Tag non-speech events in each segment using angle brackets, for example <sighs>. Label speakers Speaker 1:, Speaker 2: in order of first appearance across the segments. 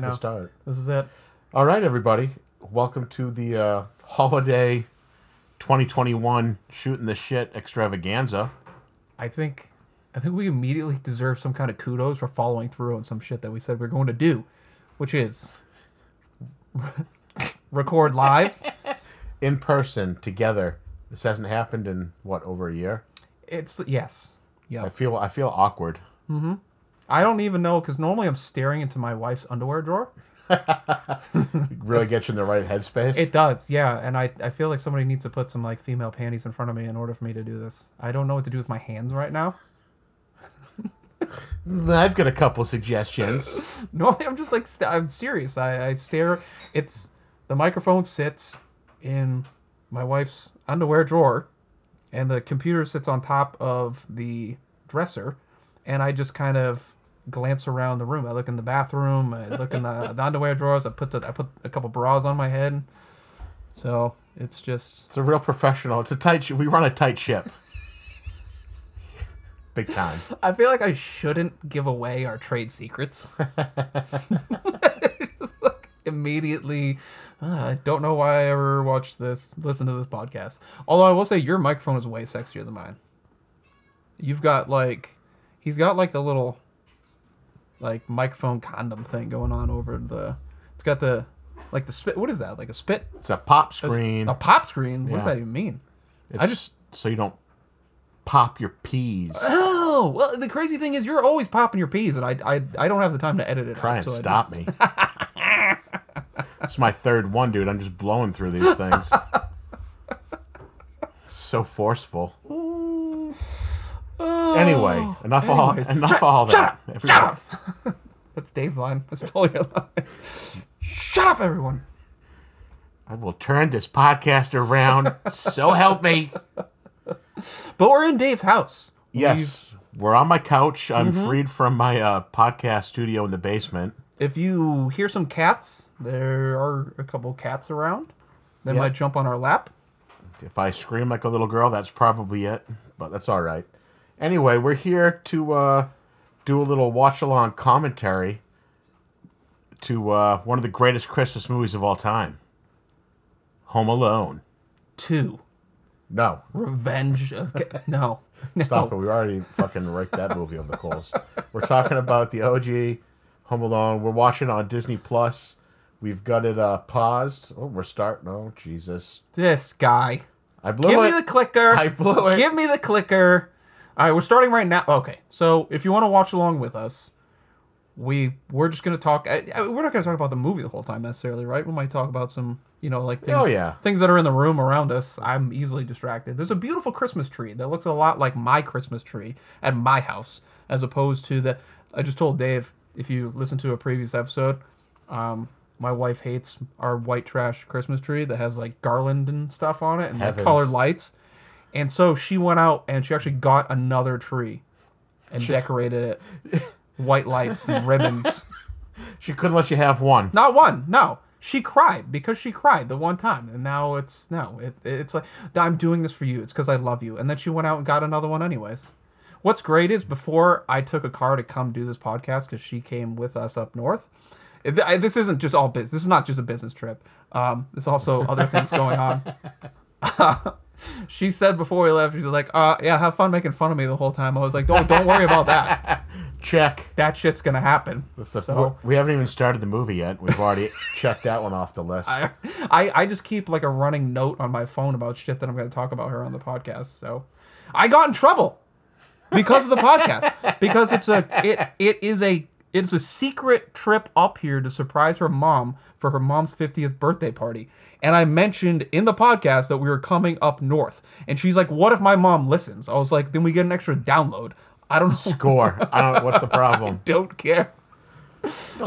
Speaker 1: Oh, start.
Speaker 2: This is it.
Speaker 1: All right, everybody. Welcome to the uh, holiday 2021 shooting the shit extravaganza.
Speaker 2: I think I think we immediately deserve some kind of kudos for following through on some shit that we said we are going to do, which is <laughs> record <laughs> live.
Speaker 1: in person together. This hasn't happened in what over a year.
Speaker 2: It's yes.
Speaker 1: I
Speaker 2: Yeah.
Speaker 1: feel I feel awkward.
Speaker 2: I don't even know cuz normally I'm staring into my wife's underwear drawer.
Speaker 1: It really gets you in the right headspace.
Speaker 2: It does. Yeah, and I I feel like somebody needs to put some like female panties in front of me in order for me to do this. I don't know what to do with my hands right now.
Speaker 1: I've got a couple suggestions.
Speaker 2: <laughs> Normally, I'm just like st- I'm serious. I, I stare. It's the microphone sits in my wife's underwear drawer, and the computer sits on top of the dresser, and I just kind of glance around the room. I look in the bathroom. I look in the, the underwear drawers. I put the, I put a couple bras on my head. So it's just
Speaker 1: it's a real professional. It's a tight. Sh- we run a tight ship. Big time.
Speaker 2: I feel like I shouldn't give away our trade secrets. <laughs> Just like immediately, "Ah, I don't know why I ever watched this, listen to this podcast. Although I will say your microphone is way sexier than mine. You've got like, he's got like the little, like microphone condom thing going on over the. It's got the, like the spit. What is that? Like a spit?
Speaker 1: It's a pop screen.
Speaker 2: A pop screen? What does
Speaker 1: Yeah.
Speaker 2: that even mean?
Speaker 1: It's
Speaker 2: I just-
Speaker 1: so you don't pop your peas.
Speaker 2: Oh well, the crazy thing is you're always popping your peas, and I I, I don't have the time to edit it.
Speaker 1: Try
Speaker 2: out,
Speaker 1: and
Speaker 2: so I
Speaker 1: stop
Speaker 2: just- <laughs>
Speaker 1: me. It's my third one, dude. I'm just blowing through these things. so forceful. Anyway, enough of all,
Speaker 2: Anyways,
Speaker 1: enough
Speaker 2: shut-
Speaker 1: of all that.
Speaker 2: shut up,
Speaker 1: Everybody-
Speaker 2: Shut up. <laughs> That's Dave's line. That's totally your line. Shut up, everyone.
Speaker 1: I will turn this podcast around. so help me.
Speaker 2: But we're in Dave's house.
Speaker 1: Yes, we're on my couch. I'm
Speaker 2: Mm-hmm.
Speaker 1: freed from my uh, podcast studio in the basement.
Speaker 2: We- if you hear some cats, there are a couple cats around. They
Speaker 1: Yeah.
Speaker 2: might jump on our lap.
Speaker 1: If I scream like a little girl, that's probably it, but that's all right. Anyway, we're here to uh, do a little watch along commentary to uh, one of the greatest Christmas movies of all time Home Alone.
Speaker 2: Two.
Speaker 1: No,
Speaker 2: Revenge of Ca- <laughs> no. No.
Speaker 1: stop it. We already fucking raked that movie over the coals. We're talking about the OG Home Alone. We're watching it on Disney Plus. We've got it uh, paused. Oh, we're starting. Oh, Jesus.
Speaker 2: This guy.
Speaker 1: I blew
Speaker 2: Give
Speaker 1: it.
Speaker 2: me the clicker.
Speaker 1: I blew it.
Speaker 2: Give me the clicker. All right, we're starting right now. Okay, so if you want to watch along with us, we we're just gonna talk. I, I- we're not gonna talk about the movie the whole time necessarily, right? We might talk about some, you know, like things,
Speaker 1: Oh, yeah.
Speaker 2: things that are in the room around us. I'm easily distracted. There's a beautiful Christmas tree that looks a lot like my Christmas tree at my house, as opposed to the. I just told Dave if you listen to a previous episode, um, my wife hates our white trash Christmas tree that has like garland and stuff on it and like,
Speaker 1: Heavens.
Speaker 2: colored lights. And so she went out and she actually got another tree and decorated it. White lights and ribbons.
Speaker 1: She couldn't let you have one.
Speaker 2: Not one, no. She cried because she cried the one time, and now it's no. It, it's like I'm doing this for you. It's because I love you. And then she went out and got another one, anyways. What's great is before I took a car to come do this podcast because she came with us up north. It- I- This isn't just all business. This is not just a business trip. Um, there's also other things going on. <laughs> she said before we left, she was like, uh, "Yeah, have fun making fun of me the whole time." I was like, "Don't don't worry about that.
Speaker 1: Check.
Speaker 2: That shit's gonna happen."
Speaker 1: So,
Speaker 2: So-
Speaker 1: we haven't even started the movie yet. We've <laughs> already checked that one off the list.
Speaker 2: I, I I just keep like a running note on my phone about shit that I'm going to talk about her on the podcast. So I got in trouble because of
Speaker 1: <laughs>
Speaker 2: the podcast because it's a it it is a it's a secret trip up here to surprise her mom for her mom's 50th birthday party. And I mentioned in the podcast that we were coming up north. And she's like, "What if my mom listens?" I was like, "Then we get an extra download." I don't <laughs> know.
Speaker 1: Score. I don't. What's the problem?
Speaker 2: don't care.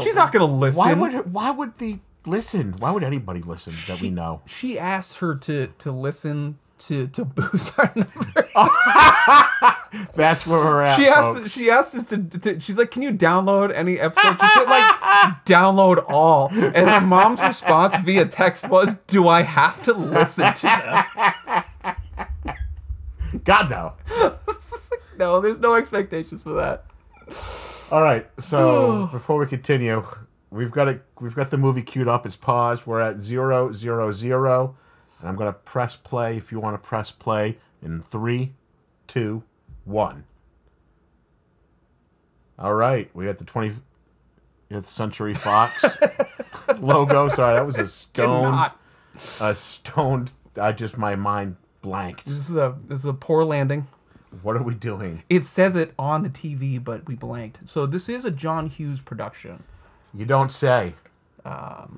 Speaker 2: She's not going to listen.
Speaker 1: <laughs> Why would Why would they listen? Why would anybody listen that we know?
Speaker 2: she asked her to to listen to to boost <laughs> our number.
Speaker 1: That's where we're at.
Speaker 2: she asked
Speaker 1: folks.
Speaker 2: she asked us to, to she's like, "Can you download any episode?" She said like, "Download all." And her mom's response via text was, "Do I have to listen to them?"
Speaker 1: God no.
Speaker 2: No, there's no expectations for that.
Speaker 1: All right. So before we continue, We've got it. We've got the movie queued up. It's paused. We're at zero zero zero, and I'm gonna press play. If you want to press play in three, two, one. All right, we got the 20th Century Fox logo. Sorry, that was a stoned,
Speaker 2: Not.
Speaker 1: a stoned. I just my mind blanked.
Speaker 2: This is a this is a poor landing.
Speaker 1: What are we doing?
Speaker 2: It says it on the TV, but we blanked. So this is a John Hughes production.
Speaker 1: You don't say. of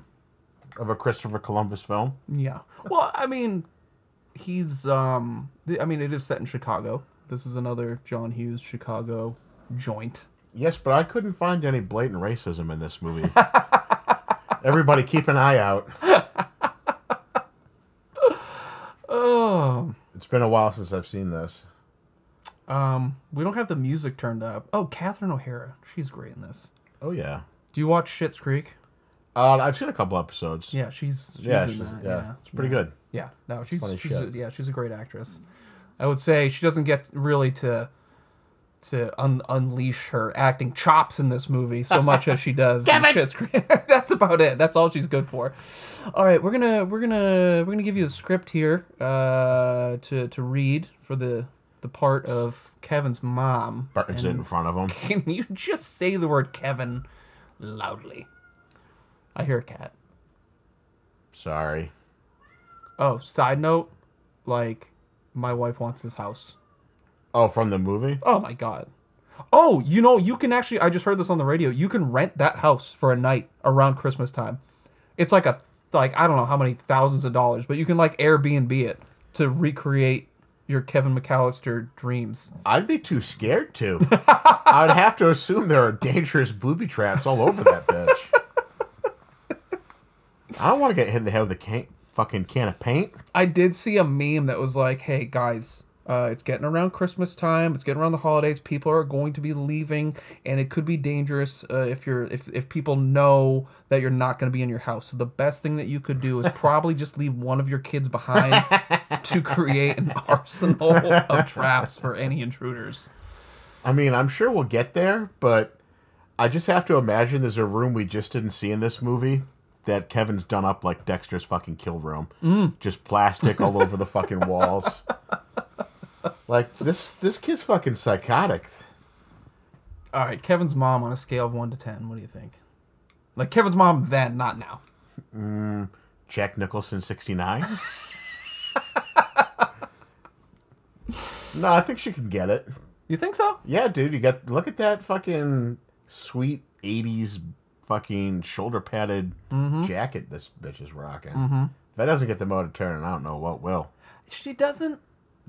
Speaker 1: a Christopher Columbus film.
Speaker 2: Yeah. Well, I mean, he's um. th- I mean, it is set in Chicago. This is another John Hughes Chicago joint.
Speaker 1: Yes, but I couldn't find any blatant racism in this movie. <laughs> Everybody, keep an eye out.
Speaker 2: Oh.
Speaker 1: It's been a while since I've seen this.
Speaker 2: Um. We don't have the music turned up. Oh, Catherine O'Hara. She's great in this.
Speaker 1: Oh yeah,
Speaker 2: Do you watch Shit's Creek?
Speaker 1: uh, I've seen a couple episodes.
Speaker 2: Yeah, she's, she's
Speaker 1: yeah,
Speaker 2: in
Speaker 1: she's-
Speaker 2: that.
Speaker 1: yeah,
Speaker 2: yeah.
Speaker 1: it's pretty good.
Speaker 2: Yeah, no, she's,
Speaker 1: funny
Speaker 2: she's
Speaker 1: shit.
Speaker 2: a, yeah, she's a great actress. I would say she doesn't get really to to un- unleash her acting chops in this movie so
Speaker 1: <laughs>
Speaker 2: much as she does. in Schitt's Creek. <laughs> That's about it. That's all she's good for. All right, we're gonna we're gonna we're gonna give you the script here uh, to to read for the the part of Kevin's mom.
Speaker 1: Burton's it in front of him.
Speaker 2: <laughs> Can you just say the word Kevin loudly? I hear a cat.
Speaker 1: Sorry.
Speaker 2: Oh, side note, like my wife wants this house.
Speaker 1: Oh, from the movie.
Speaker 2: Oh my god. Oh, you know, you can actually I just heard this on the radio. You can rent that house for a night around Christmas time. It's like a like I don't know how many thousands of dollars, but you can like Airbnb it to recreate your Kevin McAllister dreams.
Speaker 1: I'd be too scared to.
Speaker 2: <laughs>
Speaker 1: I'd have to assume there are dangerous booby traps all over that
Speaker 2: <laughs>
Speaker 1: bitch. I don't want to get hit in the head with a can- fucking can of paint.
Speaker 2: I did see a meme that was like, "Hey guys, uh, it's getting around Christmas time. It's getting around the holidays. People are going to be leaving, and it could be dangerous uh, if you're if if people know that you're not going to be in your house. So the best thing that you could do is probably just leave one of your kids behind to create an arsenal of traps for any intruders."
Speaker 1: I mean, I'm sure we'll get there, but I just have to imagine there's a room we just didn't see in this movie that Kevin's done up like Dexter's fucking kill room. Just plastic all over the fucking walls. Like this this kid's fucking psychotic.
Speaker 2: All right, Kevin's mom on a scale of one to ten. What do you think? Like Kevin's mom then, not now.
Speaker 1: Jack Nicholson 69. no, I think she can get it.
Speaker 2: You think so?
Speaker 1: Yeah, dude, you got look at that fucking sweet 80s fucking shoulder padded
Speaker 2: Mm-hmm.
Speaker 1: jacket this bitch is rocking. If that doesn't get the motor turning, I don't know what will. <laughs>
Speaker 2: she doesn't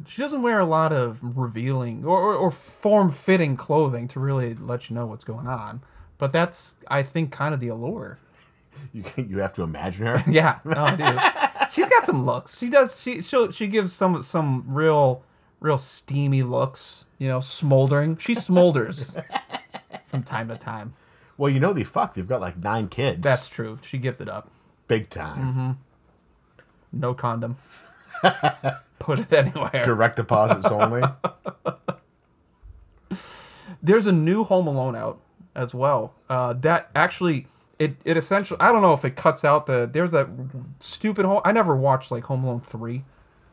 Speaker 2: she doesn't wear a lot of revealing or, or, or form fitting clothing to really let you know what's going on. But that's I think kind of the allure.
Speaker 1: You can, you have to imagine her.
Speaker 2: <laughs> Yeah, no, I do. She's got some looks. She does she she she gives some some real real steamy looks, you know, smoldering. She <laughs> smolders from time to time.
Speaker 1: well, you know they fuck. They've got like nine kids.
Speaker 2: That's Mm-hmm. true. She gives it up.
Speaker 1: big time.
Speaker 2: No <laughs> condom. Put it anywhere.
Speaker 1: Direct
Speaker 2: <laughs>
Speaker 1: deposits only.
Speaker 2: there's a new Home Alone out as well. Uh, that actually, it it essentially, I don't know if it cuts out the there's that stupid home. I never watched like Home Alone three.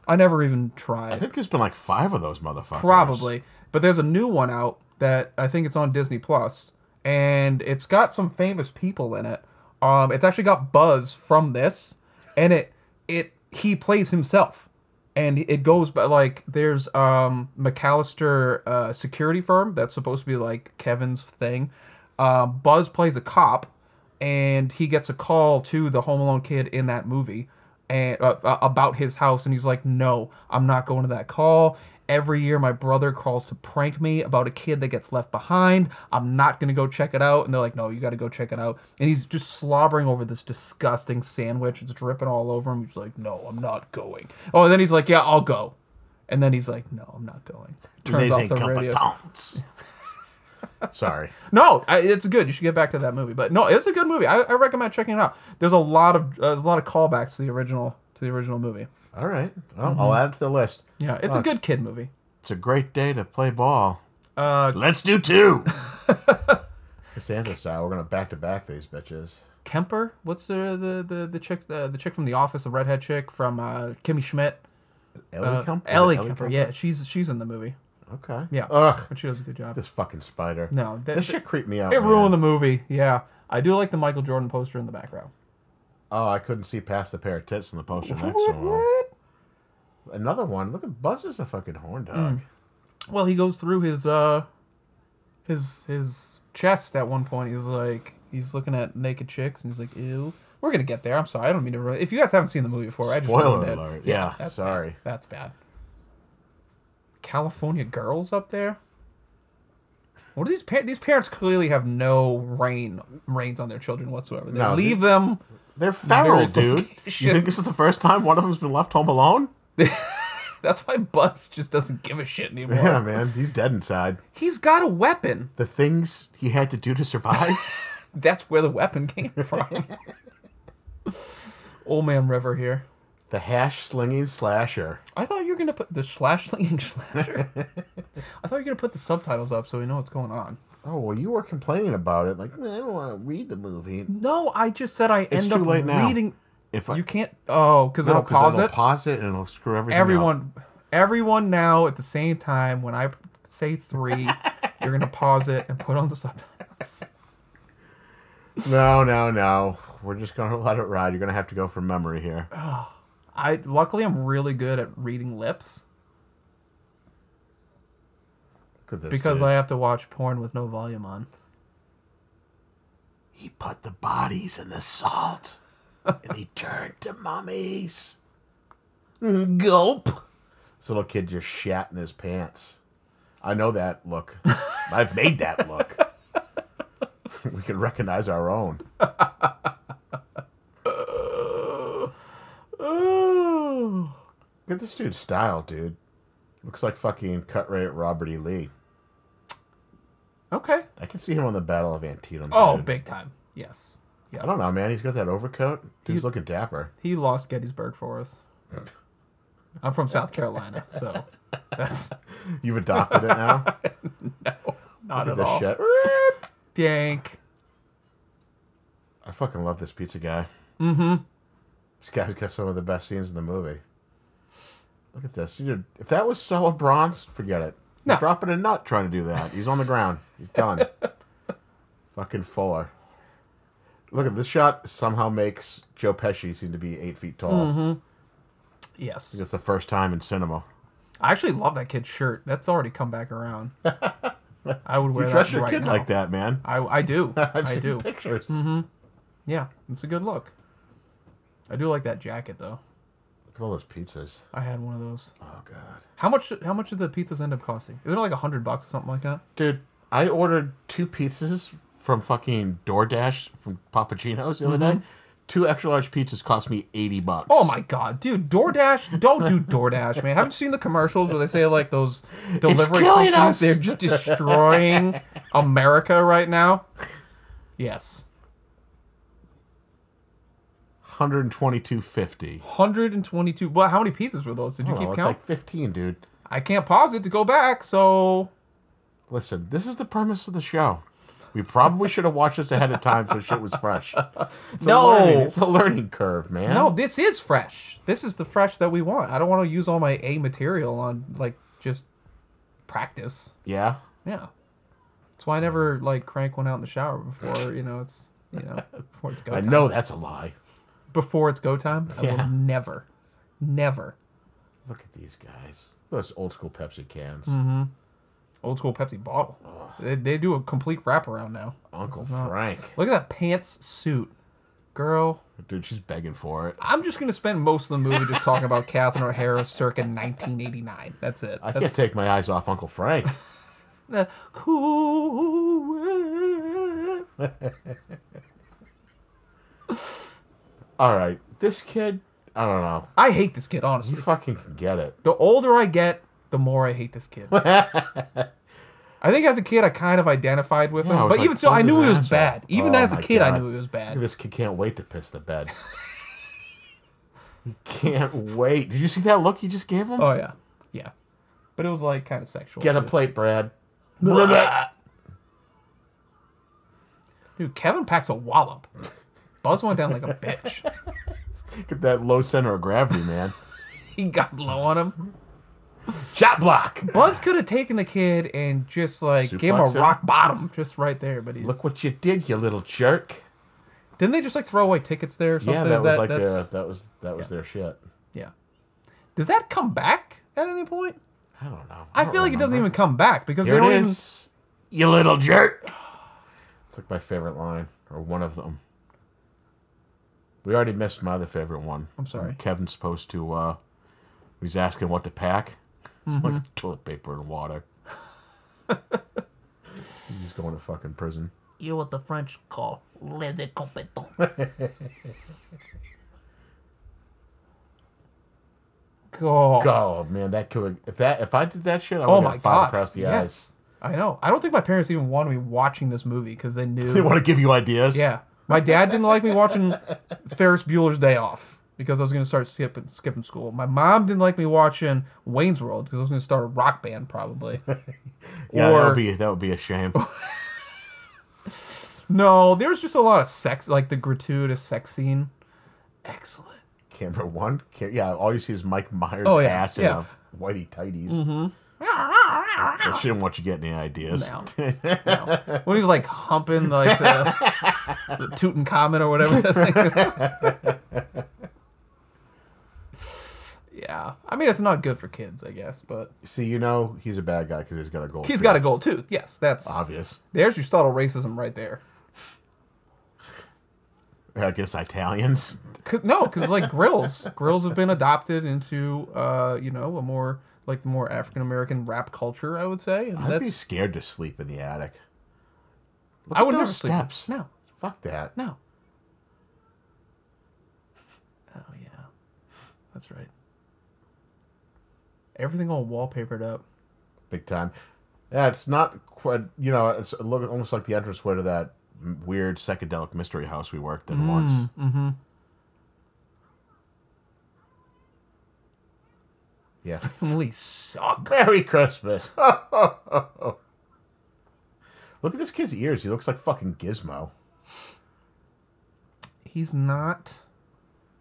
Speaker 2: I never even
Speaker 1: I
Speaker 2: tried.
Speaker 1: think there's been like five of those motherfuckers.
Speaker 2: Probably, but there's a new one out that I think it's on Disney Plus, and it's got some famous people in it. Um, it's actually got buzz from this, and it it he plays himself. And it goes by like there's um McAllister uh, security firm that's supposed to be like Kevin's thing. Um, Buzz plays a cop, and he gets a call to the Home Alone kid in that movie and uh, uh, about his house, and he's like, "No, I'm not going to that call." Every year, my brother calls to prank me about a kid that gets left behind. I'm not gonna go check it out, and they're like, "No, you got to go check it out." And he's just slobbering over this disgusting sandwich; it's dripping all over him. He's like, "No, I'm not going." Oh, and then he's like, "Yeah, I'll go," and then he's like, "No, I'm not going." Turns
Speaker 1: Les
Speaker 2: off the radio. <laughs>
Speaker 1: incompetents. Sorry.
Speaker 2: No, I, it's good. You should get back to that movie. But no, it's a good movie. I, I recommend checking it out. There's a lot of uh, there's a lot of callbacks to the original to the original movie.
Speaker 1: All right. Well,
Speaker 2: Mm-hmm.
Speaker 1: I'll add it to the list.
Speaker 2: Yeah, it's a good kid movie.
Speaker 1: It's a great day to play ball. <laughs>
Speaker 2: Uh,
Speaker 1: Let's do two. Costanza style. We're gonna back to back these bitches.
Speaker 2: Kemper. What's the the the, the chick uh, the, the chick from The Office, the redhead chick from uh, Kimmy Schmidt.
Speaker 1: Ellie
Speaker 2: Uh,
Speaker 1: Kemper. Is it
Speaker 2: Ellie Kemper. Yeah, she's she's in the movie.
Speaker 1: Okay.
Speaker 2: Yeah.
Speaker 1: Ugh.
Speaker 2: But she does a good job.
Speaker 1: This fucking spider.
Speaker 2: No, that,
Speaker 1: This shit creeped me out.
Speaker 2: it
Speaker 1: man.
Speaker 2: ruined the movie. Yeah, I do like the Michael Jordan poster in the background.
Speaker 1: Oh, I couldn't see past the pair of tits in the poster next to him. Another one. Look at Buzz is a fucking horn
Speaker 2: Mm.
Speaker 1: dog.
Speaker 2: Well, he goes through his uh, his his chest at one point. He's like, he's looking at naked chicks, and he's like, "Ew." We're gonna get there. I'm sorry. I don't mean to. Really, if you guys haven't seen the movie before, I just
Speaker 1: Spoiler
Speaker 2: ruined it.
Speaker 1: alert. Yeah,
Speaker 2: that's
Speaker 1: sorry.
Speaker 2: bad. that's bad. California girls up there. What are these parents? These parents clearly have no rein reins on their children whatsoever. They
Speaker 1: No,
Speaker 2: leave them.
Speaker 1: They're feral,
Speaker 2: Various
Speaker 1: dude. You think this is the first time one of them's been left home alone?
Speaker 2: That's why Buzz just doesn't give a shit anymore.
Speaker 1: <laughs> Yeah, man. He's dead inside.
Speaker 2: He's got a weapon.
Speaker 1: The things he had to do to survive. <laughs>
Speaker 2: That's where the weapon <laughs> came from. Old man River here.
Speaker 1: the hash slinging slasher.
Speaker 2: I thought you were gonna put the slash slinging <laughs> slasher. I thought you were gonna put the subtitles up so we know what's going on.
Speaker 1: Oh well, you were complaining about it. Like, "Man, I don't want to read the movie.
Speaker 2: No, I just said I
Speaker 1: It's
Speaker 2: end
Speaker 1: too
Speaker 2: up
Speaker 1: late now.
Speaker 2: reading.
Speaker 1: If I
Speaker 2: You can't. Oh, because
Speaker 1: no,
Speaker 2: it'll
Speaker 1: 'cause
Speaker 2: pause
Speaker 1: it'll
Speaker 2: it.
Speaker 1: pause it, and it'll screw everything. up.
Speaker 2: everyone, everyone now at the same time when I say three, you're gonna pause it and put on the subtitles.
Speaker 1: No, no, no. We're just gonna let it ride. You're gonna have to go from memory here.
Speaker 2: I luckily I'm really good at reading lips
Speaker 1: Look at this.
Speaker 2: because
Speaker 1: dude.
Speaker 2: I have to watch porn with no volume on.
Speaker 1: He put the bodies in the salt, and he turned to mummies. Mm, Gulp. This little kid just shat in his pants. I know that
Speaker 2: <laughs>
Speaker 1: look. I've made that look. we can recognize our own.
Speaker 2: Uh, Oh.
Speaker 1: Look at this dude's style, dude. Looks like fucking cut rate Robert E. Lee.
Speaker 2: Okay.
Speaker 1: I can see him on the Battle of Antietam.
Speaker 2: Oh,
Speaker 1: dude.
Speaker 2: big time. Yes.
Speaker 1: I don't know, man. He's got that overcoat. Dude's
Speaker 2: He-
Speaker 1: looking
Speaker 2: <laughs>
Speaker 1: dapper.
Speaker 2: He lost Gettysburg for us. I'm from South Carolina, so that's
Speaker 1: You've adopted it
Speaker 2: <laughs>
Speaker 1: now. Look
Speaker 2: not
Speaker 1: at
Speaker 2: at
Speaker 1: this
Speaker 2: all. <laughs>
Speaker 1: shit.
Speaker 2: Dank.
Speaker 1: I fucking love this pizza guy. Mm-hmm. This guy's got some of the best scenes in the movie. Look at this. Dude, if that was solid bronze, forget it. He's
Speaker 2: No.
Speaker 1: dropping a nut trying to do that. He's on the ground. He's
Speaker 2: <laughs>
Speaker 1: done. fucking Fuller. Look at this shot somehow makes Joe Pesci seem to be eight feet tall.
Speaker 2: Mm-hmm. Yes.
Speaker 1: It's the first time in cinema.
Speaker 2: I actually love that kid's shirt. That's already come
Speaker 1: <laughs>
Speaker 2: back around. I would wear
Speaker 1: You
Speaker 2: that
Speaker 1: dress your
Speaker 2: right
Speaker 1: kid
Speaker 2: now.
Speaker 1: like that, man.
Speaker 2: I, I do.
Speaker 1: <laughs> I've
Speaker 2: I
Speaker 1: seen
Speaker 2: do. Mm-hmm.
Speaker 1: pictures.
Speaker 2: Yeah, it's a good look. I do like that jacket though.
Speaker 1: Look at all those pizzas.
Speaker 2: I had one of those.
Speaker 1: Oh god,
Speaker 2: How much? How much did the pizzas end up costing? Isn't it like a hundred bucks or something like that?
Speaker 1: dude! I ordered two pizzas from fucking DoorDash from Papagino's the other day. Two extra large pizzas cost me eighty bucks.
Speaker 2: Mm-hmm. Oh my god, dude! DoorDash, don't do DoorDash, man. Haven't you seen the commercials where they say like those delivery
Speaker 1: killing
Speaker 2: companies?
Speaker 1: us.
Speaker 2: They're just destroying America right now. Yes,
Speaker 1: Hundred and twenty-two fifty.
Speaker 2: hundred and twenty-two. Well, how many pizzas were those? Did you
Speaker 1: Oh,
Speaker 2: keep
Speaker 1: it's
Speaker 2: count?
Speaker 1: like fifteen, dude.
Speaker 2: I can't pause it to go back, so
Speaker 1: Listen, this is the premise of the show. We probably should have watched this ahead of time so shit was fresh. It's
Speaker 2: No.
Speaker 1: a learning, it's a learning curve, man.
Speaker 2: no, this is fresh. This is the fresh that we want. I don't want to use all my A material on like just practice.
Speaker 1: yeah,
Speaker 2: Yeah. That's why I never like crank one out in the shower before, you know, it's you know, before it's go
Speaker 1: I
Speaker 2: time.
Speaker 1: know that's a lie.
Speaker 2: Before it's go time, I
Speaker 1: Yeah.
Speaker 2: will never. Never.
Speaker 1: Look at these guys. Those old school Pepsi cans.
Speaker 2: Mm-hmm. Old school Pepsi bottle. They, they do a complete wraparound now.
Speaker 1: Uncle
Speaker 2: This is not-
Speaker 1: Frank.
Speaker 2: Look at that pants suit. Girl,
Speaker 1: Dude, she's begging for it.
Speaker 2: I'm just gonna spend most of the movie just talking about <laughs> Catherine O'Hara circa 1989. That's it.
Speaker 1: I
Speaker 2: That's
Speaker 1: can't take my eyes off Uncle
Speaker 2: <laughs>
Speaker 1: Frank.
Speaker 2: the cool. world.
Speaker 1: All right, this kid, I don't know.
Speaker 2: I hate this kid, honestly.
Speaker 1: You fucking can get it.
Speaker 2: The older I get, the more I hate this
Speaker 1: <laughs>
Speaker 2: kid. I think as a kid, I kind of identified with
Speaker 1: Yeah, I
Speaker 2: him,
Speaker 1: was
Speaker 2: but
Speaker 1: like,
Speaker 2: even so, I
Speaker 1: Buzz
Speaker 2: knew
Speaker 1: is
Speaker 2: he
Speaker 1: an
Speaker 2: was
Speaker 1: asshole.
Speaker 2: bad. Even
Speaker 1: Oh
Speaker 2: as a
Speaker 1: my
Speaker 2: kid, I
Speaker 1: God.
Speaker 2: knew he was
Speaker 1: Look at
Speaker 2: bad.
Speaker 1: This kid can't wait to piss the
Speaker 2: <laughs>
Speaker 1: bed. he can't wait. Did you see that look you just gave him?
Speaker 2: Oh yeah, yeah. But it was <laughs> like kind of sexual.
Speaker 1: get a
Speaker 2: too.
Speaker 1: plate, Brad.
Speaker 2: Blah. Dude, Kevin packs a wallop. Buzz went down like a <laughs> bitch.
Speaker 1: Look at that low center of gravity, man.
Speaker 2: He got low on him.
Speaker 1: Shot block.
Speaker 2: Buzz could have taken the kid and just like gave him a
Speaker 1: Suplexed him?
Speaker 2: rock bottom just right there, but he
Speaker 1: Look what you did, you little jerk.
Speaker 2: didn't they just like throw away tickets there or something?
Speaker 1: Yeah, that
Speaker 2: Is
Speaker 1: was like uh,
Speaker 2: that's-
Speaker 1: their that was that was their shit.
Speaker 2: Yeah. Does that come back at any point?
Speaker 1: I don't know.
Speaker 2: I,
Speaker 1: don't
Speaker 2: feel like it doesn't
Speaker 1: remember.
Speaker 2: even come back because they
Speaker 1: Here
Speaker 2: don't
Speaker 1: it
Speaker 2: even
Speaker 1: is. You little jerk. It's like my favorite line, or one of them. We already missed my other favorite one.
Speaker 2: I'm sorry.
Speaker 1: Kevin's supposed to. uh He's asking what to pack. It's
Speaker 2: Mm-hmm.
Speaker 1: like toilet paper and water. <laughs> he's going to fucking prison.
Speaker 2: You what the French call les incompetents. God.
Speaker 1: Oh man, that could if that if I did that shit, I would
Speaker 2: Oh
Speaker 1: have
Speaker 2: my
Speaker 1: got fired
Speaker 2: god.
Speaker 1: across the eyes.
Speaker 2: yes. I know. I don't think my parents even wanted me watching this movie because
Speaker 1: They
Speaker 2: they
Speaker 1: <laughs>
Speaker 2: knew.
Speaker 1: want to give you ideas.
Speaker 2: yeah. My dad didn't like me watching Ferris Bueller's Day Off because I was going to start skipping, skipping school. My mom didn't like me watching Wayne's World because I was going to start a rock band probably.
Speaker 1: yeah, that
Speaker 2: Or-
Speaker 1: would be that would be a shame.
Speaker 2: No, there was just a lot of sex, like the gratuitous sex scene. Excellent.
Speaker 1: Camera one, ca- yeah. All you see is Mike Myers'
Speaker 2: Oh, yeah,
Speaker 1: ass
Speaker 2: yeah.
Speaker 1: and
Speaker 2: Mm-hmm.
Speaker 1: a whitey tighties. I shouldn't want you getting any ideas.
Speaker 2: No. No. When he was like humping like the, the Tutankhamun or whatever. That thing is. yeah, I mean it's not good for kids, I guess, but
Speaker 1: See, you know he's a bad guy because he's got a gold.
Speaker 2: he's got a
Speaker 1: tooth.
Speaker 2: gold tooth. Yes, that's
Speaker 1: Obvious.
Speaker 2: there's your subtle racism right there.
Speaker 1: I guess Italians.
Speaker 2: 'Cause- No, because
Speaker 1: <laughs>
Speaker 2: like grills, grills have been adopted into uh you know a more like the more African American rap culture, I would say. And
Speaker 1: I'd be
Speaker 2: that's
Speaker 1: scared to sleep in the attic. Look
Speaker 2: I
Speaker 1: at
Speaker 2: would
Speaker 1: those
Speaker 2: never sleep.
Speaker 1: steps.
Speaker 2: No,
Speaker 1: Fuck that.
Speaker 2: No. Oh yeah, that's right. Everything all wallpapered up.
Speaker 1: Big time. Yeah, it's not quite. You know, it's a look almost like the entranceway to that m- weird psychedelic mystery house we worked in once.
Speaker 2: Mm-hmm.
Speaker 1: Yeah.
Speaker 2: Holy suck.
Speaker 1: Merry Christmas. <laughs> Look at this kid's ears. He looks like fucking Gizmo. <laughs>
Speaker 2: He's not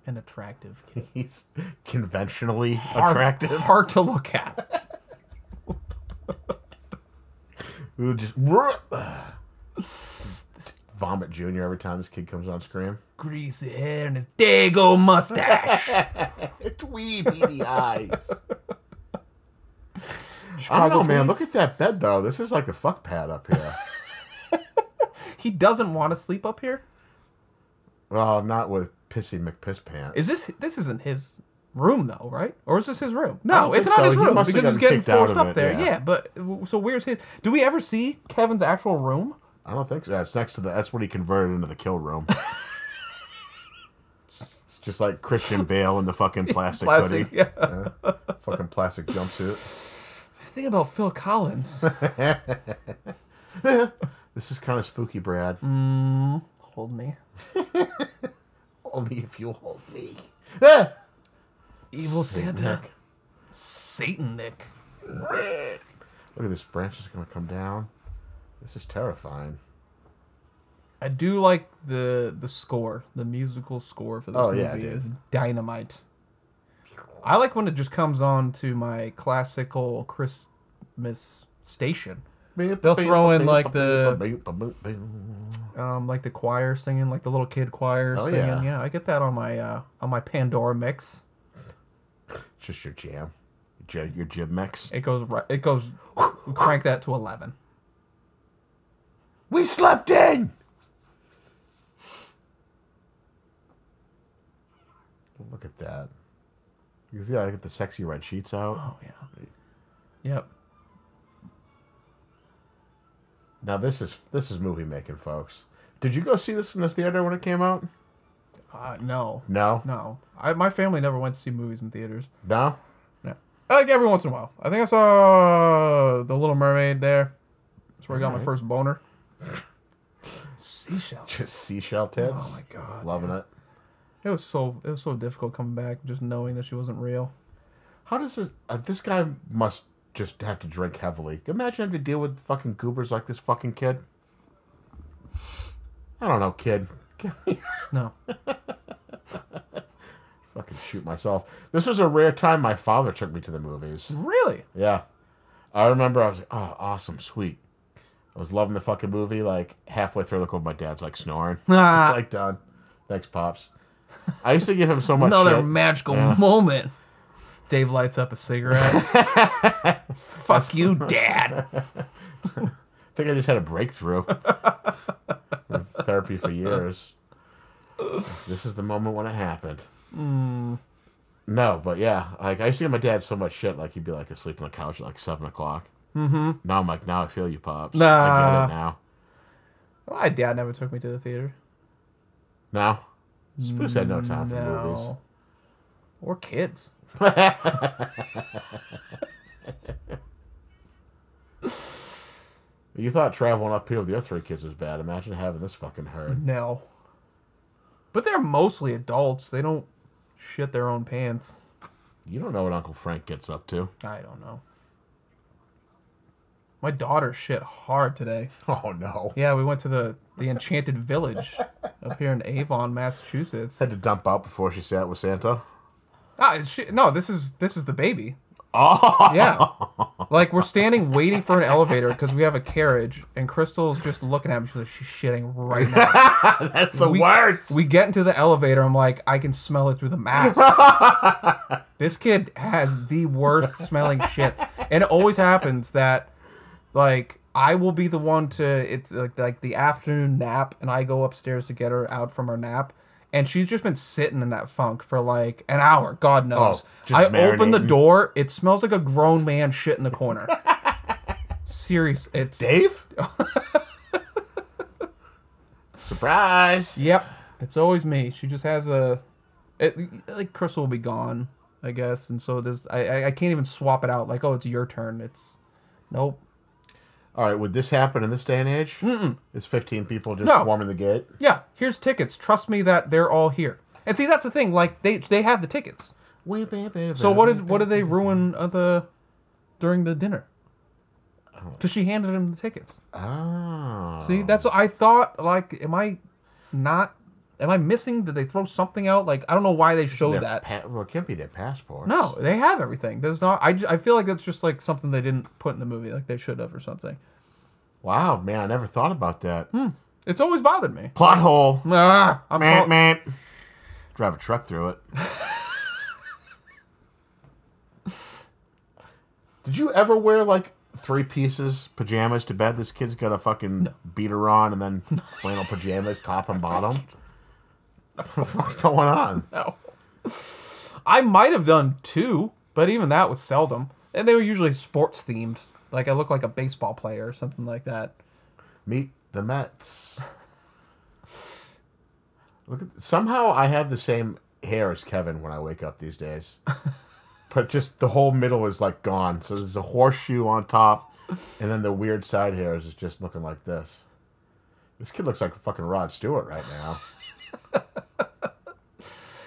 Speaker 2: an attractive kid.
Speaker 1: He's conventionally
Speaker 2: Hard-
Speaker 1: attractive. <laughs>
Speaker 2: Hard to look at.
Speaker 1: We would just vomit Junior every time this kid comes on screen.
Speaker 2: Greasy hair and his dago mustache.
Speaker 1: Twee beady eyes. I don't know, man. Look at that bed, though. This is like a fuck pad up here.
Speaker 2: He doesn't want to sleep up here.
Speaker 1: well, not with pissy McPiss pants.
Speaker 2: Is this this isn't his room though, right? Or is this his room?
Speaker 1: don't
Speaker 2: No, it's
Speaker 1: think so.
Speaker 2: not his
Speaker 1: He
Speaker 2: room
Speaker 1: must
Speaker 2: because
Speaker 1: have
Speaker 2: he's
Speaker 1: gotten
Speaker 2: getting
Speaker 1: kicked out
Speaker 2: forced
Speaker 1: of
Speaker 2: up
Speaker 1: it,
Speaker 2: there.
Speaker 1: yeah.
Speaker 2: Yeah. but but so where's his? Do we ever see Kevin's actual room?
Speaker 1: I don't think so. It's next to the. That's what he converted into the kill
Speaker 2: <laughs>
Speaker 1: room. it's just like Christian Bale in the fucking plastic,
Speaker 2: Plastic.
Speaker 1: hoodie,
Speaker 2: Yeah.
Speaker 1: fucking plastic jumpsuit.
Speaker 2: Think about
Speaker 1: <laughs>
Speaker 2: Phil Collins.
Speaker 1: This is kind of spooky, Brad.
Speaker 2: Mm. Hold me.
Speaker 1: Only if you hold me. Ah!
Speaker 2: Evil Santa.
Speaker 1: Nick.
Speaker 2: Satan Nick.
Speaker 1: Look at this branch is gonna come down. This is terrifying.
Speaker 2: I do like the the score, the musical score for this
Speaker 1: Oh,
Speaker 2: movie
Speaker 1: yeah, dude.
Speaker 2: is dynamite. I like when it just comes on to my classical Christmas station.
Speaker 1: They'll
Speaker 2: throw in, like, the- um, like the choir singing, like the little kid choir
Speaker 1: Oh,
Speaker 2: singing.
Speaker 1: yeah.
Speaker 2: Yeah. I get that on my uh, on my Pandora mix.
Speaker 1: just your jam, your, your gym mix.
Speaker 2: It goes right. It goes. <laughs> we crank that to eleven.
Speaker 1: We slept in. Look at that. You can see I get the sexy red sheets out.
Speaker 2: Oh yeah. Yep.
Speaker 1: Now this is this is movie making, folks. Did you go see this in the theater when it came out?
Speaker 2: Uh, no.
Speaker 1: No,
Speaker 2: No. I my family never went to see movies in theaters.
Speaker 1: no. <laughs>
Speaker 2: No. Like every once in a while. I think I saw uh, the Little Mermaid there. That's where I got my
Speaker 1: Alright.
Speaker 2: first boner. Seashell.
Speaker 1: Just seashell tits.
Speaker 2: Oh my God,
Speaker 1: loving it.
Speaker 2: It was so it was so difficult coming back, just knowing that she wasn't real.
Speaker 1: How does this? Uh, this guy must just have to drink heavily. Imagine having to deal with fucking goobers like this fucking kid. I don't know, kid. <laughs>
Speaker 2: No.
Speaker 1: Fucking shoot myself. This was a rare time my father took me to the movies.
Speaker 2: Really?
Speaker 1: Yeah. I remember I was like, oh, awesome, sweet. I was loving the fucking movie. Like halfway through, look over my dad's like snoring. It's
Speaker 2: Ah.
Speaker 1: like done. Thanks, pops. I used to give him so much
Speaker 2: Another
Speaker 1: shit.
Speaker 2: magical
Speaker 1: Yeah.
Speaker 2: moment. Dave lights up a <laughs> cigarette. Fuck you, Dad.
Speaker 1: I think I just had a breakthrough. <laughs> Been in Therapy for years. This is the moment when it happened. Hmm. No, but yeah, like I used to give my dad so much shit. Like he'd be like asleep on the couch at like seven o'clock. Mm-hmm. Now I'm like, now I feel you, pops. I
Speaker 2: Nah.
Speaker 1: get it now.
Speaker 2: My dad never took me to the theater.
Speaker 1: Now, Spoose had no time for movies.
Speaker 2: No. Or kids.
Speaker 1: You thought traveling up here with your three kids was bad. Imagine having this fucking herd.
Speaker 2: No. But they're mostly adults. They don't shit their own pants.
Speaker 1: You don't know what Uncle Frank gets up to.
Speaker 2: I don't know. My daughter shit hard today.
Speaker 1: Oh no.
Speaker 2: Yeah, we went to the the Enchanted Village up here in Avon, Massachusetts.
Speaker 1: Had to dump out before she sat with Santa.
Speaker 2: Ah, she, no, this is this is the baby.
Speaker 1: Oh.
Speaker 2: Yeah, like we're standing waiting for an elevator because we have a carriage, and Crystal's just looking at me. She's like, she's shitting right now.
Speaker 1: That's the worst.
Speaker 2: We get into the elevator. I'm like, I can smell it through
Speaker 1: <laughs>
Speaker 2: the mask. this kid has the worst smelling shit, and it always happens that, like, I will be the one to it's like like the afternoon nap, and I go upstairs to get her out from her nap, and she's just been sitting in that funk for like an hour. God knows.
Speaker 1: Oh, just
Speaker 2: I open the
Speaker 1: marinating.
Speaker 2: door. It smells like a grown man shit in
Speaker 1: <laughs>
Speaker 2: the corner. Serious. It's <laughs>
Speaker 1: Dave? Surprise.
Speaker 2: Yep, it's always me. She just has a, it, like Crystal will be gone, I guess, and so there's I I- I can't even swap it out. Like oh, it's your turn. It's nope.
Speaker 1: All right, would this happen in this day and age? Mm-mm. Is 15 people just
Speaker 2: No.
Speaker 1: swarming the gate?
Speaker 2: Yeah, here's tickets. Trust me that they're all here. And see that's the thing. Like they they have the tickets. So what did what did they ruin uh, the during the dinner? Because she handed him the tickets.
Speaker 1: Oh.
Speaker 2: See, that's what I thought. Like, am I not? Am I missing? Did they throw something out? Like, I don't know why they showed
Speaker 1: Their
Speaker 2: that.
Speaker 1: pa- well, it can't be their passports.
Speaker 2: No, they have everything. There's not. I, ju- I feel like that's just like something they didn't put in the movie, like they should have or something.
Speaker 1: Wow, man, I never thought about that.
Speaker 2: Hmm. It's always bothered me.
Speaker 1: Plot hole.
Speaker 2: Ah, I'm
Speaker 1: Man,
Speaker 2: call-
Speaker 1: man. Drive a truck through it. <laughs> Did you ever wear like three pieces pajamas to bed? This kid's got a fucking beater on and then flannel pajamas, top and <laughs> bottom. What's going on?
Speaker 2: no. I might have done two, but even that was seldom, and they were usually sports themed. Like I look like a baseball player or something like that.
Speaker 1: Meet the Mets. Look at somehow I have the same hair as Kevin when I wake up these
Speaker 2: <laughs>
Speaker 1: days. but just the whole middle is like gone. So there's a horseshoe on top and then the weird side hairs is just looking like this. This kid looks like fucking Rod Stewart right
Speaker 2: <laughs>
Speaker 1: now.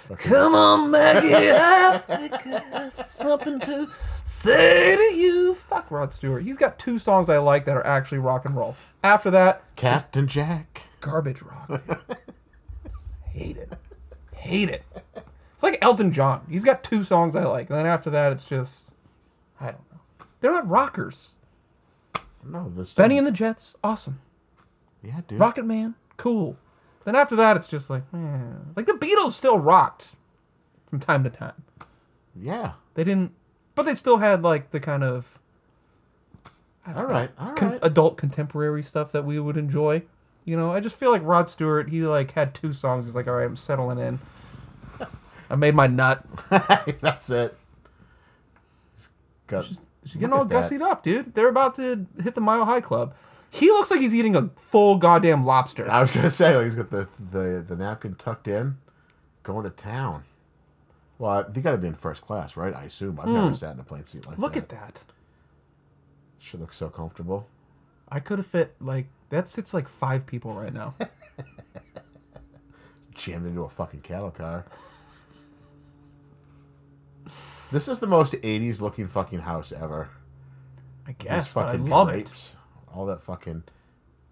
Speaker 1: Fucking-
Speaker 2: on, Maggie, I think I have something to say to you. Fuck Rod Stewart. He's got two songs I like that are actually rock and roll. After that,
Speaker 1: Captain Jack.
Speaker 2: garbage rock. <laughs> dude. Hate it. Hate it. It's like Elton John. He's got two songs I like, and then after that, it's just I don't know. They're not rockers.
Speaker 1: No, this
Speaker 2: Benny and the Jets, awesome.
Speaker 1: Yeah, dude.
Speaker 2: Rocket Man, cool. Then after that, it's just like, eh. like the Beatles still rocked from time to time.
Speaker 1: Yeah.
Speaker 2: They didn't, but they still had like the kind of
Speaker 1: All right. All right.
Speaker 2: con- adult contemporary stuff that we would enjoy. You know, I just feel like Rod Stewart. He like had two songs. He's like, all right, I'm settling in. <laughs> I made my nut.
Speaker 1: <laughs> That's it. Got,
Speaker 2: She's getting
Speaker 1: Look
Speaker 2: all
Speaker 1: at that.
Speaker 2: gussied up, dude. They're about to hit the Mile High Club. He looks like he's eating a full goddamn lobster.
Speaker 1: I was gonna <laughs> say like, he's got the, the the napkin tucked in, going to town. Well, you got to be in first class, right? I assume. I've never sat in a plane seat like
Speaker 2: Hmm. Look
Speaker 1: that.
Speaker 2: at that.
Speaker 1: She looks so comfortable.
Speaker 2: I could have fit like that sits like five people right now.
Speaker 1: <laughs> Jammed into a fucking cattle car. this is the most '80s looking fucking house ever.
Speaker 2: I
Speaker 1: These
Speaker 2: guess, but I
Speaker 1: fucking
Speaker 2: love it.
Speaker 1: drapes, all that fucking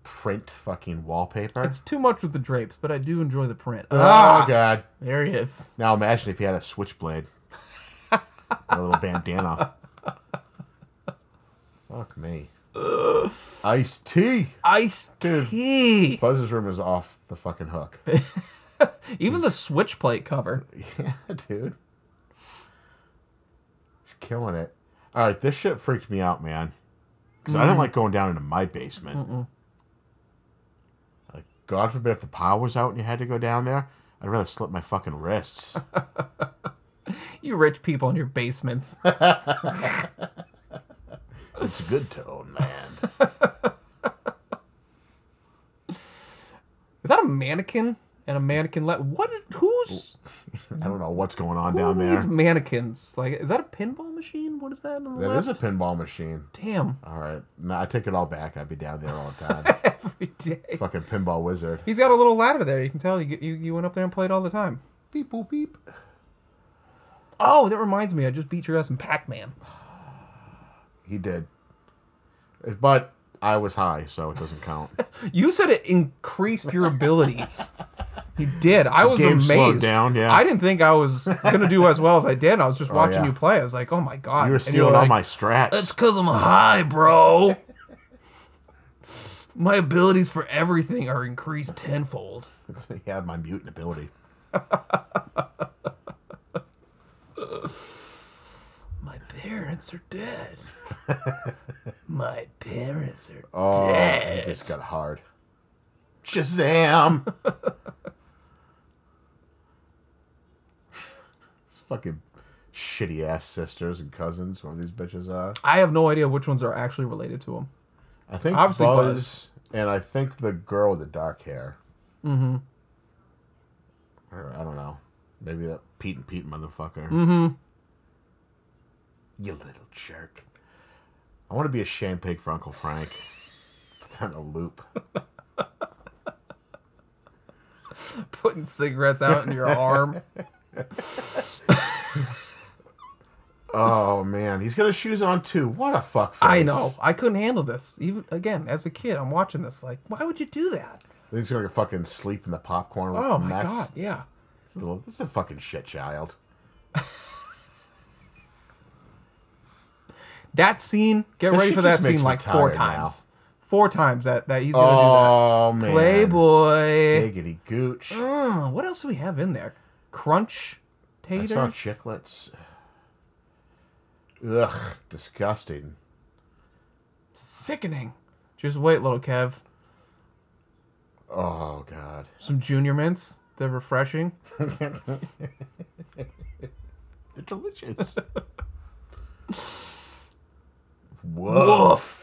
Speaker 1: print fucking wallpaper.
Speaker 2: It's too much with the drapes, but I do enjoy the print. Ah,
Speaker 1: oh god.
Speaker 2: There he is.
Speaker 1: Now imagine if you had a switchblade. and a little bandana. Fuck me. Ice tea.
Speaker 2: Ice
Speaker 1: Dude.
Speaker 2: tea.
Speaker 1: Buzz's room is off the fucking
Speaker 2: <laughs>
Speaker 1: hook.
Speaker 2: Even the switch plate cover.
Speaker 1: yeah, dude. He's killing it. All right, this shit freaked me out, man. Because
Speaker 2: Mm-hmm.
Speaker 1: I didn't like going down into my basement. Like, God forbid if the power was out and you had to go down there, I'd rather slip my fucking
Speaker 2: <laughs>
Speaker 1: wrists.
Speaker 2: You rich people in
Speaker 1: <laughs>
Speaker 2: your basements.
Speaker 1: it's a good tone, man.
Speaker 2: Is that a mannequin? And a mannequin let what? Who's
Speaker 1: I don't know what's going on
Speaker 2: who
Speaker 1: down there.
Speaker 2: needs mannequins? Like, is that a pinball machine? What is that? On the
Speaker 1: That
Speaker 2: left?
Speaker 1: is a pinball machine.
Speaker 2: damn. <laughs>
Speaker 1: All right, no, I take it all back. I'd be down there all the time.
Speaker 2: Every day.
Speaker 1: fucking pinball wizard.
Speaker 2: He's got a little ladder there. You can tell you, you you went up there and played all the time.
Speaker 1: Beep boop beep.
Speaker 2: Oh, that reminds me. I just beat your ass in Pac-Man.
Speaker 1: He did, but I was high, so it doesn't
Speaker 2: <laughs>
Speaker 1: count.
Speaker 2: You said it increased your abilities. You did. I was
Speaker 1: game
Speaker 2: amazed.
Speaker 1: slowed down, yeah.
Speaker 2: I didn't think I was gonna do as well as I did. I was just watching
Speaker 1: yeah.
Speaker 2: you play. I was like, oh my god.
Speaker 1: You were
Speaker 2: And
Speaker 1: stealing all
Speaker 2: like,
Speaker 1: my strats. <laughs>
Speaker 2: That's because I'm high, bro. <laughs> My abilities for everything are increased tenfold.
Speaker 1: he had my mutant ability.
Speaker 2: My parents are
Speaker 1: <laughs>
Speaker 2: dead. My parents are
Speaker 1: Oh,
Speaker 2: dead.
Speaker 1: it just got hard. Shazam! <laughs> it's fucking shitty ass sisters and cousins. One of these bitches are.
Speaker 2: I have no idea which ones are actually related to him. <laughs>
Speaker 1: I think
Speaker 2: Obviously
Speaker 1: Buzz,
Speaker 2: Buzz.
Speaker 1: and I think the girl with the dark hair. Mm-hmm. Or I don't know. Maybe that Pete and Pete motherfucker. Mm-hmm. You little jerk. I want to be a sham pig for Uncle Frank. <laughs> Put that in a loop.
Speaker 2: Putting cigarettes out in your arm.
Speaker 1: <laughs> Oh man, he's got his shoes on too. What a fuck face.
Speaker 2: I know. I couldn't handle this. Even again, as a kid, I'm watching this. Like, why would you do that?
Speaker 1: He's gonna fucking sleep in the popcorn.
Speaker 2: Oh my
Speaker 1: mess.
Speaker 2: god. Yeah.
Speaker 1: This little, this is a fucking shit child.
Speaker 2: That scene. Get
Speaker 1: That
Speaker 2: ready
Speaker 1: shit
Speaker 2: for that
Speaker 1: just makes
Speaker 2: scene
Speaker 1: me
Speaker 2: like four
Speaker 1: tired now.
Speaker 2: times. Four times that that he's gonna
Speaker 1: Oh
Speaker 2: do
Speaker 1: man.
Speaker 2: that. Playboy.
Speaker 1: Giggity gooch.
Speaker 2: Mm, what else do we have in there? Crunch
Speaker 1: I
Speaker 2: taters.
Speaker 1: saw chiclets. Ugh, disgusting.
Speaker 2: Sickening. Just wait, little Kev.
Speaker 1: Oh god.
Speaker 2: Some junior mints. They're refreshing.
Speaker 1: They're
Speaker 2: <laughs>
Speaker 1: delicious. Woof.
Speaker 2: Woof.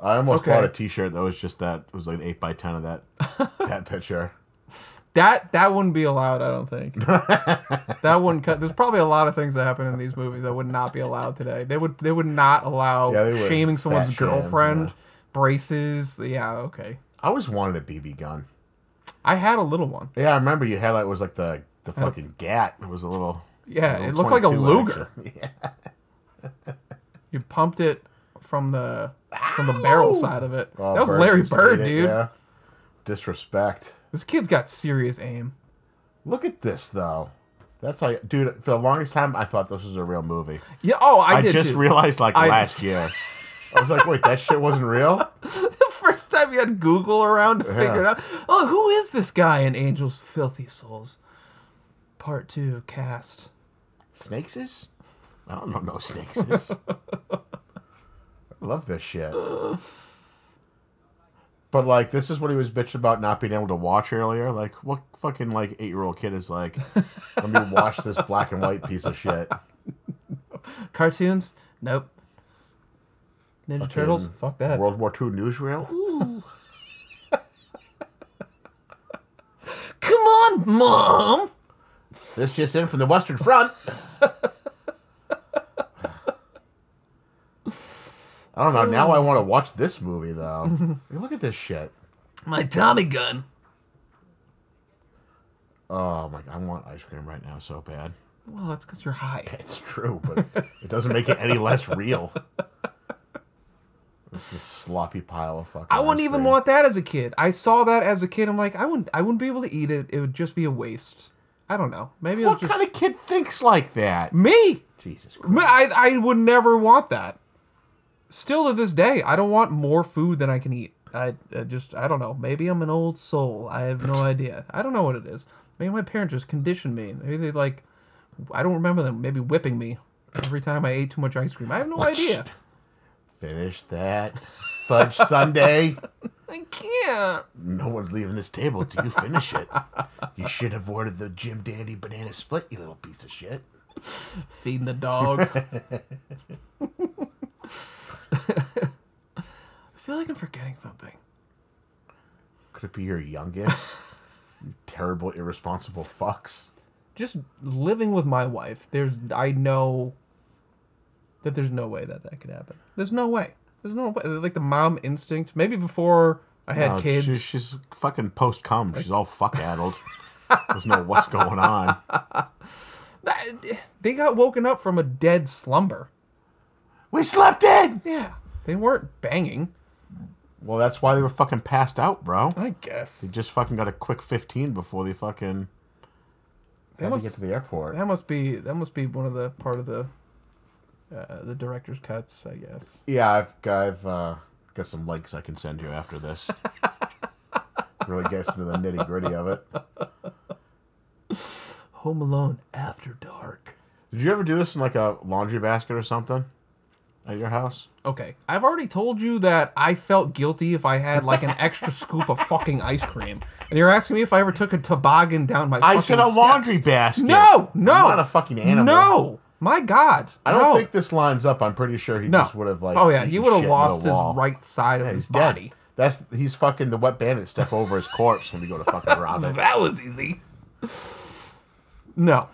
Speaker 1: I almost bought a
Speaker 2: Okay.
Speaker 1: T-shirt that was just that. It was like an eight by ten of
Speaker 2: <laughs>
Speaker 1: that that picture.
Speaker 2: That that wouldn't be allowed, I
Speaker 1: <laughs>
Speaker 2: don't think. that wouldn't cut. There's probably a lot of things that happen in these movies that would not be allowed today. They would they would not allow
Speaker 1: Yeah, they would.
Speaker 2: shaming someone's
Speaker 1: Fat shame,
Speaker 2: girlfriend,
Speaker 1: yeah.
Speaker 2: braces. Yeah, okay.
Speaker 1: I always wanted a BB gun.
Speaker 2: I had a little one.
Speaker 1: Yeah, I remember you had like it was like the the fucking gat. It was a little.
Speaker 2: Yeah,
Speaker 1: little
Speaker 2: it looked like a
Speaker 1: 22
Speaker 2: Luger.
Speaker 1: action. Yeah.
Speaker 2: You pumped it from the from the barrel
Speaker 1: Ow!
Speaker 2: side of it.
Speaker 1: Oh,
Speaker 2: <laughs> that was Larry
Speaker 1: used to
Speaker 2: Bird,
Speaker 1: eat it,
Speaker 2: dude.
Speaker 1: yeah. Disrespect.
Speaker 2: This kid's got serious aim.
Speaker 1: Look at this though. That's how, dude. For the longest time, I thought this was a real movie.
Speaker 2: Yeah. Oh, I,
Speaker 1: I,
Speaker 2: did
Speaker 1: just
Speaker 2: too.
Speaker 1: realized like
Speaker 2: I-
Speaker 1: last year. I was like, wait, that shit wasn't real.
Speaker 2: the <laughs> first time you had Google around to figure it
Speaker 1: Yeah.
Speaker 2: out. Oh, who is this guy in Angels Filthy Souls? Part two cast.
Speaker 1: Snakes is? I don't know no snakes is. I love this shit. But like, this is what he was bitching about not being able to watch earlier. Like, what fucking like eight year old kid is like, let me watch this black and white piece of shit.
Speaker 2: Cartoons? Nope. Ninja Turtles?
Speaker 1: Fucking
Speaker 2: Fuck that.
Speaker 1: World War II newsreel. Ooh.
Speaker 2: Come on, mom.
Speaker 1: This just in from the Western Front. I don't know. Now I want to watch this movie
Speaker 2: <laughs>
Speaker 1: though. Look at this shit.
Speaker 2: My Tommy gun.
Speaker 1: Oh my! I want ice cream right now so bad.
Speaker 2: Well, that's because you're high.
Speaker 1: It's true, but it doesn't make it any less real. This is sloppy pile of fucking.
Speaker 2: I wouldn't
Speaker 1: ice
Speaker 2: even
Speaker 1: cream.
Speaker 2: want that as a kid. I saw that as a kid. I'm like, I wouldn't. I wouldn't be able to eat it. It would just be a waste. I don't know. Maybe it'll
Speaker 1: What
Speaker 2: just
Speaker 1: kind of kid thinks like that?
Speaker 2: me.
Speaker 1: Jesus Christ.
Speaker 2: Me- I I would never want that. Still to this day, I don't want more food than I can eat. I, I just I don't know. Maybe I'm an old soul. I have no idea. I don't know what it is. Maybe my parents just conditioned me. Maybe they like I don't remember them. Maybe whipping me every time I ate too much ice cream. I have no idea.
Speaker 1: Finish that fudge sundae.
Speaker 2: I can't.
Speaker 1: No one's leaving this table till you finish it. You should have ordered the Jim Dandy banana split, you little piece of shit.
Speaker 2: Feeding the dog. <laughs> I feel like I'm forgetting something.
Speaker 1: Could it be your youngest? You terrible, irresponsible fucks.
Speaker 2: Just living with my wife, there's I know that there's no way that that could happen. There's no way. There's no way. Like the mom instinct. Maybe before I had
Speaker 1: No,
Speaker 2: Uh, kids.
Speaker 1: she- she's fucking post cum. She's all fuck addled. Doesn't know what's going on.
Speaker 2: that- they got woken up from a dead slumber.
Speaker 1: We slept in.
Speaker 2: Yeah, they weren't banging.
Speaker 1: Well, that's why they were fucking passed out, bro.
Speaker 2: I guess
Speaker 1: Just fucking got a quick fifteen before they fucking
Speaker 2: that
Speaker 1: had to
Speaker 2: must,
Speaker 1: get to the airport.
Speaker 2: that must be that must be one of the part of the uh, the director's cuts. I guess.
Speaker 1: Yeah, I've I've uh, got some links I can send you after this. really gets into the nitty gritty of it.
Speaker 2: Home Alone After Dark.
Speaker 1: Did you ever do this in like a laundry basket or something at your house?
Speaker 2: Okay, I've already told you that I felt guilty if I had like an
Speaker 1: <laughs>
Speaker 2: extra scoop of fucking ice cream, and you're asking me if I ever took a toboggan down my.
Speaker 1: I
Speaker 2: fucking
Speaker 1: said a
Speaker 2: steps.
Speaker 1: laundry basket.
Speaker 2: No, no,
Speaker 1: I'm not a fucking animal.
Speaker 2: No, my God,
Speaker 1: I don't
Speaker 2: no.
Speaker 1: think this lines up. I'm pretty sure he
Speaker 2: no.
Speaker 1: just would have like.
Speaker 2: oh yeah, he
Speaker 1: eaten
Speaker 2: would
Speaker 1: shit
Speaker 2: have
Speaker 1: into
Speaker 2: lost
Speaker 1: the
Speaker 2: his
Speaker 1: wall.
Speaker 2: right side of
Speaker 1: Yeah,
Speaker 2: his
Speaker 1: He's
Speaker 2: body.
Speaker 1: dead. That's he's fucking the wet bandit step over his corpse when we go to <laughs> fucking rob it.
Speaker 2: That was easy. No,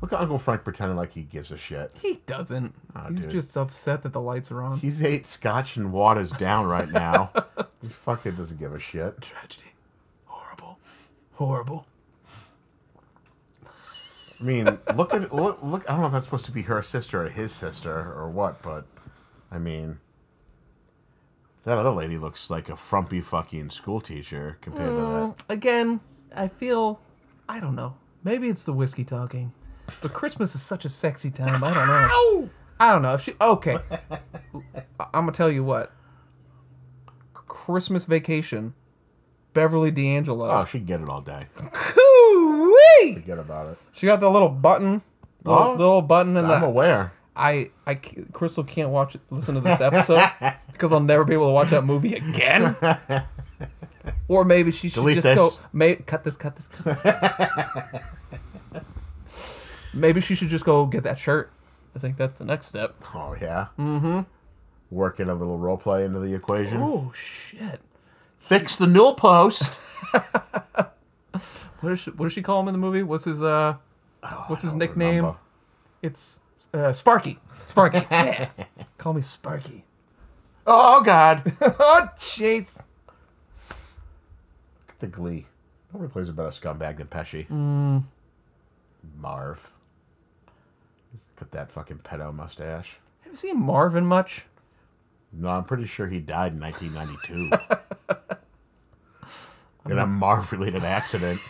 Speaker 1: Look at Uncle Frank pretending like he gives a shit.
Speaker 2: he doesn't. He's
Speaker 1: Ah, dude.
Speaker 2: just upset that the lights are on.
Speaker 1: He's eight scotch and waters down right <laughs> now. he fucking doesn't give a shit.
Speaker 2: Tragedy, horrible, horrible.
Speaker 1: I mean, look at look, look. I don't know if that's supposed to be her sister or his sister or what, but I mean, that other lady looks like a frumpy fucking school teacher compared to
Speaker 2: Mm, again, I feel I don't know. Maybe it's the whiskey talking. But Christmas is such a sexy time. I don't <laughs> know.
Speaker 1: that.
Speaker 2: I don't know. If she okay. <laughs> I- I'm gonna tell you what. Christmas vacation, Beverly
Speaker 1: Oh,
Speaker 2: D'Angelo.
Speaker 1: she'd get it all day.
Speaker 2: Hoo-wee!
Speaker 1: Forget about it.
Speaker 2: She got the little button. Little,
Speaker 1: Oh.
Speaker 2: little button in
Speaker 1: I'm
Speaker 2: the
Speaker 1: aware.
Speaker 2: I I c- Crystal can't watch it, listen to
Speaker 1: <laughs>
Speaker 2: this episode because I'll never be able to watch that movie again. or maybe she should
Speaker 1: Delete
Speaker 2: just
Speaker 1: this.
Speaker 2: go. May, cut this. Cut this. Cut this. maybe she should just go get that shirt. I think that's the next step.
Speaker 1: Oh yeah. Mm-hmm. Working a little role play into the equation.
Speaker 2: Oh shit!
Speaker 1: Fix the null
Speaker 2: <laughs>
Speaker 1: post.
Speaker 2: What, is she, what does she call him in the movie? What's his uh? What's his nickname?
Speaker 1: Oh, Remember.
Speaker 2: It's uh, Sparky. Sparky.
Speaker 1: <laughs>
Speaker 2: Yeah. call me Sparky. <laughs>
Speaker 1: Oh God. <laughs>
Speaker 2: oh jeez.
Speaker 1: the Glee. Nobody plays a better scumbag than Pesci.
Speaker 2: Mm.
Speaker 1: Marv. Cut that fucking pedo mustache.
Speaker 2: Have you seen Marvin much?
Speaker 1: No, I'm pretty sure he died in
Speaker 2: <laughs>
Speaker 1: 1992 in a Marv-related accident.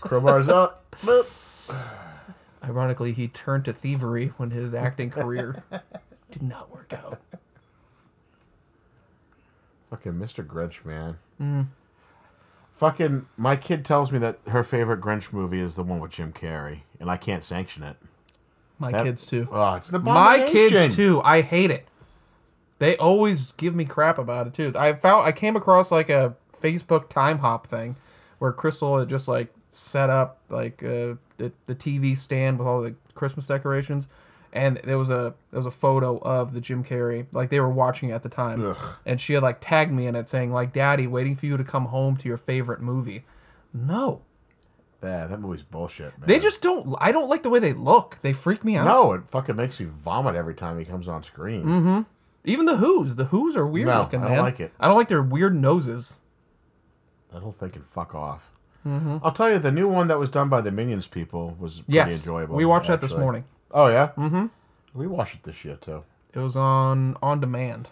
Speaker 1: Crowbar's up. Boop.
Speaker 2: Ironically, he turned to thievery when his acting career did not work out.
Speaker 1: Fucking Mr. Grinch, man.
Speaker 2: Hmm.
Speaker 1: Fucking my kid tells me that her favorite Grinch movie is the one with Jim Carrey, and I can't sanction it.
Speaker 2: My
Speaker 1: That-
Speaker 2: kids too.
Speaker 1: Oh, it's an
Speaker 2: My
Speaker 1: abomination.
Speaker 2: kids too. I hate it. They always give me crap about it too. I found I came across like a Facebook time hop thing where Crystal had just like set up like uh, the, the TV stand with all the Christmas decorations. And there was a there was a photo of the Jim Carrey like they were watching it at the time,
Speaker 1: Ugh.
Speaker 2: and she had like tagged me in it saying like Daddy waiting for you to come home to your favorite movie. No,
Speaker 1: Yeah, that movie's bullshit, man.
Speaker 2: They just don't. I don't like the way they look. They freak me out.
Speaker 1: no, it fucking makes me vomit every time he comes on screen.
Speaker 2: Even the Who's. The Who's are weird
Speaker 1: No,
Speaker 2: looking,
Speaker 1: I
Speaker 2: man.
Speaker 1: don't like it.
Speaker 2: I don't like their weird noses.
Speaker 1: That whole thing can fuck off. I'll tell you, the new one that was done by the Minions people was pretty
Speaker 2: Mm-hmm. Yes,
Speaker 1: enjoyable.
Speaker 2: we watched that this
Speaker 1: actually.
Speaker 2: morning.
Speaker 1: Oh yeah,
Speaker 2: Mm-hmm.
Speaker 1: we watched it this year too.
Speaker 2: It was on on demand.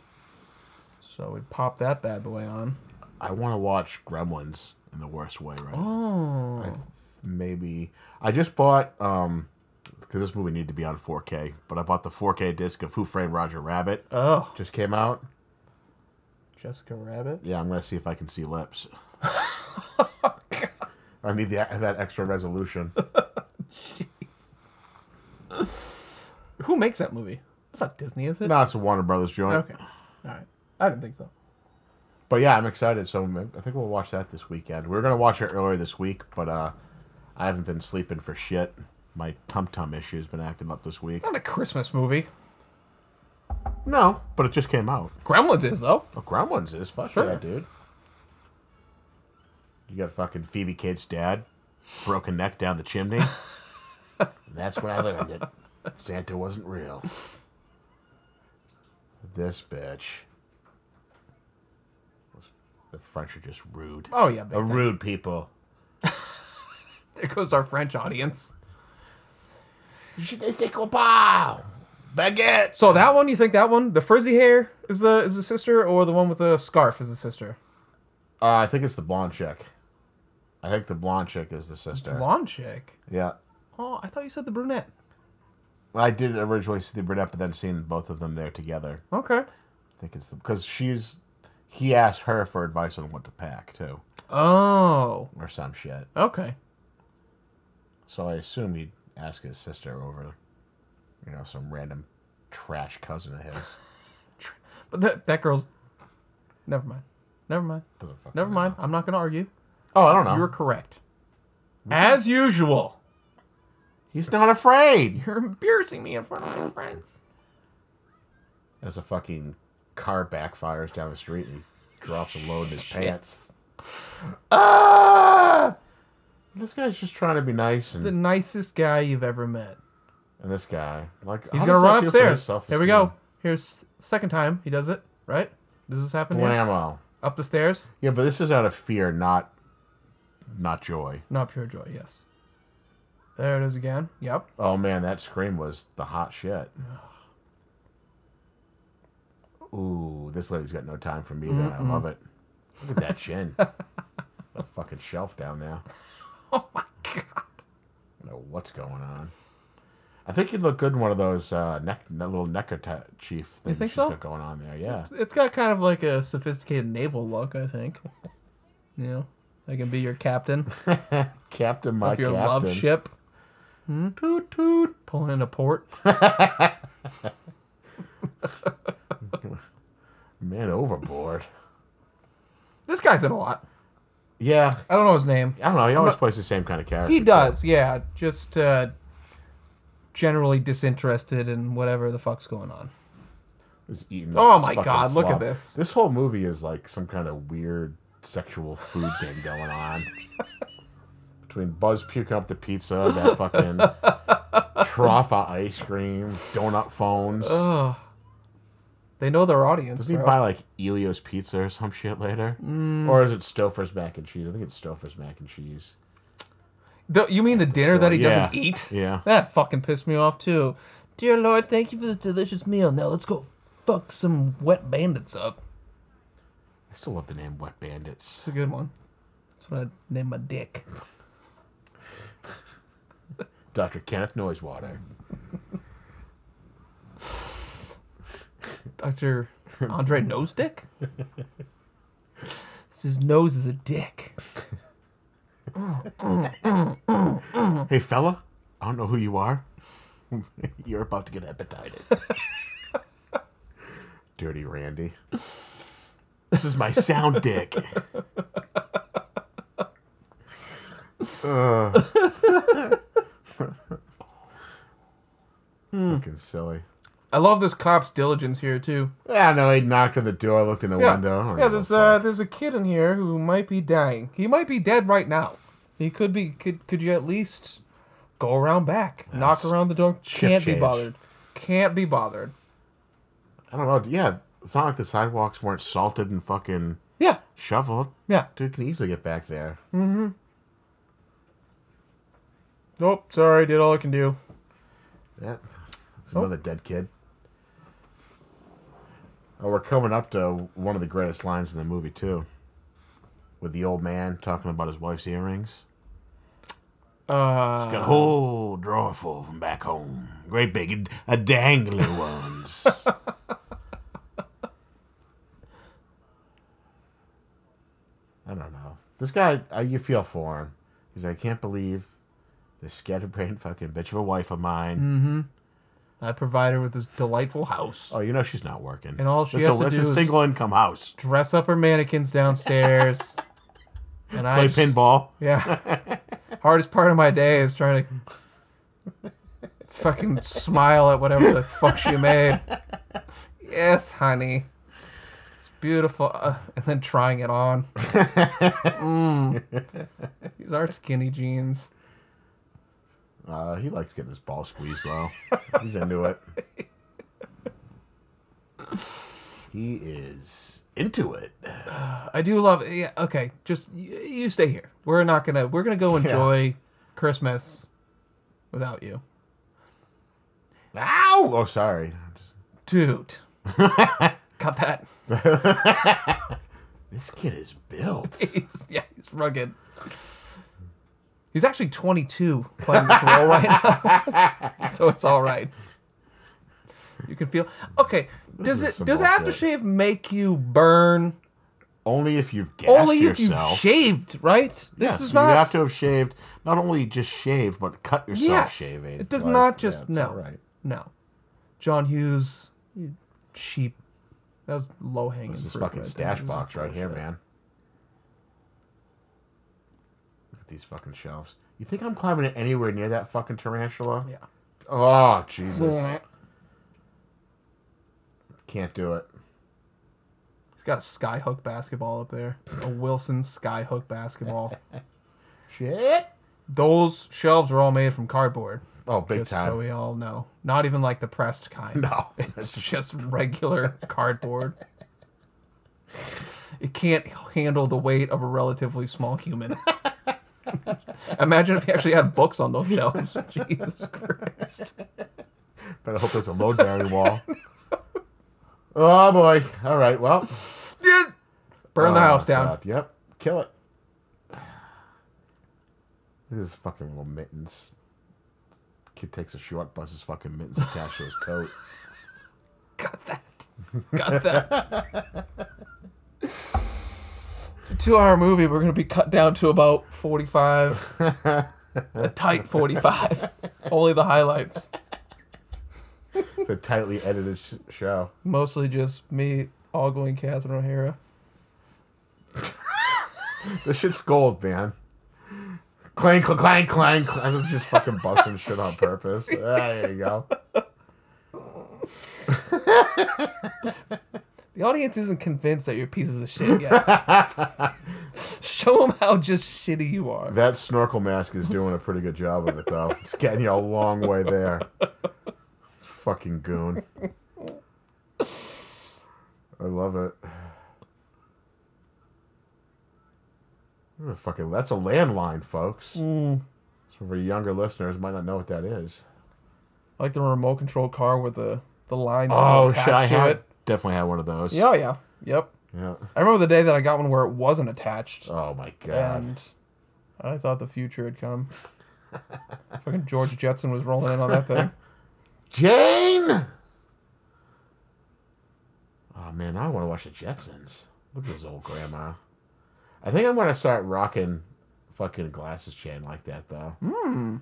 Speaker 2: So we pop that bad boy on.
Speaker 1: I want to watch Gremlins in the worst way right now.
Speaker 2: Oh.
Speaker 1: Maybe I just bought um because this movie needed to be on 4K, but I bought the 4K disc of Who Framed Roger Rabbit.
Speaker 2: oh.
Speaker 1: Just came out.
Speaker 2: Jessica Rabbit.
Speaker 1: Yeah, I'm gonna see if I can see
Speaker 2: <laughs>
Speaker 1: lips.
Speaker 2: Oh,
Speaker 1: I need the, that extra resolution.
Speaker 2: Who makes that movie? That's not Disney, is it?
Speaker 1: no, it's a Warner Brothers joint.
Speaker 2: Okay. All right. I didn't think so.
Speaker 1: But yeah, I'm excited. So m- I think we'll watch that this weekend. We were gonna watch it earlier this week, but uh, I haven't been sleeping for shit. My tum tum issue's been acting up this week.
Speaker 2: Not a Christmas movie.
Speaker 1: No, but it just came out.
Speaker 2: Gremlins is though.
Speaker 1: Oh, Gremlins is fuck
Speaker 2: Sure.
Speaker 1: yeah, dude. You got fucking Phoebe Kid's dad, broken neck down the
Speaker 2: <laughs>
Speaker 1: chimney. That's when I learned that Santa wasn't real. This bitch. The French are just rude.
Speaker 2: Oh yeah. Big
Speaker 1: A
Speaker 2: time.
Speaker 1: rude people.
Speaker 2: there goes our French audience.
Speaker 1: Je ne sais quoi pas. Baguette.
Speaker 2: So that one, you think that one, the frizzy hair is the is the sister, or the one with the scarf is the sister?
Speaker 1: Uh, I think it's the blonde chick. I think the blonde chick is the sister.
Speaker 2: Blonde chick.
Speaker 1: Yeah.
Speaker 2: Oh, I thought you said the brunette.
Speaker 1: I did originally see the brunette, but then seeing both of them there together,
Speaker 2: Okay.
Speaker 1: I think it's because she's he asked her for advice on what to pack too,
Speaker 2: Oh.
Speaker 1: or some shit.
Speaker 2: Okay.
Speaker 1: So I assume he'd ask his sister over, you know, some random trash cousin of
Speaker 2: <sighs>
Speaker 1: his.
Speaker 2: Tr- But that that girl's. Never mind. Never mind.
Speaker 1: Doesn't fucking
Speaker 2: Never
Speaker 1: matter.
Speaker 2: mind. I'm not gonna argue.
Speaker 1: Oh, I don't know.
Speaker 2: You were correct. As usual.
Speaker 1: He's not afraid.
Speaker 2: You're embarrassing me in front of my friends.
Speaker 1: As a fucking car backfires down the street and drops a load in his pants. <laughs> Ah! This guy's just trying to be nice, and,
Speaker 2: The nicest guy you've ever met.
Speaker 1: and this guy, like,
Speaker 2: He's
Speaker 1: how
Speaker 2: gonna
Speaker 1: does that
Speaker 2: run
Speaker 1: feel for his
Speaker 2: upstairs. Here
Speaker 1: self-esteem?
Speaker 2: we go. Here's second time he does it. Right? Does this happen? yet?
Speaker 1: Blammo.
Speaker 2: Up the stairs.
Speaker 1: Yeah, but this is out of fear, not not joy.
Speaker 2: Not pure joy, yes. There it is again. Yep. <laughs>
Speaker 1: Oh man, that scream was the hot
Speaker 2: <sighs>
Speaker 1: shit. Ooh, this lady's got no time for me. then. I love it. Look at that
Speaker 2: <laughs>
Speaker 1: chin. a fucking shelf down there.
Speaker 2: Oh my god.
Speaker 1: I don't know what's going on. I think you'd look good in one of those uh, neck, that little neckerchief things
Speaker 2: think
Speaker 1: she's
Speaker 2: so?
Speaker 1: got going on there. Yeah,
Speaker 2: It's got kind of like a sophisticated naval look, I think. <laughs> You know, I can be your captain
Speaker 1: Captain, my
Speaker 2: of your
Speaker 1: captain. Hmm?
Speaker 2: love ship,
Speaker 1: Toot toot.
Speaker 2: pulling into port.
Speaker 1: Man overboard.
Speaker 2: This guy's in a lot.
Speaker 1: Yeah,
Speaker 2: I don't know his name.
Speaker 1: I don't know. He always
Speaker 2: not-
Speaker 1: plays the same kind of character.
Speaker 2: He does, yeah. Just uh, generally disinterested in whatever the fuck's going on.
Speaker 1: is eating.
Speaker 2: Oh
Speaker 1: up
Speaker 2: my
Speaker 1: fucking
Speaker 2: God, look at
Speaker 1: slob.
Speaker 2: this.
Speaker 1: This whole movie is like some kind of weird sexual food thing going
Speaker 2: <laughs>
Speaker 1: on. Between Buzz puking up the pizza, that fucking
Speaker 2: <laughs>
Speaker 1: trough of ice cream, donut phones.
Speaker 2: Ugh. They know their audience.
Speaker 1: Does he
Speaker 2: bro.
Speaker 1: buy like Elio's pizza or some shit later? Or is it Stouffer's mac and cheese? I think it's Stouffer's mac and cheese.
Speaker 2: The- you mean the dinner that he
Speaker 1: Yeah.
Speaker 2: doesn't eat?
Speaker 1: Yeah.
Speaker 2: That fucking pissed me off too. Dear Lord, thank you for this delicious meal. Now let's go fuck some wet bandits up.
Speaker 1: I still love the name Wet Bandits.
Speaker 2: It's a good one. That's what I named my dick.
Speaker 1: Dr. Kenneth Noisewater. <laughs>
Speaker 2: Doctor Andre Nose Dick. His nose is a dick.
Speaker 1: Hey, fella, I don't know who you are. <laughs> You're about to get hepatitis. <laughs> Dirty Randy. This is my sound dick. Ugh. <laughs> Fucking silly.
Speaker 2: I love this cop's diligence here too.
Speaker 1: Yeah, no, he knocked on the door, looked in the
Speaker 2: Yeah,
Speaker 1: window. Oh, I don't
Speaker 2: yeah.
Speaker 1: give a
Speaker 2: There's uh,
Speaker 1: fuck.
Speaker 2: there's a kid in here who might be dying. He might be dead right now. He could be. Could could you at least go around back, knock
Speaker 1: Yes.
Speaker 2: around the door?
Speaker 1: Shift
Speaker 2: Can't be
Speaker 1: change.
Speaker 2: bothered. Can't be bothered.
Speaker 1: I don't know. Yeah, it's not like the sidewalks weren't salted and fucking
Speaker 2: Yeah,
Speaker 1: shoveled.
Speaker 2: yeah.
Speaker 1: Dude can easily get back there.
Speaker 2: Nope. Sorry, did all I can do.
Speaker 1: Yeah, it's another dead kid. Oh, we're coming up to one of the greatest lines in the movie too, with the old man talking about his wife's earrings.
Speaker 2: Uh,
Speaker 1: Got a whole drawer full Oh, from back home, great big, a <laughs> dangly ones. I don't know. This guy, uh, you feel for him. He's like, I can't believe this scatterbrained fucking bitch of a wife of mine.
Speaker 2: Mm. I provide her with this delightful house.
Speaker 1: Oh, you know she's not working.
Speaker 2: And all she
Speaker 1: it's
Speaker 2: has
Speaker 1: a,
Speaker 2: to
Speaker 1: it's
Speaker 2: do
Speaker 1: a
Speaker 2: is-
Speaker 1: single income house.
Speaker 2: Dress up her mannequins
Speaker 1: <laughs>
Speaker 2: downstairs. and
Speaker 1: Play
Speaker 2: I just-
Speaker 1: pinball.
Speaker 2: Yeah. Hardest part of my day is trying to fucking smile at whatever the fuck she made. Yes, honey. It's beautiful. Uh, and then trying it on. mm. These are skinny jeans.
Speaker 1: Uh, he likes getting his ball squeezed
Speaker 2: <laughs>
Speaker 1: though. He's into it. He is into it.
Speaker 2: I do love. Yeah, okay, just y- you stay here. We're not gonna. We're gonna go enjoy Christmas without you,
Speaker 1: Ow! Oh, sorry. I'm just-
Speaker 2: dude. Cut that.
Speaker 1: This kid is
Speaker 2: <laughs>
Speaker 1: built.
Speaker 2: He's, yeah, he's rugged. He's actually 22 playing this role right now, <laughs> so it's all right. You can feel okay. Does
Speaker 1: is
Speaker 2: it?
Speaker 1: some
Speaker 2: Does
Speaker 1: bullshit.
Speaker 2: aftershave make you burn?
Speaker 1: Only if you've gassed
Speaker 2: Only if you
Speaker 1: yourself.
Speaker 2: shaved, right? This
Speaker 1: yes,
Speaker 2: is
Speaker 1: you
Speaker 2: not.
Speaker 1: have to have shaved. Not only just shaved, but cut yourself
Speaker 2: yes,
Speaker 1: shaving.
Speaker 2: it does
Speaker 1: Like,
Speaker 2: not
Speaker 1: yeah,
Speaker 2: just
Speaker 1: it's
Speaker 2: no.
Speaker 1: all right.
Speaker 2: No. John Hughes, you cheap. That was low hanging.
Speaker 1: This is fucking stash box right here, man. Look at these fucking shelves. You think I'm climbing anywhere near that fucking tarantula?
Speaker 2: Yeah.
Speaker 1: Oh, Jesus. Can't do it.
Speaker 2: He's got a skyhook basketball up there. A Wilson skyhook basketball.
Speaker 1: Shit.
Speaker 2: Those shelves are all made from cardboard.
Speaker 1: Oh, big
Speaker 2: Just
Speaker 1: time.
Speaker 2: so we all know. Not even like the pressed
Speaker 1: <laughs>
Speaker 2: kind. <laughs>
Speaker 1: no.
Speaker 2: It's just regular cardboard. It can't handle the weight of a relatively
Speaker 1: <laughs>
Speaker 2: small human. Imagine if he actually had books on those shelves. <laughs> Jesus Christ.
Speaker 1: Better hope there's a load bearing
Speaker 2: <laughs>
Speaker 1: wall. Oh, boy. All right. Well,
Speaker 2: Yeah. Burn the
Speaker 1: Oh,
Speaker 2: house down.
Speaker 1: God, Yep. Kill it. Look at his fucking little mittens. Kid takes a short, busts his fucking mittens attached to his coat.
Speaker 2: Got that. Got that. it's a two hour movie. We're going to be cut down to about 45.
Speaker 1: <laughs>
Speaker 2: a tight 45. Only the highlights.
Speaker 1: It's a tightly edited sh- show.
Speaker 2: Mostly just me ogling Catherine O'Hara.
Speaker 1: This shit's gold, man. Clang, clang, clang, clang, clang. I'm just fucking busting shit on
Speaker 2: <laughs>
Speaker 1: purpose. Ah, there you go.
Speaker 2: The audience isn't convinced that you're pieces of shit yet.
Speaker 1: <laughs>
Speaker 2: Show them how just shitty you are.
Speaker 1: That snorkel mask is doing a pretty good job of it, though. It's getting you a long way there. It's fucking goon. I love it. What the Fucking, that's a landline, folks.
Speaker 2: Mm.
Speaker 1: Some of our younger listeners might not know what that is.
Speaker 2: Like the remote control car with the, the line still
Speaker 1: Oh, shit.
Speaker 2: attached
Speaker 1: I
Speaker 2: to
Speaker 1: had,
Speaker 2: it.
Speaker 1: definitely had one of those.
Speaker 2: Yeah, yeah. Yep.
Speaker 1: Yeah.
Speaker 2: I remember the day that I got one where it wasn't attached.
Speaker 1: Oh, my God.
Speaker 2: and I thought the future had
Speaker 3: <laughs>
Speaker 2: come. Fucking George Jetson was rolling in on that thing. <laughs>
Speaker 1: Jane! Oh man, I want to watch the Jetsons. Look at this old grandma. I think I'm gonna start rocking fucking glasses chain like that though. Hmm.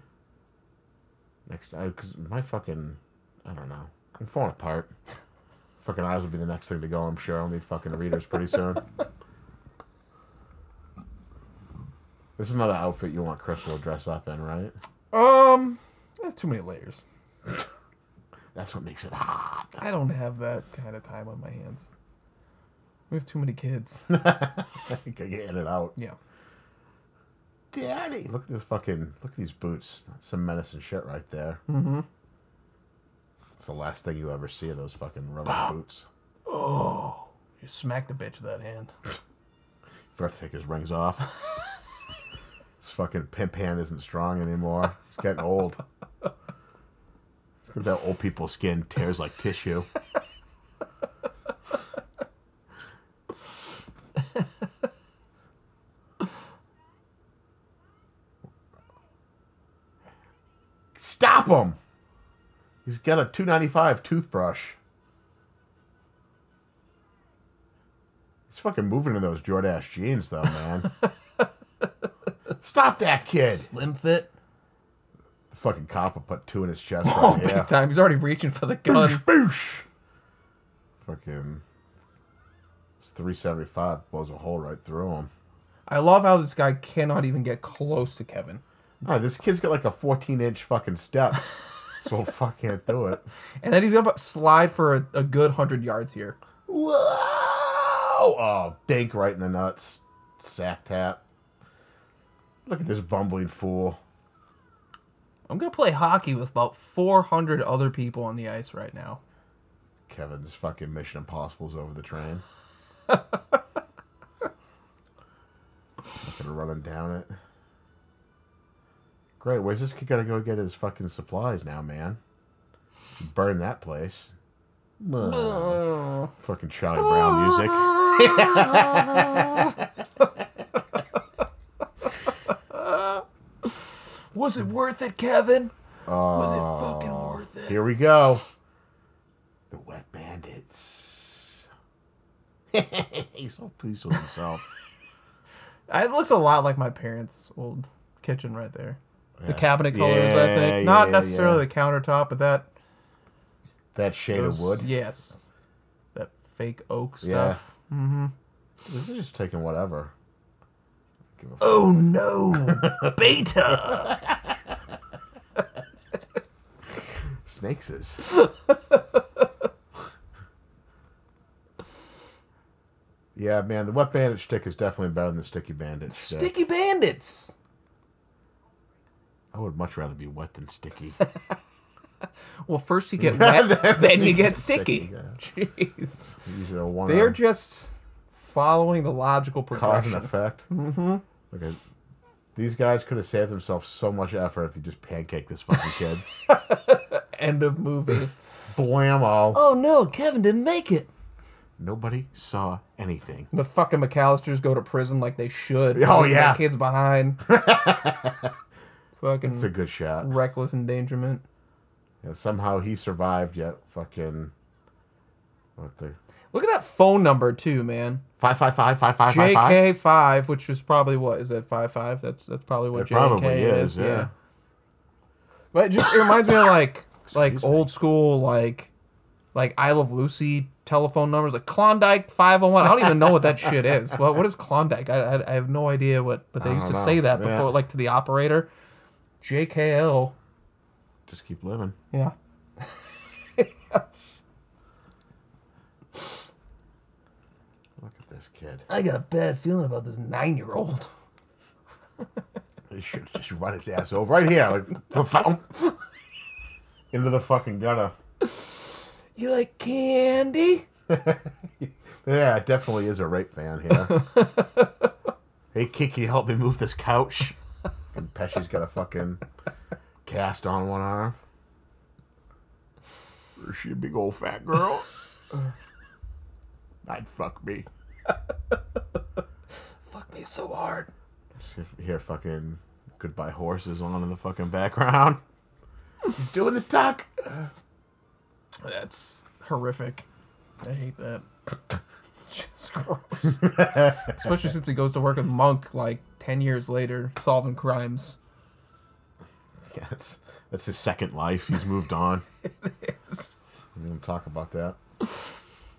Speaker 1: Next, I because my fucking, I don't know, I'm falling apart. Fucking eyes will be the next thing to go. I'm sure I'll need fucking readers pretty soon. This is another outfit you want Crystal to dress up in, right?
Speaker 2: Um, that's too many layers.
Speaker 1: That's what makes it hot.
Speaker 2: I don't have that kind of time on my hands. We have too many
Speaker 3: <laughs>
Speaker 2: kids.
Speaker 1: <laughs> I think I get it out.
Speaker 2: yeah.
Speaker 1: Daddy, look at this fucking look at these boots. That's some medicine shit right there.
Speaker 2: Mm-hmm.
Speaker 1: It's the last thing you ever see of those fucking rubber boots.
Speaker 2: Oh, you smacked the bitch with that hand.
Speaker 1: Forgot to take his rings off. his fucking pimp hand isn't strong anymore. He's getting old. He's That old people's skin tears like tissue. <laughs> Stop him! He's got a 295 toothbrush. He's fucking moving in those Jordache jeans, though, man. Stop that kid!
Speaker 3: Slim fit.
Speaker 1: The fucking cop will put two in his chest
Speaker 2: <laughs> Oh,
Speaker 1: right
Speaker 2: big
Speaker 1: here.
Speaker 2: time. He's already reaching for the gun.
Speaker 3: <laughs>
Speaker 1: Boosh! Fucking. It's 375, blows a hole right through him.
Speaker 2: I love how this guy cannot even get close to Kevin.
Speaker 1: Oh, this kid's got like a 14 inch fucking step. <laughs> so he'll fucking do it.
Speaker 2: And then he's gonna slide for a, a good hundred yards here.
Speaker 1: Whoa! Oh, dink right in the nuts. Sack tap. Look at this bumbling fool.
Speaker 2: I'm gonna play hockey with about 400 other people on the ice right now.
Speaker 1: Kevin's fucking Mission Impossible's over the
Speaker 2: <laughs>
Speaker 1: train. Fucking running down it. Great. Where's this kid gotta go get his fucking supplies now, man? Burn that
Speaker 2: <laughs>
Speaker 1: place. Ugh.
Speaker 2: Oh.
Speaker 1: Fucking Charlie Brown music.
Speaker 2: Was it worth it, Kevin? Was
Speaker 1: Oh.
Speaker 2: it fucking worth it?
Speaker 1: Here we go. The Wet Bandits. <laughs> He's so pleased with himself.
Speaker 2: It looks a lot like my parents' old kitchen right there. The
Speaker 1: Yeah.
Speaker 2: cabinet colors, I
Speaker 1: Yeah,
Speaker 2: think. Not
Speaker 1: yeah,
Speaker 2: necessarily
Speaker 1: yeah.
Speaker 2: the countertop, but that
Speaker 1: That shade
Speaker 2: those-
Speaker 1: of wood.
Speaker 2: Yes. That fake oak
Speaker 1: Yeah.
Speaker 2: stuff. Mm-hmm.
Speaker 1: This is just taking whatever. Give a
Speaker 2: Oh
Speaker 1: <laughs>
Speaker 2: no, beta.
Speaker 1: fuck. Snakes is. yeah, man, the wet bandit stick is definitely better than the sticky bandit shtick.
Speaker 2: Sticky bandits.
Speaker 1: I would much rather be wet than sticky.
Speaker 2: Well, first
Speaker 1: <laughs>
Speaker 2: you get wet, then you get sticky. Jeez.
Speaker 1: Usually a one
Speaker 2: They're just following the logical
Speaker 1: cause and
Speaker 2: progression.
Speaker 1: effect. Mm-hmm. Like I- these guys could have saved themselves so much effort if they just pancaked this fucking kid.
Speaker 2: End of movie.
Speaker 1: Blammo!
Speaker 3: Oh no, Kevin didn't make it.
Speaker 1: Nobody saw anything.
Speaker 2: the fucking McAllisters go to prison like they should.
Speaker 1: Oh,
Speaker 2: leaving
Speaker 1: yeah.
Speaker 2: that
Speaker 1: <laughs>
Speaker 2: kid's behind. fucking
Speaker 1: It's a good shot.
Speaker 2: reckless endangerment.
Speaker 1: Yeah, somehow he survived. Yet fucking what the
Speaker 2: Look at that phone number too, man.
Speaker 1: five five five five five five five.
Speaker 2: JK five, which is probably what is that five five? That's that's probably what
Speaker 1: It
Speaker 2: JK
Speaker 1: probably
Speaker 2: is.
Speaker 1: is, yeah.
Speaker 2: But it just it reminds me of like like
Speaker 1: Excuse me.
Speaker 2: old school like like Isle of Lucy telephone numbers, like Klondike five hundred one. I don't even know what that
Speaker 1: <laughs>
Speaker 2: shit is. What what is Klondike? I, I, I have no idea what. But they
Speaker 1: I
Speaker 2: used to
Speaker 1: don't know.
Speaker 2: say that
Speaker 1: Yeah.
Speaker 2: before, like to the operator. JKL.
Speaker 1: Just keep living.
Speaker 2: Yeah.
Speaker 1: Look at this kid.
Speaker 3: I got a bad feeling about this nine year old.
Speaker 2: Old.
Speaker 1: He should just run his ass over right here, like the thump. into the fucking gutter.
Speaker 3: You like candy?
Speaker 1: Yeah, it definitely is a rape fan here. hey, kid, can you help me move this couch? And Pesci's got a fucking cast on one arm. Is she a big old fat girl? I'd fuck me.
Speaker 3: Fuck me so hard.
Speaker 1: Hear fucking goodbye horses on in the fucking background. He's doing the tuck.
Speaker 2: That's horrific. I hate that. It's gross. Especially since he goes to work with Monk like 10 years later, solving crimes.
Speaker 1: Yes, that's his second life. He's moved on.
Speaker 2: It's-
Speaker 1: We're gonna talk about that.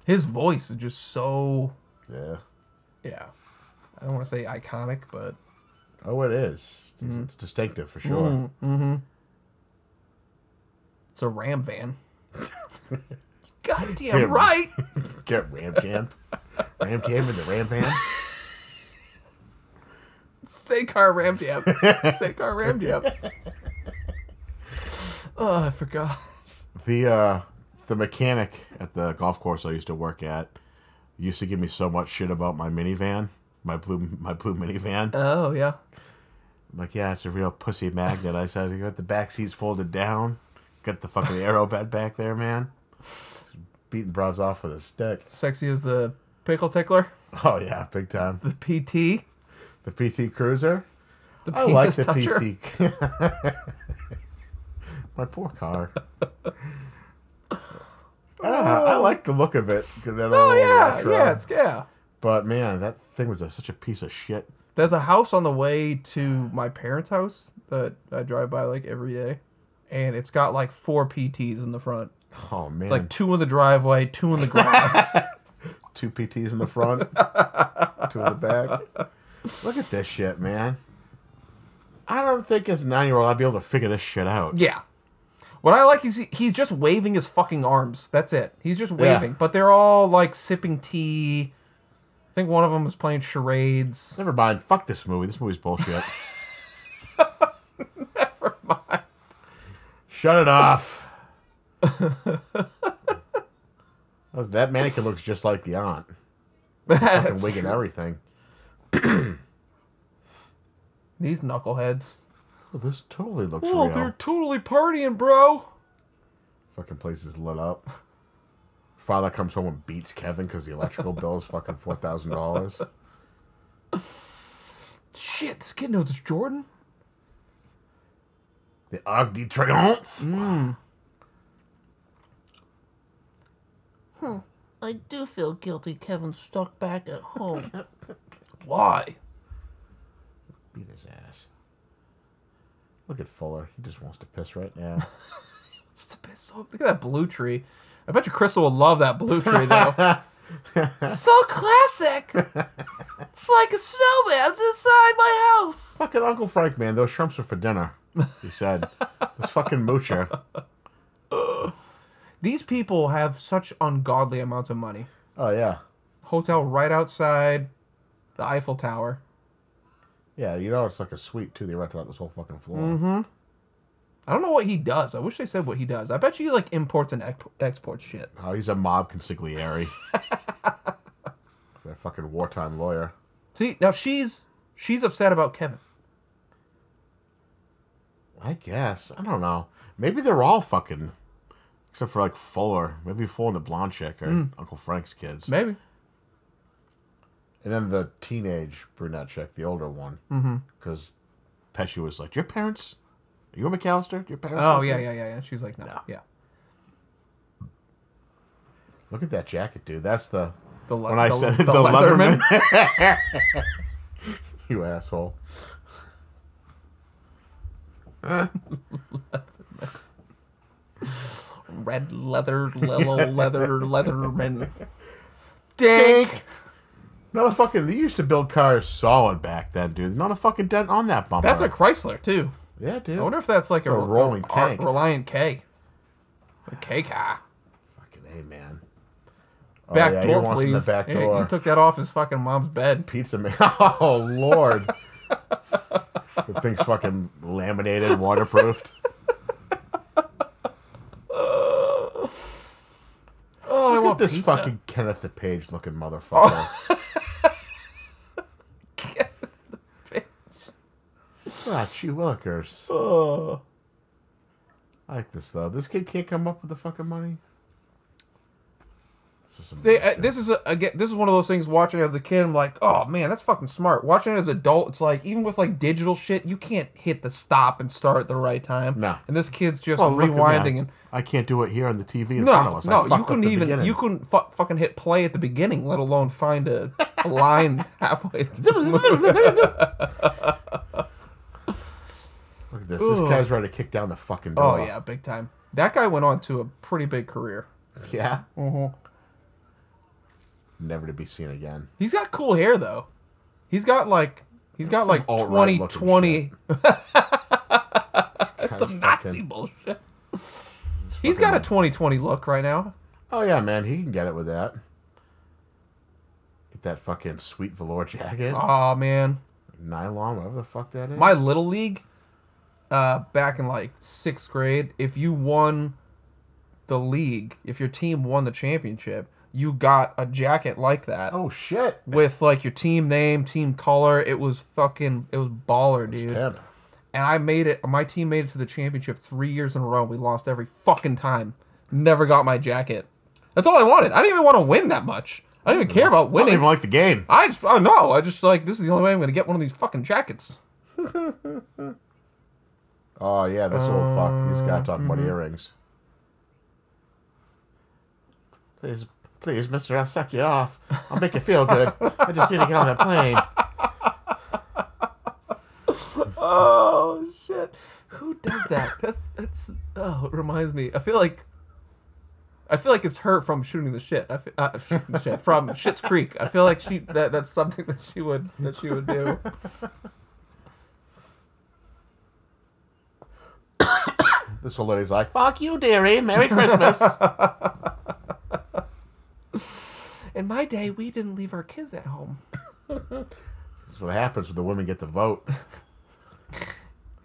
Speaker 2: His voice is just so.
Speaker 1: Yeah.
Speaker 2: Yeah. I don't want to say iconic, but.
Speaker 1: Oh, it is. It's, it's distinctive for sure.
Speaker 2: hmm. It's a ram van. Goddamn
Speaker 1: Him.
Speaker 2: right!
Speaker 1: Get ram jammed. ram jammed into ram van.
Speaker 2: Say car ram jam. Say car ram jam. Oh, I forgot.
Speaker 1: The uh, the mechanic at the golf course I used to work at used to give me so much shit about my minivan, my blue my blue minivan.
Speaker 2: Oh, yeah.
Speaker 1: I'm like, yeah, it's a real pussy magnet. I said, you got the back seats folded down, Get the fucking arrow bed back there, man. Beating bras off with a stick.
Speaker 2: Sexy as the pickle tickler,
Speaker 1: Oh yeah, big time.
Speaker 2: the PT,
Speaker 1: The PT Cruiser.
Speaker 2: the <laughs>
Speaker 1: I like
Speaker 2: penis
Speaker 1: the
Speaker 2: toucher.
Speaker 1: <laughs> PT. <laughs> My poor car. Ah, I like the look of it. 'cause That
Speaker 2: Oh
Speaker 1: old
Speaker 2: yeah,
Speaker 1: retro.
Speaker 2: yeah, it's yeah.
Speaker 1: But man, that thing was a, such a piece of shit.
Speaker 2: There's a house on the way to my parents' house that I drive by like every day, and it's got like four PTs in the front.
Speaker 1: Oh man,
Speaker 2: Like two in the driveway, two in
Speaker 1: <laughs>
Speaker 2: the grass.
Speaker 1: two PTs in the
Speaker 2: <laughs>
Speaker 1: front, two in the back. Look at this shit, man. I don't think as a nine-year-old I'd be able to figure this shit out.
Speaker 2: yeah. What I like is he, he's just waving his fucking arms. That's it. He's just waving. But they're all like sipping tea. I think one of them is playing charades.
Speaker 1: Never mind. Fuck this movie. This movie's bullshit. Never mind. Shut it off. That- that mannequin looks just like the aunt.
Speaker 2: <laughs>
Speaker 1: Fucking wig and everything.
Speaker 2: These knuckleheads.
Speaker 1: Well, this totally looks
Speaker 2: Oh,
Speaker 1: real.
Speaker 2: they're totally partying, bro.
Speaker 1: Fucking place is lit up. Father comes home and beats Kevin because the electrical bill is fucking four thousand dollars.
Speaker 2: Shit, this kid knows it's Jordan.
Speaker 1: The Arc de Triomphe.
Speaker 3: I do feel guilty Kevin's stuck back at home.
Speaker 2: Why?
Speaker 1: Beat his ass. Look at Fuller. He just wants to piss right now.
Speaker 2: It's the best song. Look at that blue tree. I bet you Crystal will love that blue tree though.
Speaker 3: so classic! it's like a snowman's inside my house!
Speaker 1: fucking Uncle Frank, man. Those shrimps are for dinner. He said. this fucking moocher.
Speaker 2: These people have such ungodly amounts of money.
Speaker 1: Oh yeah,
Speaker 2: Hotel right outside the Eiffel Tower.
Speaker 1: yeah. You know it's like a suite too. They rented out this whole fucking floor.
Speaker 2: Mm-hmm. I don't know what he does. I wish they said what he does. I bet you he like imports and exp- exports shit.
Speaker 1: Oh, he's a mob consigliere. Their fucking wartime lawyer.
Speaker 2: See, now she's she's upset about Kevin.
Speaker 1: I guess. I don't know. Maybe they're all fucking. Except for like Fuller. Maybe Fuller and the blonde chick or
Speaker 2: Mm.
Speaker 1: Uncle Frank's kids.
Speaker 2: Maybe.
Speaker 1: And then the teenage brunette chick, the older one. Mm-hmm. Because Pesci was like, Your parents? Are you a McAllister? Your parents?
Speaker 2: Oh
Speaker 1: like
Speaker 2: yeah,
Speaker 1: that?"
Speaker 2: yeah, yeah, yeah. She's like, no. Yeah.
Speaker 1: Look at that jacket, dude. That's the.
Speaker 2: The le-
Speaker 1: When I
Speaker 2: the-
Speaker 1: said <laughs>
Speaker 2: the
Speaker 1: the, Leatherman. <laughs> you asshole.
Speaker 2: red leather,
Speaker 1: <laughs>
Speaker 2: yellow leather, leatherman. Dick.
Speaker 1: Not a fucking. They used to build cars solid back then, dude. Not a fucking dent on that bumper.
Speaker 2: That's a Chrysler too.
Speaker 1: yeah, dude.
Speaker 2: I wonder if that's like
Speaker 1: a rolling
Speaker 2: R-
Speaker 1: tank.
Speaker 2: Reliant K. A K car.
Speaker 1: Fucking hey, man. Oh,
Speaker 2: Back
Speaker 1: yeah, he
Speaker 2: door,
Speaker 1: wants
Speaker 2: please.
Speaker 1: in the back
Speaker 2: Yeah,
Speaker 1: door.
Speaker 2: you took that off his fucking mom's bed.
Speaker 1: Pizza man. <laughs> Oh lord. <laughs> the thing's fucking laminated, waterproofed.
Speaker 2: Oh, I
Speaker 1: Look
Speaker 2: want
Speaker 1: at this
Speaker 2: pizza.
Speaker 1: fucking Kenneth the Page looking
Speaker 2: <laughs>
Speaker 1: motherfucker. Ah, Willikers.
Speaker 2: Oh.
Speaker 1: I like this though. This kid can't come up with the fucking money. This is some
Speaker 2: They, uh,
Speaker 1: bullshit.
Speaker 2: this is a, again. This is one of those things. Watching it as a kid, I'm like, oh man, that's fucking smart. Watching it as an adult, it's like even with like digital shit, you can't hit the stop and start at the right time.
Speaker 1: No.
Speaker 2: And this kid's just
Speaker 1: Well, look at me.
Speaker 2: rewinding and
Speaker 1: I can't do it here on the TV in front of
Speaker 2: No,
Speaker 1: us. I
Speaker 2: no,
Speaker 1: fucked
Speaker 2: you
Speaker 1: up
Speaker 2: couldn't
Speaker 1: the
Speaker 2: even
Speaker 1: beginning. <laughs>
Speaker 2: you couldn't fu- fucking hit play at the beginning, let alone find a, a
Speaker 1: <laughs>
Speaker 2: line halfway. Through.
Speaker 1: Look at this. This guy's ready to kick down the fucking
Speaker 2: Oh
Speaker 1: door.
Speaker 2: yeah, big time. That guy went on to a pretty big career.
Speaker 1: Yeah.
Speaker 2: Mhm.
Speaker 1: Never to be seen again.
Speaker 2: He's got cool hair though. He's got like he's got
Speaker 1: Some
Speaker 2: like
Speaker 1: alt-right looking
Speaker 2: 20 20
Speaker 1: That's
Speaker 2: some Nazi bullshit. He's got a 2020 look right now.
Speaker 1: Oh yeah, man, he can get it with that. Get that fucking sweet velour jacket,
Speaker 2: Oh man.
Speaker 1: nylon, whatever the fuck that is.
Speaker 2: my little league uh back in like sixth grade if you won the league if your team won the championship you got a jacket like that
Speaker 1: oh shit,
Speaker 2: with like your team name team color it was fucking it was baller dude
Speaker 1: pimp.
Speaker 2: and I made it. My team made it to the championship three years in a row. We lost every fucking time. Never got my jacket. That's all I wanted. I didn't even want to win that much. I didn't even care about
Speaker 1: I don't
Speaker 2: winning.
Speaker 1: even like the game.
Speaker 2: I just, I know. I just like this is the only way I'm gonna get one of these fucking jackets.
Speaker 1: Oh yeah, this old fuck. He's got talking about earrings. Please, please, Mister, I'll suck you off. I'll make you feel good. I just need to get on that plane.
Speaker 2: Oh shit! Who does <laughs> that? That's that's. Oh, it reminds me. I feel like. I feel like it's her from shooting the shit. I feel, uh, <laughs> shooting the shit from Shit's Creek. I feel like she that that's something that she would that she would do.
Speaker 1: <laughs> This old lady's like, "Fuck you, dearie. Merry <laughs> Christmas."
Speaker 2: <laughs> In my day, we didn't leave our kids at home.
Speaker 1: That's what happens when the women get the vote.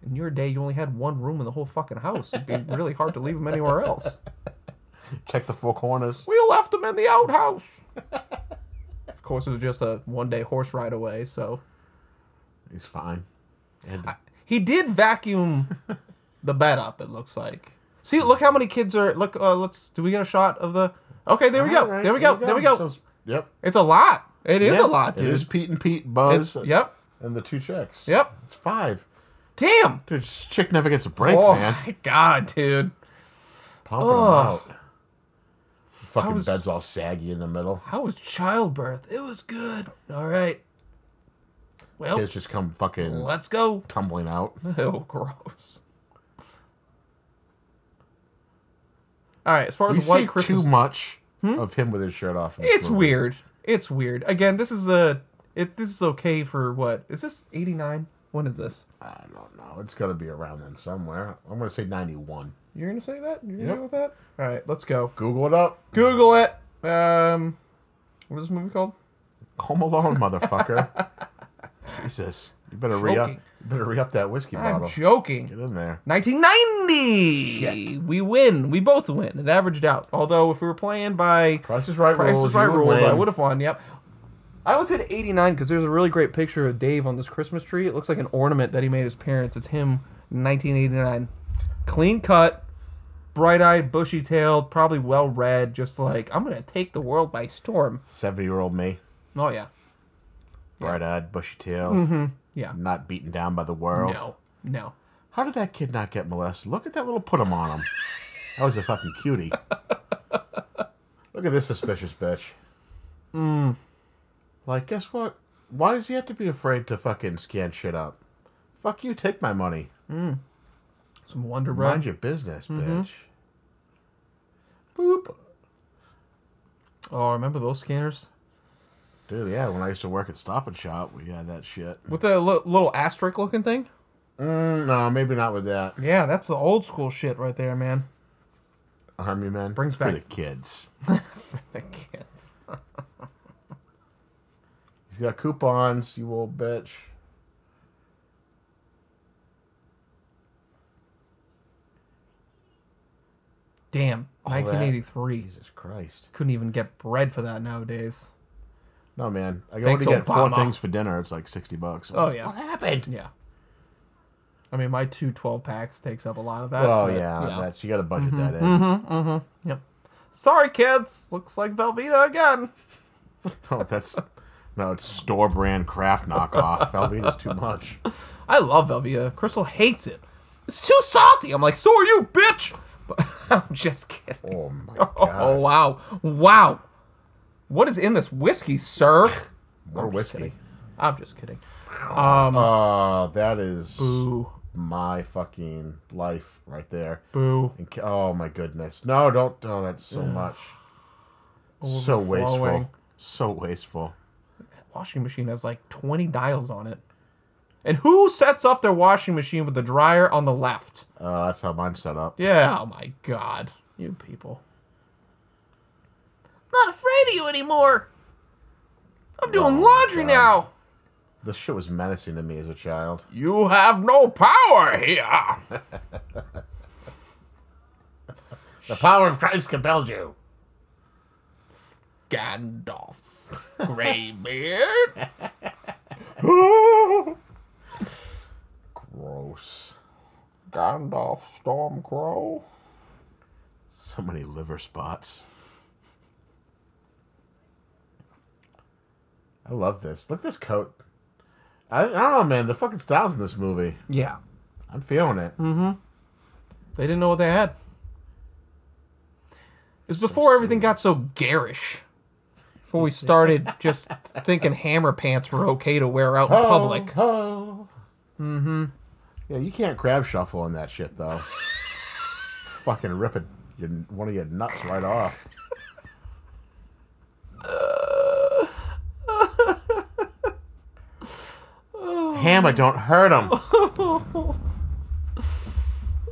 Speaker 2: In your day, you only had one room in the whole fucking house. It'd be really hard to leave them anywhere else.
Speaker 1: Check the four corners.
Speaker 2: We left them in the outhouse. <laughs> of course, it was just a one day horse ride away, so.
Speaker 1: He's fine. And
Speaker 2: He did vacuum the bed up, it looks like. See, look how many kids are. Look, uh, let's. Do we get a shot of the. Okay, there we go.
Speaker 1: All right,
Speaker 2: there we go.
Speaker 1: you
Speaker 2: There we go.
Speaker 1: Sounds- yep.
Speaker 2: it's a lot. It is
Speaker 1: Yep.
Speaker 2: a lot, dude.
Speaker 1: It is Pete and Pete, Buzz,
Speaker 2: It's- yep.
Speaker 1: and the two chicks.
Speaker 2: Yep.
Speaker 1: It's five.
Speaker 2: Damn.
Speaker 1: Dude, this chick never gets a break,
Speaker 2: oh,
Speaker 1: man.
Speaker 2: my God, dude.
Speaker 1: Pumping
Speaker 2: Ugh.
Speaker 1: them out. The fucking
Speaker 2: was-
Speaker 1: bed's all saggy in the middle.
Speaker 2: How was childbirth? It was good. All right. Well,
Speaker 1: Kids just come fucking
Speaker 2: let's go. <laughs>
Speaker 1: tumbling out.
Speaker 2: Oh, gross. All right, as far as
Speaker 1: We
Speaker 2: white
Speaker 1: see
Speaker 2: Christmas, Hmm?
Speaker 1: too much of him with his shirt off. in this
Speaker 2: it's
Speaker 1: movie.
Speaker 2: weird. It's weird. Again, this is a it. This is okay for what? Is this eighty nine? When is this?
Speaker 1: I don't know. It's got to be around then somewhere. I'm gonna say 91.
Speaker 2: You're gonna say that? You're
Speaker 1: Yep.
Speaker 2: gonna go with that? All right, let's go.
Speaker 1: Google it up.
Speaker 2: Google it. Um, what is this movie called?
Speaker 1: Home
Speaker 2: <laughs>
Speaker 1: Alone, motherfucker. Jesus, you better re up. You
Speaker 2: Joking.
Speaker 1: better re up that whiskey
Speaker 2: I'm
Speaker 1: bottle.
Speaker 2: joking.
Speaker 1: Get in there.
Speaker 2: 1990. We win. We both win. It averaged out. Although if we were playing by
Speaker 1: Price is right
Speaker 2: Price
Speaker 1: rules.
Speaker 2: is Right
Speaker 1: you would
Speaker 2: rules, I
Speaker 1: win.
Speaker 2: would have won. Yep. I always hit 89 because there's a really great picture of Dave on this Christmas tree. It looks like an ornament that he made his parents. It's him, 1989, clean cut, bright-eyed, bushy-tailed, probably well-read. Just like I'm gonna take the world by storm.
Speaker 1: Seven year old me,
Speaker 2: Oh yeah, Mm-hmm,
Speaker 1: bright eyed, bushy tailed,
Speaker 2: yeah.
Speaker 1: not beaten down by the world.
Speaker 2: No, no.
Speaker 1: How did that kid not get molested? Look at that little put him on him. That was a fucking
Speaker 2: <laughs>
Speaker 1: cutie. Look at this suspicious bitch.
Speaker 2: Mm.
Speaker 1: Like, guess what? Why does he have to be afraid to fucking scan shit up? Fuck you, take my money.
Speaker 2: Some Wonder
Speaker 1: Mind
Speaker 2: Bread.
Speaker 1: your business,
Speaker 2: Mm-hmm.
Speaker 1: bitch.
Speaker 2: Boop. Oh, remember those scanners
Speaker 1: Dude, yeah, when I used to work at Stop and Shop, we had that shit.
Speaker 2: with the li- little asterisk-looking thing?
Speaker 1: Mm, no, maybe not with that.
Speaker 2: Yeah, that's the old school shit right there, man.
Speaker 1: Army Man.
Speaker 2: Brings
Speaker 1: for
Speaker 2: back-
Speaker 1: the kids.
Speaker 2: I can't.
Speaker 1: He's got coupons, you old bitch.
Speaker 2: Damn,
Speaker 1: that-
Speaker 2: 1983.
Speaker 1: Jesus Christ.
Speaker 2: Couldn't even get bread for that nowadays.
Speaker 1: No, man. I go
Speaker 2: Thanks,
Speaker 1: to get
Speaker 2: Obama.
Speaker 1: four things for dinner. It's like 60 bucks.
Speaker 2: Oh, yeah.
Speaker 1: What happened?
Speaker 2: Yeah. I mean, my two 12 packs takes up a lot of that.
Speaker 1: Oh
Speaker 2: but, Mm-hmm,
Speaker 1: yeah, that's you got to budget that in.
Speaker 2: Yep. Sorry, kids. Looks like Velveeta again.
Speaker 1: Oh, that's no, it's store brand craft
Speaker 2: <laughs>
Speaker 1: knockoff. Velveeta's too much.
Speaker 2: I love Velveeta. Crystal hates it. It's too salty. I'm like, so are you, bitch. <laughs> But I'm just kidding.
Speaker 1: Oh my
Speaker 2: Oh,
Speaker 1: god,
Speaker 2: wow. Wow. What is in this whiskey, sir?
Speaker 1: more whiskey.
Speaker 2: <laughs> I'm just kidding.
Speaker 1: Uh, that is
Speaker 2: Boo.
Speaker 1: my fucking life right there.
Speaker 2: Boo.
Speaker 1: And ca- oh my goodness, no, don't. Oh, that's so much. So
Speaker 2: Overflowing.
Speaker 1: wasteful. So wasteful.
Speaker 2: washing machine has like 20 dials on it. And who sets up their washing machine with the dryer on the left?
Speaker 1: Uh, that's how mine's set up.
Speaker 2: Yeah, oh my god. You people.
Speaker 3: Not afraid of you anymore.
Speaker 2: I'm doing
Speaker 1: Oh,
Speaker 2: laundry
Speaker 1: God.
Speaker 2: now.
Speaker 1: This shit was menacing to me as a child.
Speaker 2: You have no power here.
Speaker 1: The power of Christ compels you.
Speaker 2: Gandalf. Greybeard.
Speaker 1: Gross. gross.
Speaker 2: Gandalf Stormcrow.
Speaker 1: So many liver spots. I love this. Look at this coat. I, I don't know, man. The fucking styles in this movie.
Speaker 2: Yeah.
Speaker 1: I'm feeling it.
Speaker 2: They didn't know what they had. It was before everything got so garish. Before we started just thinking hammer pants were okay to wear out in public.
Speaker 1: Oh. Mm-hmm. Yeah, you can't crab shuffle on that shit though. Fucking rip it, your, one of your nuts right off. Hammer, don't hurt him.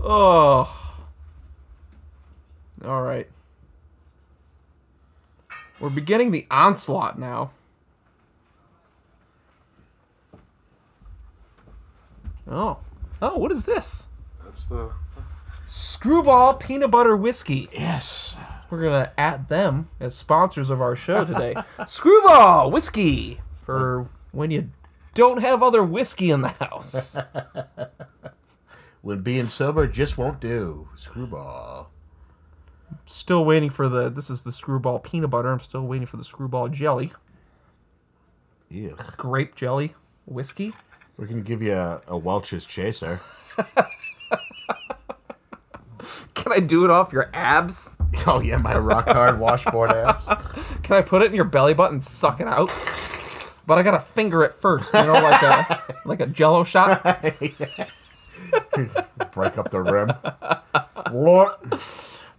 Speaker 2: Oh. All right. We're beginning the onslaught now. Oh. Oh, what is this?
Speaker 4: That's the.
Speaker 2: Screwball peanut butter whiskey.
Speaker 1: Yes.
Speaker 2: We're gonna add them as sponsors of our show today.
Speaker 4: <laughs>
Speaker 2: Screwball whiskey for when you don't have other whiskey in the house.
Speaker 1: When being sober just won't do. Screwball.
Speaker 2: Still waiting for the. This is the screwball peanut butter. I'm still waiting for the screwball jelly,
Speaker 1: Ew.
Speaker 2: grape jelly, whiskey.
Speaker 1: We're gonna give you a, a Welch's chaser. <laughs>
Speaker 2: Can I do it off your abs?
Speaker 1: Oh yeah, my rock hard washboard abs.
Speaker 2: Can I put it in your belly button, and suck it out? But I gotta finger it first, you know, like a like a Jello shot.
Speaker 1: <laughs> Break up the rim. Lord,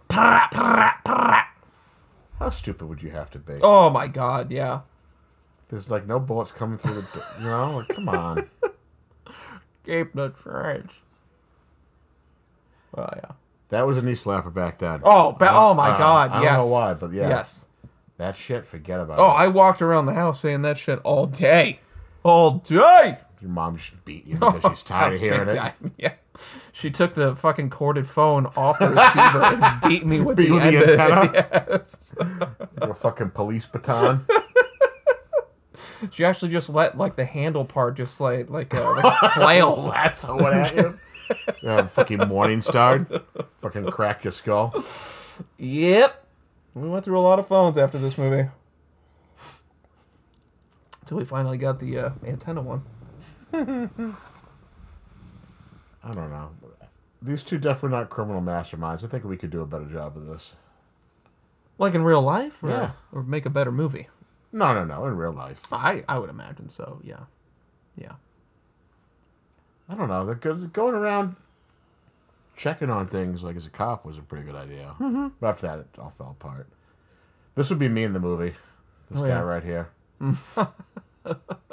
Speaker 2: Prrrah, prrrah, prrrah.
Speaker 1: how stupid would you have to be?
Speaker 2: oh my god, yeah.
Speaker 1: There's like no bullets coming through the door. You know, like, come on.
Speaker 2: Escape the trench. Oh yeah.
Speaker 1: That was a knee slapper back then.
Speaker 2: Oh, ba-
Speaker 1: I don't-
Speaker 2: oh my
Speaker 1: I don't-
Speaker 2: god,
Speaker 1: I don't
Speaker 2: yes.
Speaker 1: know why, but yeah.
Speaker 2: Yes.
Speaker 1: That shit, forget about
Speaker 2: Oh,
Speaker 1: it.
Speaker 2: I walked around the house saying that shit all day. All day.
Speaker 1: Your mom just beat you
Speaker 2: <laughs>
Speaker 1: because
Speaker 2: Oh,
Speaker 1: she's tired of hearing
Speaker 2: Big
Speaker 1: it.
Speaker 2: time, <laughs> Yeah. She took the fucking corded phone off the receiver
Speaker 1: <laughs>
Speaker 2: and beat me with
Speaker 1: Beat
Speaker 2: the,
Speaker 1: with the
Speaker 2: end of it.
Speaker 1: antenna?
Speaker 2: <laughs> Yes.
Speaker 1: Your fucking police
Speaker 2: <laughs>
Speaker 1: baton.
Speaker 2: She actually just let like the handle part just like like a, like <laughs> a flail.
Speaker 1: That's what at you. Yeah, fucking morning star. fucking crack your skull.
Speaker 2: Yep. We went through a lot of phones after this movie. Until we finally got the uh, antenna one.
Speaker 1: I don't know. These two definitely not criminal masterminds. I think we could do a better job of this.
Speaker 2: Like in real life? Or,
Speaker 1: Yeah.
Speaker 2: Or make a better movie?
Speaker 1: No, no, no. In real life,
Speaker 2: I, I would imagine so, yeah. Yeah.
Speaker 1: I don't know. They're good, going around checking on things like as a cop was a pretty good idea.
Speaker 2: Mm-hmm.
Speaker 1: But after that, it all fell apart. This would be me in the movie. This
Speaker 2: Oh,
Speaker 1: guy
Speaker 2: yeah.
Speaker 1: right
Speaker 2: <laughs>
Speaker 1: here.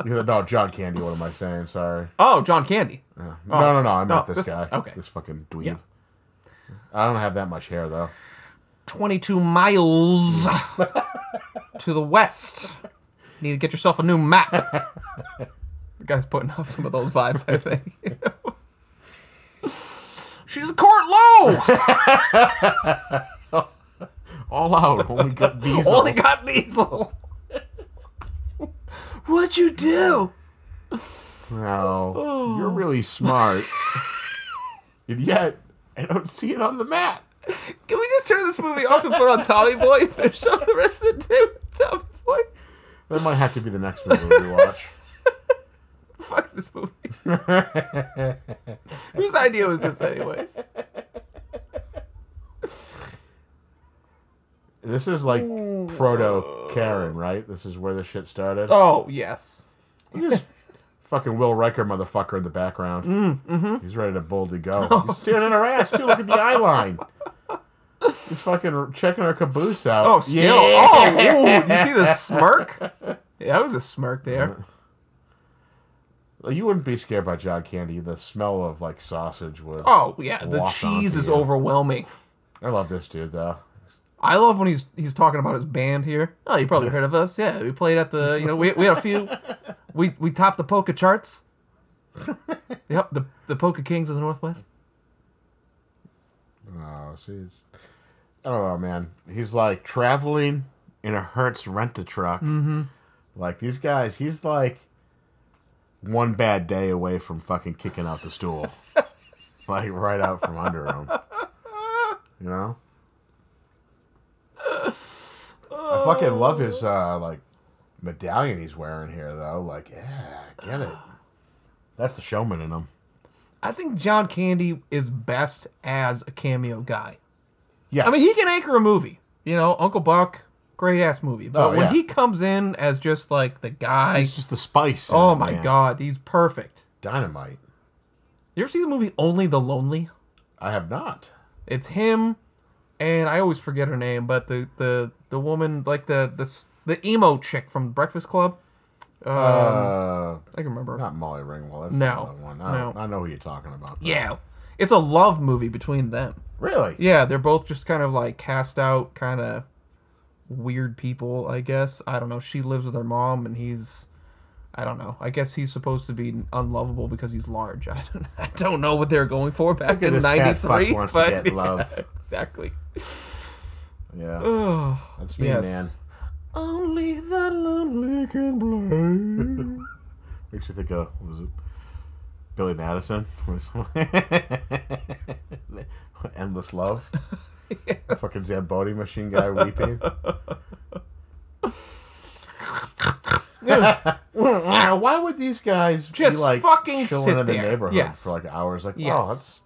Speaker 1: Yeah, no, John Candy. What am I saying? Sorry.
Speaker 2: Oh, John Candy.
Speaker 1: No, no, no. I meant
Speaker 2: no,
Speaker 1: this,
Speaker 2: this-
Speaker 1: guy.
Speaker 2: okay.
Speaker 1: This fucking dweeb.
Speaker 2: Yeah.
Speaker 1: I don't have that much hair though.
Speaker 2: 22 miles to the west. Need to get yourself a new map. the guy's putting off some of those vibes, I think. <laughs> She's a court low!
Speaker 1: All out. <laughs> Only got these.
Speaker 2: <laughs> Only got diesel. What'd you do?
Speaker 1: No,
Speaker 2: Oh.
Speaker 1: you're really
Speaker 2: <laughs>
Speaker 1: smart. and yet, I don't see it on the map.
Speaker 2: Can we just turn this movie off and put on Tommy Boy and finish up the rest of the day with Tommy Boy?
Speaker 1: That might have to be the next movie we watch.
Speaker 2: Fuck this movie. Whose idea was this, anyways?
Speaker 1: This is like proto Karen, right? This is where this shit started.
Speaker 2: Oh, yes.
Speaker 1: You just fucking Will Riker motherfucker in the background.
Speaker 2: Mm, mm-hmm.
Speaker 1: He's ready to boldly go.
Speaker 2: <laughs>
Speaker 1: He's staring at her ass too. Look at the eye line. He's fucking checking her caboose out.
Speaker 2: Oh, still.
Speaker 1: Yeah.
Speaker 2: Oh, ooh, you see the smirk? Yeah, that was a smirk
Speaker 1: Uh,
Speaker 2: there. Oh!
Speaker 1: You wouldn't be scared by John Candy. The smell of like sausage would.
Speaker 2: Oh, yeah, the
Speaker 1: Walk
Speaker 2: cheese
Speaker 1: onto
Speaker 2: is
Speaker 1: you.
Speaker 2: overwhelming.
Speaker 1: I love this dude though.
Speaker 2: I love when he's he's talking about his band here. Oh, you probably heard of us. Yeah, we played at the you know we, we had a few. We we topped the
Speaker 1: <laughs>
Speaker 2: polka charts. Yep, the the polka kings of the northwest.
Speaker 1: Oh, see, it's, I don't know, man. He's like traveling in a Hertz rent a truck. Mm-hmm. Like these
Speaker 2: <laughs>
Speaker 1: guys, he's like one bad day away from fucking kicking out the stool. like right out from under him. You know, I fucking love his uh, like medallion he's wearing here though. Like, yeah, get it. That's the showman in him.
Speaker 2: I think John Candy is best as a cameo guy.
Speaker 1: Yeah,
Speaker 2: I mean, he can anchor a movie. You know, Uncle Buck, great ass movie. But
Speaker 1: Oh,
Speaker 2: when
Speaker 1: yeah.
Speaker 2: he comes in as just like the guy,
Speaker 1: he's just the spice. in
Speaker 2: oh
Speaker 1: it,
Speaker 2: my
Speaker 1: man.
Speaker 2: god, he's perfect.
Speaker 1: dynamite.
Speaker 2: You ever see the movie Only the Lonely?
Speaker 1: I have not.
Speaker 2: It's him, and I always forget her name, but the the the woman like the the s- the emo chick from Breakfast Club. Um,
Speaker 1: Uh,
Speaker 2: I can remember.
Speaker 1: not Molly Ringwald. That's
Speaker 2: No.
Speaker 1: the other one. I,
Speaker 2: No.
Speaker 1: I know who you're talking about. though.
Speaker 2: Yeah, it's a love movie between them.
Speaker 1: Really?
Speaker 2: Yeah, they're both just kind of like cast out, kind of weird people, I guess. I don't know. She lives with her mom, and he's, I don't know. I guess he's supposed to be unlovable because he's large. <laughs> I don't, I don't know what they were going for back
Speaker 1: Look at
Speaker 2: in
Speaker 1: this fat fuck
Speaker 2: '93.
Speaker 1: wants to
Speaker 2: But <laughs>
Speaker 1: get love.
Speaker 2: yeah, exactly.
Speaker 1: Yeah.
Speaker 2: Oh,
Speaker 1: That's me,
Speaker 2: yes.
Speaker 1: man.
Speaker 2: Only the lonely can blame.
Speaker 1: <laughs> Makes you think of what was it Billy Madison? <laughs> Was- <laughs> Endless
Speaker 2: <laughs>
Speaker 1: love. The Fucking Zamboni machine guy weeping. <laughs> Why would these guys
Speaker 2: Just
Speaker 1: be like
Speaker 2: fucking
Speaker 1: chilling
Speaker 2: sit
Speaker 1: in the
Speaker 2: there.
Speaker 1: neighborhood
Speaker 2: Yes.
Speaker 1: for like hours? Like,
Speaker 2: Yes.
Speaker 1: oh, let's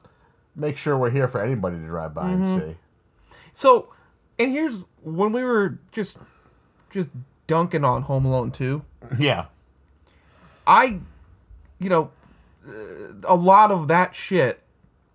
Speaker 1: make sure we're here for anybody to drive by and
Speaker 2: Mm-hmm.
Speaker 1: see.
Speaker 2: <sighs> So, and here's when we were just, just dunking on Home Alone 2.
Speaker 1: Yeah,
Speaker 2: I, you know, uh, a lot of that shit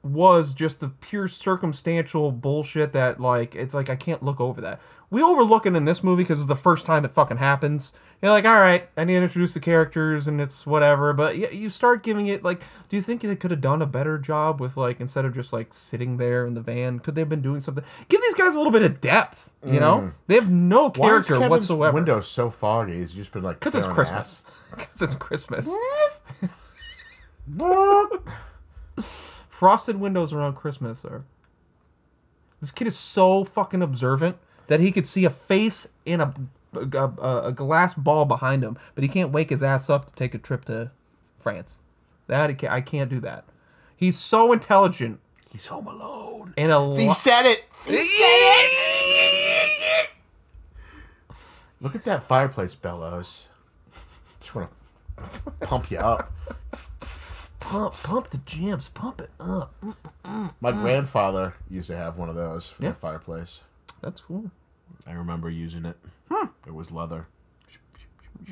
Speaker 2: was just the pure circumstantial bullshit that, like, it's like I can't look over that. We overlook it in this movie because it's the first time it fucking happens. You're like, all right, I need to introduce the characters and it's whatever. But y- you start giving it, like, do you think they could have done a better job with, like, instead of just, like, sitting there in the van? Could they have been doing something? Give these guys a little bit of depth, you know? They have no
Speaker 1: Mm. Why is
Speaker 2: character
Speaker 1: Kevin's
Speaker 2: whatsoever.
Speaker 1: window so foggy? He's just been like,
Speaker 2: Because it's
Speaker 1: tearing
Speaker 2: Christmas. <laughs> Because it's Christmas.
Speaker 1: ass. <laughs>
Speaker 2: frosted windows around Christmas are. This kid is so fucking observant that he could see a face in a, a, a- a glass ball behind him, but he can't wake his ass up to take a trip to France. That he can't, I can't do that. He's so intelligent
Speaker 1: He's home alone.
Speaker 2: and a lo-
Speaker 1: He said it. He said it. Look at that fireplace, Bellows. Just want to pump you up.
Speaker 2: pump, pump the jams, pump it up. Mm, <laughs>
Speaker 1: My grandfather used to have one of those for
Speaker 2: Yeah.
Speaker 1: the fireplace.
Speaker 2: That's cool.
Speaker 1: I remember using it.
Speaker 2: Hmm.
Speaker 1: It was leather.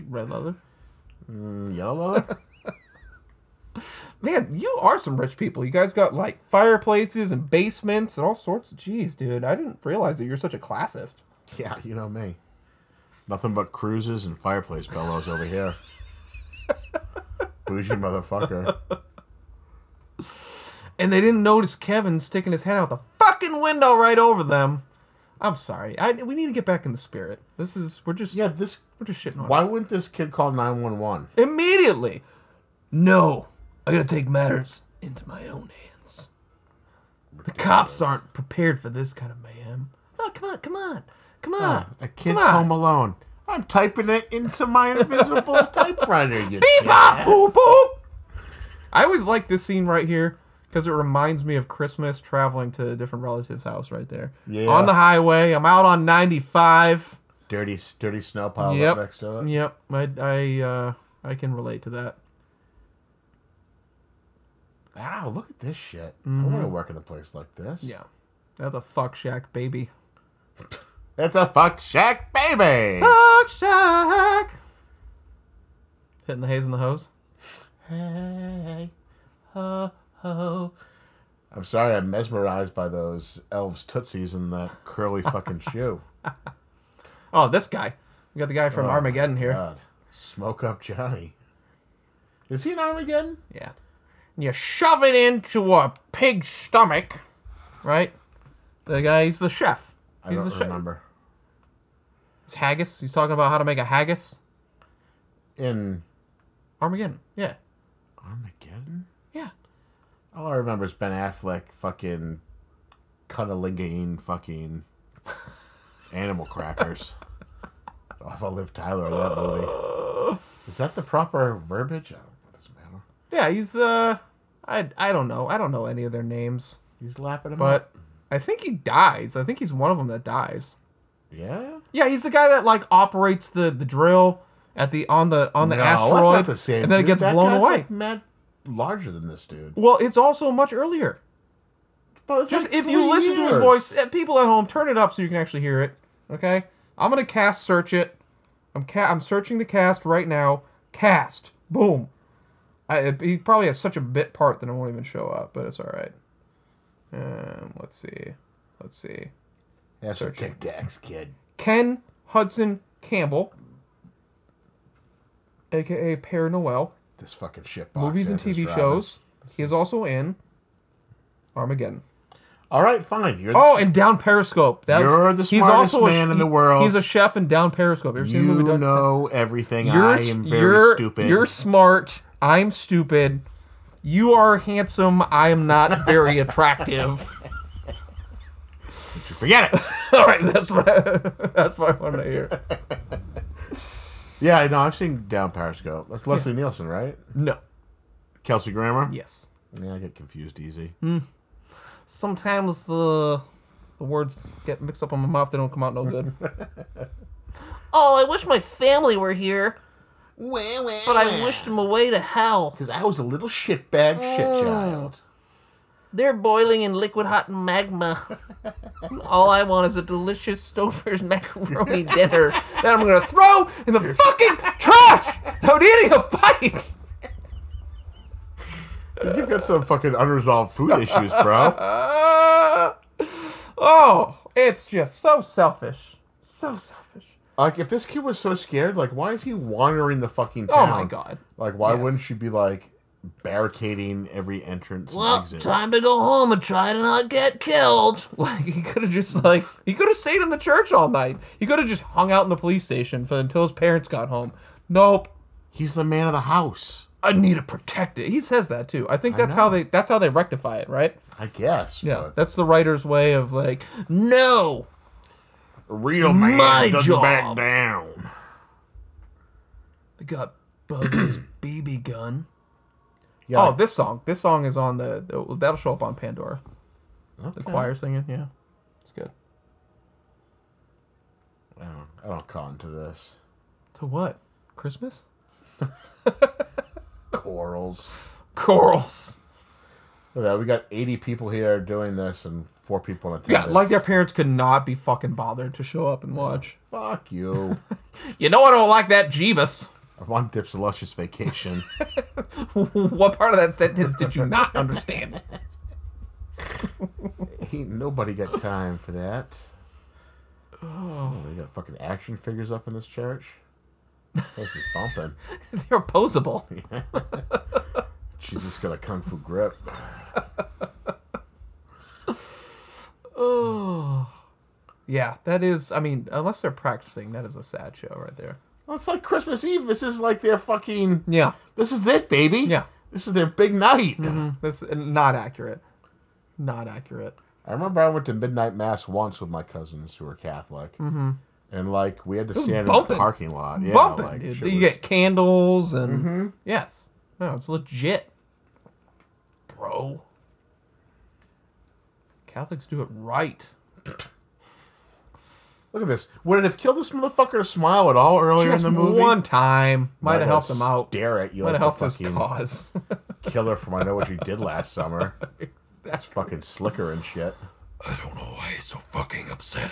Speaker 2: Red leather.
Speaker 1: Mm, yellow
Speaker 2: <laughs>
Speaker 1: leather?
Speaker 2: Man, you are some rich people. You guys got like fireplaces and basements and all sorts of. Jeez, dude, I didn't realize that you're such a classist.
Speaker 1: yeah, you know me. Nothing but cruises and fireplace bellows over
Speaker 2: <laughs>
Speaker 1: here. Bougie motherfucker.
Speaker 2: and they didn't notice Kevin sticking his head out the fucking window right over them. I'm sorry. I we need to get back in the spirit. This is we're just
Speaker 1: Yeah, this.
Speaker 2: we're just shitting on
Speaker 1: Why wouldn't this kid call 911?
Speaker 2: it. immediately. No, I gotta take matters into my own hands. The cops aren't prepared for this kind of mayhem. Oh, come on, come on, come on.
Speaker 1: Oh, A kid's
Speaker 2: Come on.
Speaker 1: home alone. I'm typing it into
Speaker 2: <laughs>
Speaker 1: my invisible typewriter. You
Speaker 2: Beep
Speaker 1: jackass.
Speaker 2: bop boop boop. I always like this scene right here because it reminds me of Christmas traveling to a different relative's house right there.
Speaker 1: Yeah.
Speaker 2: On the highway, I'm out on 95.
Speaker 1: Dirty, dirty snow pile
Speaker 2: Yep.
Speaker 1: up next to it.
Speaker 2: Yep. I I uh I can relate to that.
Speaker 1: Wow, look at this shit. I want to work in a place like this.
Speaker 2: Mm-hmm. Yeah. That's a fuck shack, baby.
Speaker 1: It's a fuck shack, baby.
Speaker 2: Fuck shack. Hitting the haze and the hose.
Speaker 1: hey, ho, ho. I'm sorry, I'm mesmerized by those elves' tootsies and that curly
Speaker 2: <laughs>
Speaker 1: fucking shoe.
Speaker 2: Oh, this guy. We got the guy from
Speaker 1: Oh,
Speaker 2: Armageddon here.
Speaker 1: God. Smoke up Johnny. Is he an Armageddon?
Speaker 2: Yeah. And you shove it into a pig's stomach, right? The guy, he's the chef.
Speaker 1: I
Speaker 2: He's
Speaker 1: don't
Speaker 2: the chef.
Speaker 1: remember.
Speaker 2: It's haggis. He's talking about how to make a haggis.
Speaker 1: In
Speaker 2: Armageddon. Yeah.
Speaker 1: Armageddon?
Speaker 2: Yeah.
Speaker 1: All I remember is Ben Affleck fucking cunnilingus fucking animal crackers. <laughs> Off of Liv Tyler in that movie. Is that the proper verbiage? Oh, it doesn't matter.
Speaker 2: Yeah, he's uh I I don't know. I don't know any of their names,
Speaker 1: He's lapping him
Speaker 2: but
Speaker 1: up.
Speaker 2: I think he dies. I think he's one of them that dies.
Speaker 1: Yeah.
Speaker 2: Yeah, he's the guy that like operates the the drill at the on the on the
Speaker 1: no, that's
Speaker 2: asteroid,
Speaker 1: not the same.
Speaker 2: and then
Speaker 1: dude.
Speaker 2: it gets
Speaker 1: That
Speaker 2: blown
Speaker 1: guy's,
Speaker 2: away.
Speaker 1: Like, mad larger than this dude.
Speaker 2: Well, it's also much earlier.
Speaker 1: But it's
Speaker 2: Just
Speaker 1: like
Speaker 2: if you
Speaker 1: three
Speaker 2: listen to his
Speaker 1: years.
Speaker 2: voice, eh, people at home, turn it up so you can actually hear it. Okay, I'm gonna cast search it. I'm ca- I'm searching the cast right now. Cast, boom. I, it- he probably has such a bit part that it won't even show up, but it's all right. Um, let's see, let's see.
Speaker 1: That's a
Speaker 2: Searching.
Speaker 1: Tic Tacs kid.
Speaker 2: Ken Hudson Campbell, aka Père Noel,
Speaker 1: This fucking shit box.
Speaker 2: movies and
Speaker 1: that is
Speaker 2: TV
Speaker 1: driving.
Speaker 2: shows. He is also in Armageddon.
Speaker 1: All right, fine. You're
Speaker 2: Oh,
Speaker 1: the,
Speaker 2: and Down Periscope. That's,
Speaker 1: You're the smartest man in the world.
Speaker 2: He's a chef in Down Periscope. You ever seen the
Speaker 1: you
Speaker 2: movie Down
Speaker 1: know everything.
Speaker 2: You're,
Speaker 1: I am very
Speaker 2: you're,
Speaker 1: stupid.
Speaker 2: You're smart. I'm stupid. You are handsome. I am not very attractive.
Speaker 1: <laughs>
Speaker 2: <laughs>
Speaker 1: Forget it.
Speaker 2: All right, that's what I, <laughs> that's what I wanted to hear.
Speaker 1: yeah, I know. I've seen Down Periscope. That's Leslie Nielsen, right?
Speaker 2: No.
Speaker 1: Kelsey Grammer.
Speaker 2: Yes.
Speaker 1: Yeah, I get confused easy.
Speaker 2: Hmm. Sometimes the the words get mixed up in my mouth. They don't come out no good.
Speaker 3: Oh, I wish my family were here,
Speaker 1: But
Speaker 3: but I wished them away to hell.
Speaker 1: because I was a little shitbag
Speaker 2: Oh.
Speaker 1: shit child.
Speaker 3: They're boiling in liquid hot magma. All I want is a delicious Stouffer's macaroni dinner that I'm gonna throw.
Speaker 2: Throw in the fucking trash without eating a bite.
Speaker 1: You've got some fucking unresolved food issues,
Speaker 2: <laughs>
Speaker 1: bro.
Speaker 2: Uh, <laughs> oh, it's just so selfish. So selfish.
Speaker 1: Like, if this kid was so scared, like, why is he wandering the fucking
Speaker 2: Oh
Speaker 1: town?
Speaker 2: my god. <laughs>
Speaker 1: Like, why
Speaker 2: Yes.
Speaker 1: wouldn't she be like barricading every entrance
Speaker 3: Well,
Speaker 1: and exit?
Speaker 3: time to go home and try to not get killed.
Speaker 2: Like he could have just like he could have stayed in the church all night. He could have just hung out in the police station for until his parents got home. Nope.
Speaker 1: He's the man of the house,
Speaker 2: I need to protect it. He says that too. I think that's how they that's how they rectify it, right?
Speaker 1: I guess.
Speaker 2: Yeah.
Speaker 1: but
Speaker 2: That's the writer's way of like, no.
Speaker 1: a real man
Speaker 2: my
Speaker 1: doesn't
Speaker 2: job. Oh,
Speaker 1: back down.
Speaker 2: They got Buzz's <clears throat> BB gun.
Speaker 1: Yeah,
Speaker 2: Oh,
Speaker 1: like,
Speaker 2: this song. This song is on the that'll show up on Pandora. The
Speaker 1: okay.
Speaker 2: choir singing, yeah. It's good.
Speaker 1: I don't, I don't cotton to this.
Speaker 2: To what? Christmas?
Speaker 1: Corals.
Speaker 2: Corals.
Speaker 1: Look at that. We got 80 people here doing this and four people in
Speaker 2: Yeah,
Speaker 1: attendance.
Speaker 2: like their parents could not be fucking bothered to show up and watch.
Speaker 1: Fuck
Speaker 2: <laughs>
Speaker 1: you.
Speaker 2: You know I don't like that Jeebus. <laughs>
Speaker 1: I'm on Dipsilicious vacation.
Speaker 2: what part of that sentence did you <laughs> not understand?
Speaker 1: Ain't nobody got time for that. Oh, they got fucking action figures up in this church. This is bumping.
Speaker 2: They're opposable.
Speaker 1: She's just got a kung fu grip.
Speaker 2: Oh. Yeah, that is I mean, unless they're practicing, that is a sad show right there.
Speaker 1: Well, it's like Christmas Eve. This is like their fucking.
Speaker 2: Yeah.
Speaker 1: This is it, baby.
Speaker 2: Yeah. Mm-hmm.
Speaker 1: This is their big night.
Speaker 2: That's not accurate. Not accurate.
Speaker 1: I remember I went to midnight mass once with my cousins who were Catholic, mm-hmm. and like we had to stand in the
Speaker 2: bumping.
Speaker 1: parking lot, yeah,
Speaker 2: Bumping,
Speaker 1: like,
Speaker 2: dude.
Speaker 1: shit
Speaker 2: You
Speaker 1: was-
Speaker 2: get candles and Yes. No, it's legit. Bro. Catholics do it right.
Speaker 1: Look at this. Would it have killed this motherfucker to smile at all earlier
Speaker 2: Just
Speaker 1: in the movie?
Speaker 2: one time might have
Speaker 1: I'll
Speaker 2: helped him out.
Speaker 1: Stare at you.
Speaker 2: Might
Speaker 1: like
Speaker 2: have helped
Speaker 1: the
Speaker 2: his
Speaker 1: fucking <laughs>
Speaker 2: cause.
Speaker 1: Killer from I know what you did last
Speaker 2: <laughs>
Speaker 1: summer. That's fucking slicker and shit.
Speaker 2: I don't know why he's so fucking <laughs> upset.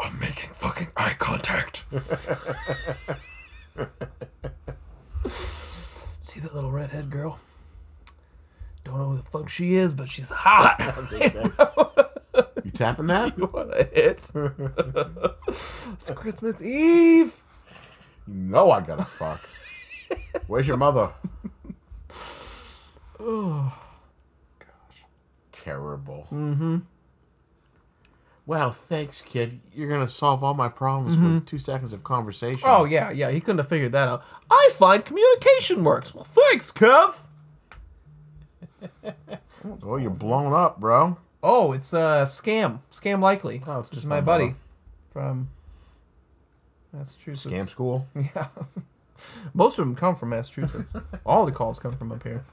Speaker 2: I'm making fucking eye contact. See that little redhead girl? Don't know who the fuck she is, but she's hot. <laughs>
Speaker 1: You tapping that?
Speaker 2: You want a hit?
Speaker 1: <laughs>
Speaker 2: it's Christmas Eve.
Speaker 1: You know I gotta fuck. Where's your
Speaker 2: <sighs>
Speaker 1: mother?
Speaker 2: Oh,
Speaker 1: Terrible. Mm-hmm. Well, thanks, kid. You're gonna solve all my problems with two seconds of conversation.
Speaker 2: Mm-hmm. oh yeah, yeah. He couldn't have figured that out. I find communication works. Well, thanks, Kev.
Speaker 1: Oh, you're blown up, bro.
Speaker 2: Oh, it's uh scam. Scam likely.
Speaker 1: Oh, it's
Speaker 2: Which is
Speaker 1: just
Speaker 2: my
Speaker 1: my
Speaker 2: buddy
Speaker 1: mother.
Speaker 2: from Massachusetts.
Speaker 1: Scam school.
Speaker 2: Yeah. <laughs> Most of them come from Massachusetts. All the calls come from up here.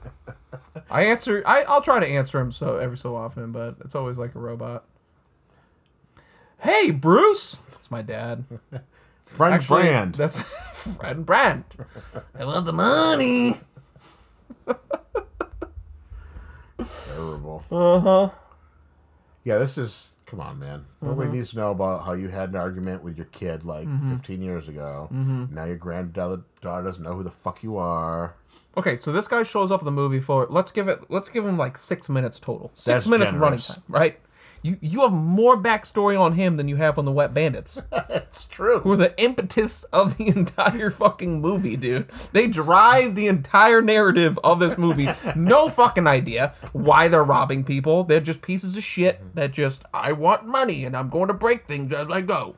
Speaker 2: I answer. I I'll try to answer them so every so often, but it's always like a robot. Hey, Bruce. It's my dad.
Speaker 1: Friend
Speaker 2: Actually,
Speaker 1: Brand.
Speaker 2: That's <laughs> friend Brand.
Speaker 3: I want the money.
Speaker 1: Terrible.
Speaker 2: Uh huh.
Speaker 1: Yeah, this is. Come on, man.
Speaker 2: Mm-hmm.
Speaker 1: Nobody needs to know about how you had an argument with your kid like 15 years ago.
Speaker 2: Mm-hmm.
Speaker 1: Now your granddaughter daughter doesn't know who the fuck you are.
Speaker 2: Okay, so this guy shows up in the movie for let's give it let's give him like six minutes total. Six
Speaker 1: That's
Speaker 2: minutes
Speaker 1: generous.
Speaker 2: running time, right? You you have more backstory on him than you have on the Wet Bandits,
Speaker 1: That's true.
Speaker 2: who are the impetus of the <laughs> entire fucking movie, dude. They drive the entire narrative of this movie. No fucking idea why they're robbing people. They're just pieces of shit that just I want money and I'm going to break things as I go.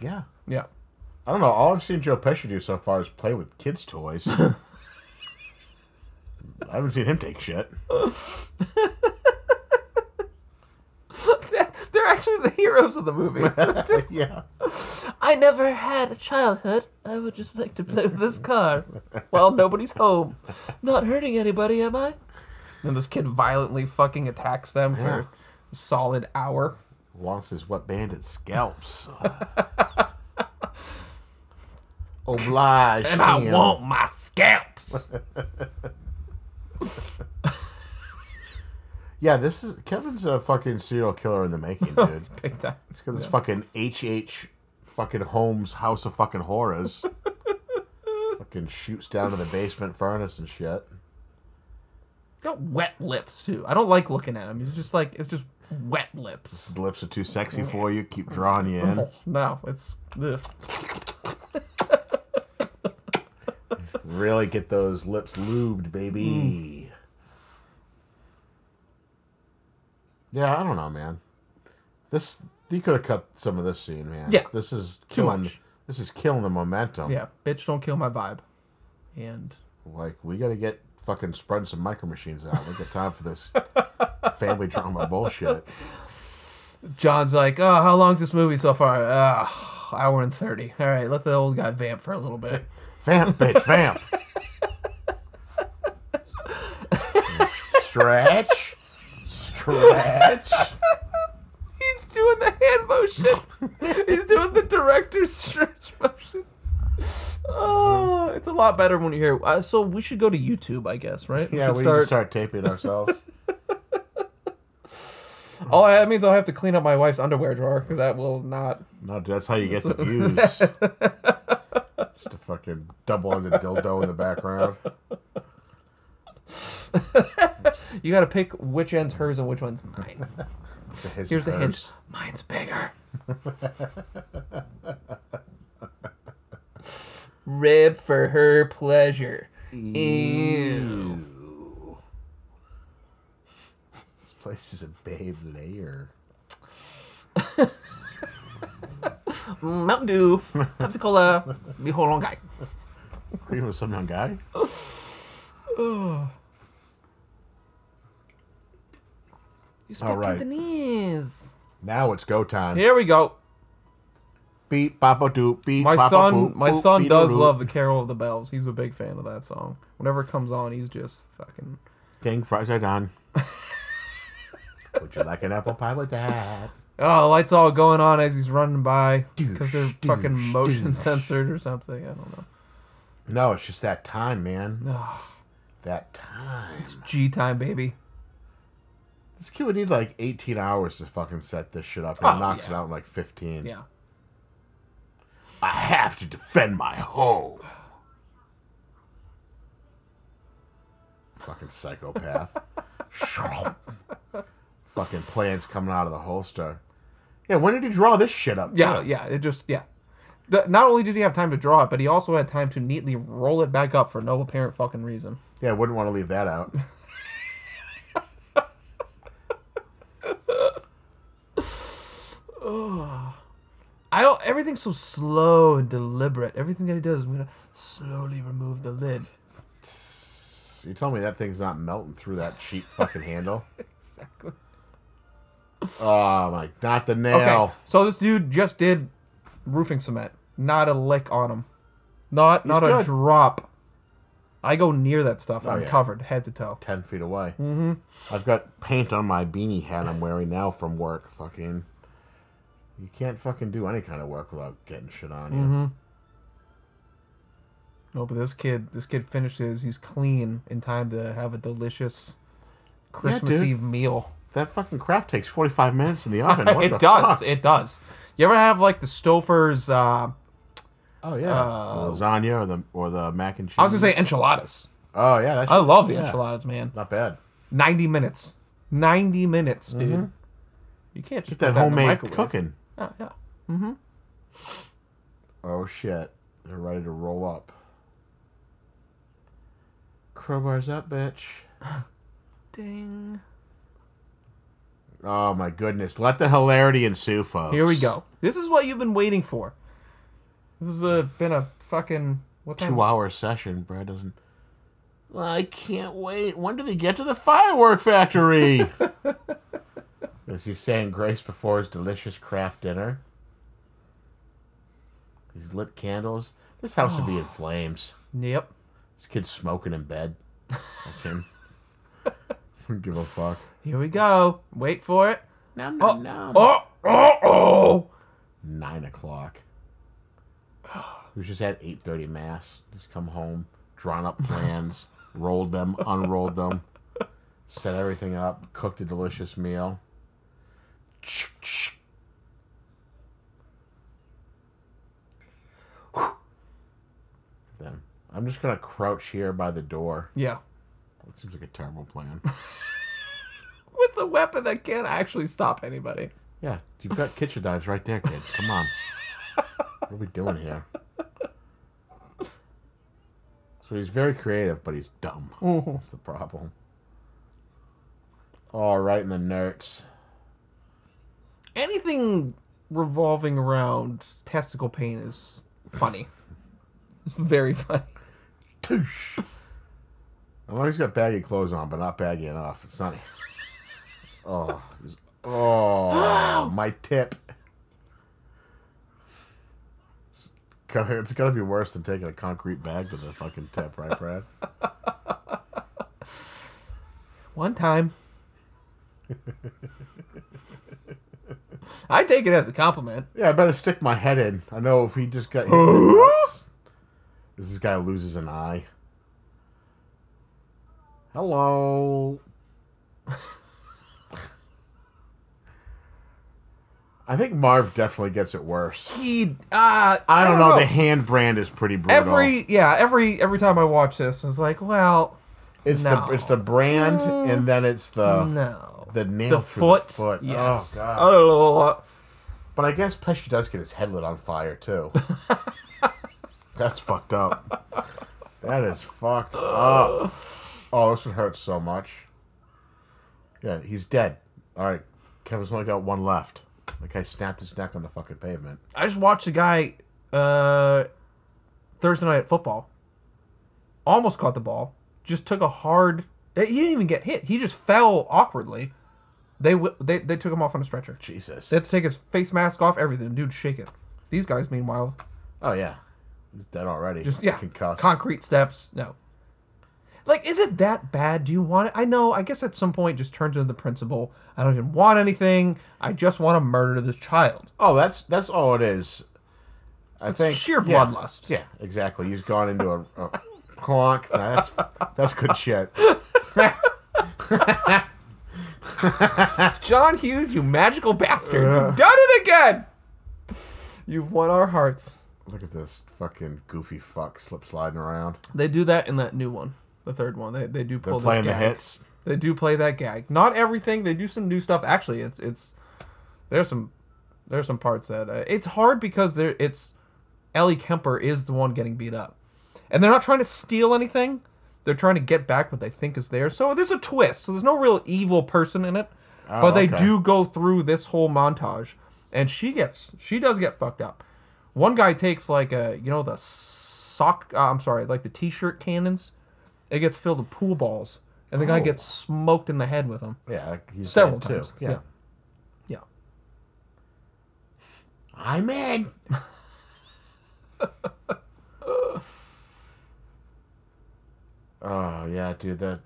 Speaker 1: Yeah.
Speaker 2: Yeah.
Speaker 1: I don't know. All I've seen Joe Pesci do so far is play with kids'
Speaker 2: <laughs>
Speaker 1: toys. I haven't seen him take
Speaker 2: <laughs>
Speaker 1: shit.
Speaker 2: <laughs> They're actually the heroes of the movie.
Speaker 1: yeah.
Speaker 3: I never had a childhood. I would just like to play with this car while nobody's home. Not hurting anybody, am I?
Speaker 2: and this kid violently fucking attacks them for a solid hour.
Speaker 1: <laughs> Wants his wet bandit
Speaker 2: <laughs>
Speaker 1: scalps. Oblige.
Speaker 2: and I
Speaker 1: him.
Speaker 2: want my scalps.
Speaker 1: Yeah, this is Kevin's a fucking serial killer in the
Speaker 2: <laughs>
Speaker 1: making, dude.
Speaker 2: Big time.
Speaker 1: It's got this fucking HH fucking Holmes House of fucking
Speaker 2: <laughs>
Speaker 1: Horrors. fucking shoots down to the basement furnace and shit.
Speaker 2: Got wet lips too. I don't like looking at him. It's just like it's just wet lips.
Speaker 1: His lips are too sexy for you, keep drawing you
Speaker 2: <laughs>
Speaker 1: in.
Speaker 2: No, it's ugh.
Speaker 1: Really get those lips lubed, baby.
Speaker 2: Hmm.
Speaker 1: Yeah, I don't know, man. This you could have cut some of this scene, man.
Speaker 2: Yeah.
Speaker 1: This is
Speaker 2: Too
Speaker 1: killing,
Speaker 2: much.
Speaker 1: This is killing the momentum.
Speaker 2: yeah. Bitch, don't kill my vibe. And
Speaker 1: Like we gotta get fucking spreading some micro machines out. We got time for
Speaker 2: <laughs>
Speaker 1: this family drama bullshit.
Speaker 2: John's like, oh, how long's this movie so far? Uh, hour and thirty. All right, let the old guy vamp for a
Speaker 1: <laughs>
Speaker 2: little bit.
Speaker 1: Vamp, bitch, vamp.
Speaker 2: <laughs>
Speaker 1: Stretch, stretch.
Speaker 2: He's doing the hand motion. He's doing the director's stretch motion. Oh, it's a lot better when you hear. Uh, so we should go to YouTube, I guess, right?
Speaker 1: Yeah,
Speaker 2: should
Speaker 1: we need to start taping ourselves.
Speaker 2: Oh, that means I'll have to clean up my wife's underwear drawer because that will not.
Speaker 1: No, that's how you get the views. Just
Speaker 2: <laughs>
Speaker 1: a fucking double-ended dildo in the background.
Speaker 2: You got to pick which end's hers and which one's mine.
Speaker 1: It's a his
Speaker 2: Here's the
Speaker 1: and
Speaker 2: hint:
Speaker 1: hers.
Speaker 2: mine's bigger. Rib for her pleasure.
Speaker 1: E- Ew. This place is a babe layer.
Speaker 2: Mm, Mountain Dew, Pepsi Cola, behold on guy.
Speaker 1: Cream with some young guy.
Speaker 3: You speak
Speaker 1: All right.
Speaker 3: Cantonese.
Speaker 1: Now it's go time.
Speaker 2: Here we go.
Speaker 1: Beep, papa doop, beep,
Speaker 2: My
Speaker 1: bop,
Speaker 2: son,
Speaker 1: boop,
Speaker 2: my
Speaker 1: boop,
Speaker 2: son
Speaker 1: beep,
Speaker 2: does
Speaker 1: doo-doo.
Speaker 2: love the Carol of the Bells. He's a big fan of that song. Whenever it comes on, he's just fucking.
Speaker 1: Ding, fries are
Speaker 2: <laughs>
Speaker 1: done. Would you like an apple pie with that?
Speaker 2: Oh, the lights all going on as he's running by because they're
Speaker 1: Douche,
Speaker 2: fucking
Speaker 1: douche,
Speaker 2: motion
Speaker 1: douche.
Speaker 2: censored or something. I don't know.
Speaker 1: No, it's just that time, man.
Speaker 2: Ugh.
Speaker 1: That time.
Speaker 2: G time, baby.
Speaker 1: This kid would need like 18 hours to fucking set this shit up. He
Speaker 2: Oh,
Speaker 1: knocks
Speaker 2: yeah.
Speaker 1: it out in like 15.
Speaker 2: Yeah.
Speaker 1: I have to defend my home. Fucking psychopath. <laughs> fucking plans coming out of the holster. Yeah, when did he draw this shit up?
Speaker 2: Yeah,
Speaker 1: too?
Speaker 2: yeah. It just, yeah. The, not only did he have time to draw it, but he also had time to neatly roll it back up for no apparent fucking reason.
Speaker 1: Yeah, I wouldn't want to leave that out.
Speaker 2: I don't. Everything's so slow and deliberate. Everything that he does, I'm gonna slowly remove the lid.
Speaker 1: You tell me that thing's not melting through that cheap fucking handle.
Speaker 2: <laughs> Exactly.
Speaker 1: Oh my, not the
Speaker 2: Okay.
Speaker 1: nail.
Speaker 2: So this dude just did roofing cement. Not a lick on him. Not not a
Speaker 1: good.
Speaker 2: drop. I go near that stuff. I'm
Speaker 1: yeah.
Speaker 2: covered head to toe.
Speaker 1: ten feet away. Mm-hmm. I've got paint on my beanie hat I'm wearing now from work. Fucking, you can't fucking do any kind of work without getting shit on you.
Speaker 2: Mm-hmm. No, but this kid, this kid finishes. He's clean in time to have a delicious Christmas
Speaker 1: dude.
Speaker 2: Eve meal.
Speaker 1: That fucking craft takes forty five minutes in the
Speaker 2: <laughs>
Speaker 1: oven. What the
Speaker 2: it does.
Speaker 1: fuck?
Speaker 2: It does. You ever have like the Stouffer's? Uh,
Speaker 1: Oh yeah,
Speaker 2: Uh,
Speaker 1: The lasagna or the or the mac and cheese.
Speaker 2: I was gonna say enchiladas.
Speaker 1: Oh yeah, that's
Speaker 2: I love the
Speaker 1: yeah.
Speaker 2: enchiladas, man.
Speaker 1: Not bad.
Speaker 2: Ninety minutes. Ninety minutes, dude. You can't just
Speaker 1: Mm-hmm. Get that
Speaker 2: put in the
Speaker 1: homemade
Speaker 2: microwave.
Speaker 1: cooking.
Speaker 2: Yeah, yeah.
Speaker 1: Oh shit, they're ready to roll up. Crowbars up, bitch.
Speaker 3: Ding.
Speaker 1: Oh my goodness, let the hilarity ensue, folks.
Speaker 2: Here we go. This is what you've been waiting for. This has uh, been a fucking what time?
Speaker 1: two hour session. Brad doesn't. I can't wait. When do they get to the firework factory? Is he saying grace before his delicious craft dinner? He's lit candles. This house would be in flames.
Speaker 2: Yep.
Speaker 1: This kid's smoking in bed. Fuck him. Don't <laughs> give a fuck.
Speaker 2: Here we go. Wait for it.
Speaker 1: No,
Speaker 2: Oh, oh, oh, oh.
Speaker 1: Nine o'clock. We was just at eight thirty mass. Just come home, drawn up plans, rolled them, unrolled them, set everything up, cooked a delicious meal. Then I'm just gonna crouch here by the door.
Speaker 2: Yeah.
Speaker 1: That seems like a terrible plan.
Speaker 2: With a weapon that can't actually stop anybody.
Speaker 1: Yeah, you've got kitchen knives right there, kid. Come on. what are we doing here? So he's very creative, but he's dumb. That's the problem. All right, in the nerds.
Speaker 2: Anything revolving around testicle pain is funny. it's very funny.
Speaker 1: Toosh. As long as he's got baggy clothes on, but not baggy enough. It's not. Oh, it's- oh, my tip. It's gotta- It's gotta be worse than taking a concrete bag to the fucking tip, right, Brad?
Speaker 2: One time. I take it as a compliment.
Speaker 1: Yeah, I better stick my head in. I know if he just got
Speaker 2: <gasps>
Speaker 1: hit in the nuts, this guy loses an eye. Hello. <laughs> I think Marv definitely gets it worse.
Speaker 2: He, uh, I don't,
Speaker 1: I don't, know, The hand brand is pretty brutal.
Speaker 2: every yeah, every every time I watch this, it's like, well,
Speaker 1: it's
Speaker 2: no.
Speaker 1: the it's the brand, and then it's the
Speaker 2: no,
Speaker 1: the nail through the
Speaker 2: the foot,
Speaker 1: foot.
Speaker 2: yes,
Speaker 1: Oh, God.
Speaker 2: Oh,
Speaker 1: But I guess Pesci does get his head lit on fire
Speaker 2: <laughs>
Speaker 1: too. That's fucked up. That is fucked up. Oh, this would hurt so much. Yeah, he's dead. All right, Kevin's only got one left. Like I snapped his neck on the fucking pavement.
Speaker 2: I just watched a guy uh, Thursday night at football. Almost caught the ball. Just took a hard. He didn't even get hit. He just fell awkwardly. They wi- they they took him off on a stretcher.
Speaker 1: Jesus.
Speaker 2: They had to take his face mask off. Everything, dude, shake it. These guys, meanwhile,
Speaker 1: Oh yeah, he's dead already.
Speaker 2: just yeah,
Speaker 1: concussed.
Speaker 2: concrete steps. No, like, is it that bad? Do you want it? I know. I guess at some point, just turns into the principle. I don't even want anything. I just want to murder this child.
Speaker 1: oh, that's that's all it is. I think
Speaker 2: sheer
Speaker 1: yeah.
Speaker 2: bloodlust.
Speaker 1: Yeah, exactly. He's gone into a, a clonk. Nah, that's that's good shit.
Speaker 2: John Hughes, you magical bastard. You've done it again. You've won our hearts.
Speaker 1: Look at this fucking goofy fuck slip sliding around.
Speaker 2: They do that in that new one, the third one. They, they do
Speaker 1: They're
Speaker 2: pull this
Speaker 1: playing the
Speaker 2: gag.
Speaker 1: hits.
Speaker 2: They do play that gag. Not everything. They do some new stuff. Actually, it's it's there's some there's some parts that uh, it's hard because there it's Ellie Kemper is the one getting beat up, and they're not trying to steal anything. They're trying to get back what they think is theirs. So there's a twist. So there's no real evil person in it,
Speaker 1: Oh,
Speaker 2: but they
Speaker 1: okay.
Speaker 2: do go through this whole montage, and she gets she does get fucked up. One guy takes like a you know the sock. Uh, I'm sorry, like the t-shirt cannons. It gets filled with pool balls, and the guy
Speaker 1: Oh.
Speaker 2: gets smoked in the head with them.
Speaker 1: Yeah, like he's
Speaker 2: Several
Speaker 1: dead, too.
Speaker 2: times,
Speaker 1: Yeah.
Speaker 2: yeah. Yeah. <laughs>
Speaker 1: I'm in. Oh yeah, dude, the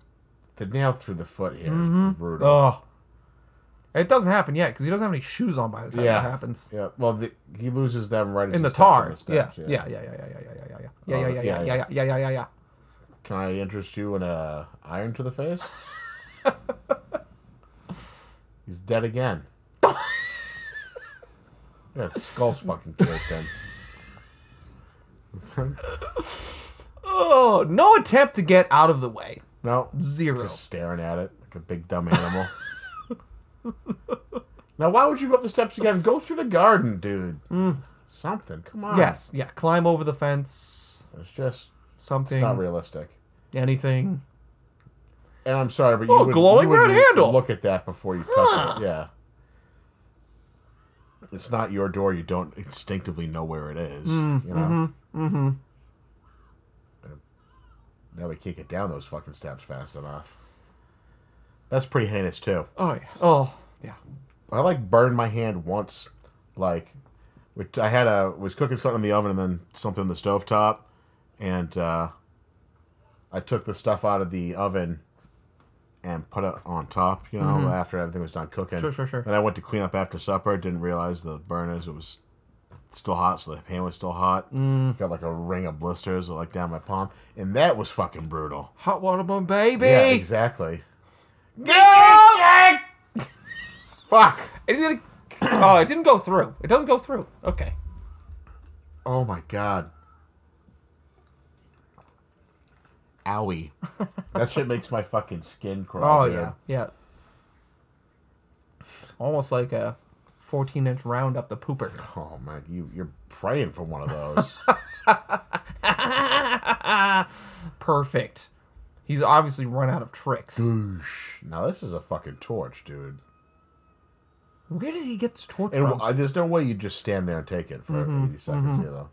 Speaker 1: the nail through the foot here is brutal.
Speaker 2: Oh. It doesn't happen yet because he doesn't have any shoes on by the time
Speaker 1: yeah,
Speaker 2: that happens.
Speaker 1: Yeah, well, the, he loses them right as
Speaker 2: In
Speaker 1: he
Speaker 2: the
Speaker 1: steps on
Speaker 2: tar.
Speaker 1: steps,
Speaker 2: yeah. Yeah. Yeah. Yeah. Yeah. Yeah. Yeah. Yeah.
Speaker 1: Oh,
Speaker 2: Yeah. Yeah.
Speaker 1: yeah,
Speaker 2: Yeah. Yeah. Yeah. Yeah. Yeah. Yeah. Yeah.
Speaker 1: Can I interest you in a iron to the face? He's dead again. <laughs> yeah, skull's fucking killed then. <laughs>
Speaker 2: Oh, no attempt to get out of the way.
Speaker 1: no,
Speaker 2: Zero.
Speaker 1: just staring at it like a big dumb animal. now, why would you go up the steps again? Go through the garden, dude. Something. Come on.
Speaker 2: Yes. Yeah. Climb over the fence.
Speaker 1: It's just
Speaker 2: Something.
Speaker 1: it's not realistic.
Speaker 2: anything.
Speaker 1: And I'm sorry, but you
Speaker 2: Oh,
Speaker 1: would,
Speaker 2: glowing
Speaker 1: you would
Speaker 2: red
Speaker 1: l-
Speaker 2: handle.
Speaker 1: Look at that before you touch it. Yeah, it's not your door. You don't instinctively know where it is.
Speaker 2: Mm,
Speaker 1: you know.
Speaker 2: mm-hmm.
Speaker 1: And Now we can't get down those fucking steps fast enough. That's pretty heinous too.
Speaker 2: Oh yeah. Oh yeah.
Speaker 1: I like burned my hand once, like, which I had a was cooking something in the oven and then something in the stovetop, and uh, I took the stuff out of the oven and put it on top. You know, after everything was done cooking.
Speaker 2: Mm-hmm. Sure, sure, sure.
Speaker 1: And I went to clean up after supper. Didn't realize the burners it was still hot, so the pan was still hot. Got like a ring of blisters like down my palm, and that was fucking brutal.
Speaker 2: Hot water balloon, baby.
Speaker 1: Yeah, exactly.
Speaker 2: Yeah.
Speaker 1: <laughs> Fuck.
Speaker 2: It's gonna. <coughs> Oh, it didn't go through. It doesn't go through. Okay.
Speaker 1: Oh my god. Owie. that shit makes my fucking skin crawl.
Speaker 2: Oh
Speaker 1: dude.
Speaker 2: yeah. Yeah. Almost like a 14 inch round up the pooper. <laughs>
Speaker 1: Oh man, you you're praying for one of those.
Speaker 2: Perfect. He's obviously run out of tricks.
Speaker 1: Boosh. now this is a fucking torch, dude.
Speaker 2: Where did he get this torch
Speaker 1: And
Speaker 2: from?
Speaker 1: w- uh, there's no way you just stand there and take it for 80 seconds here, though.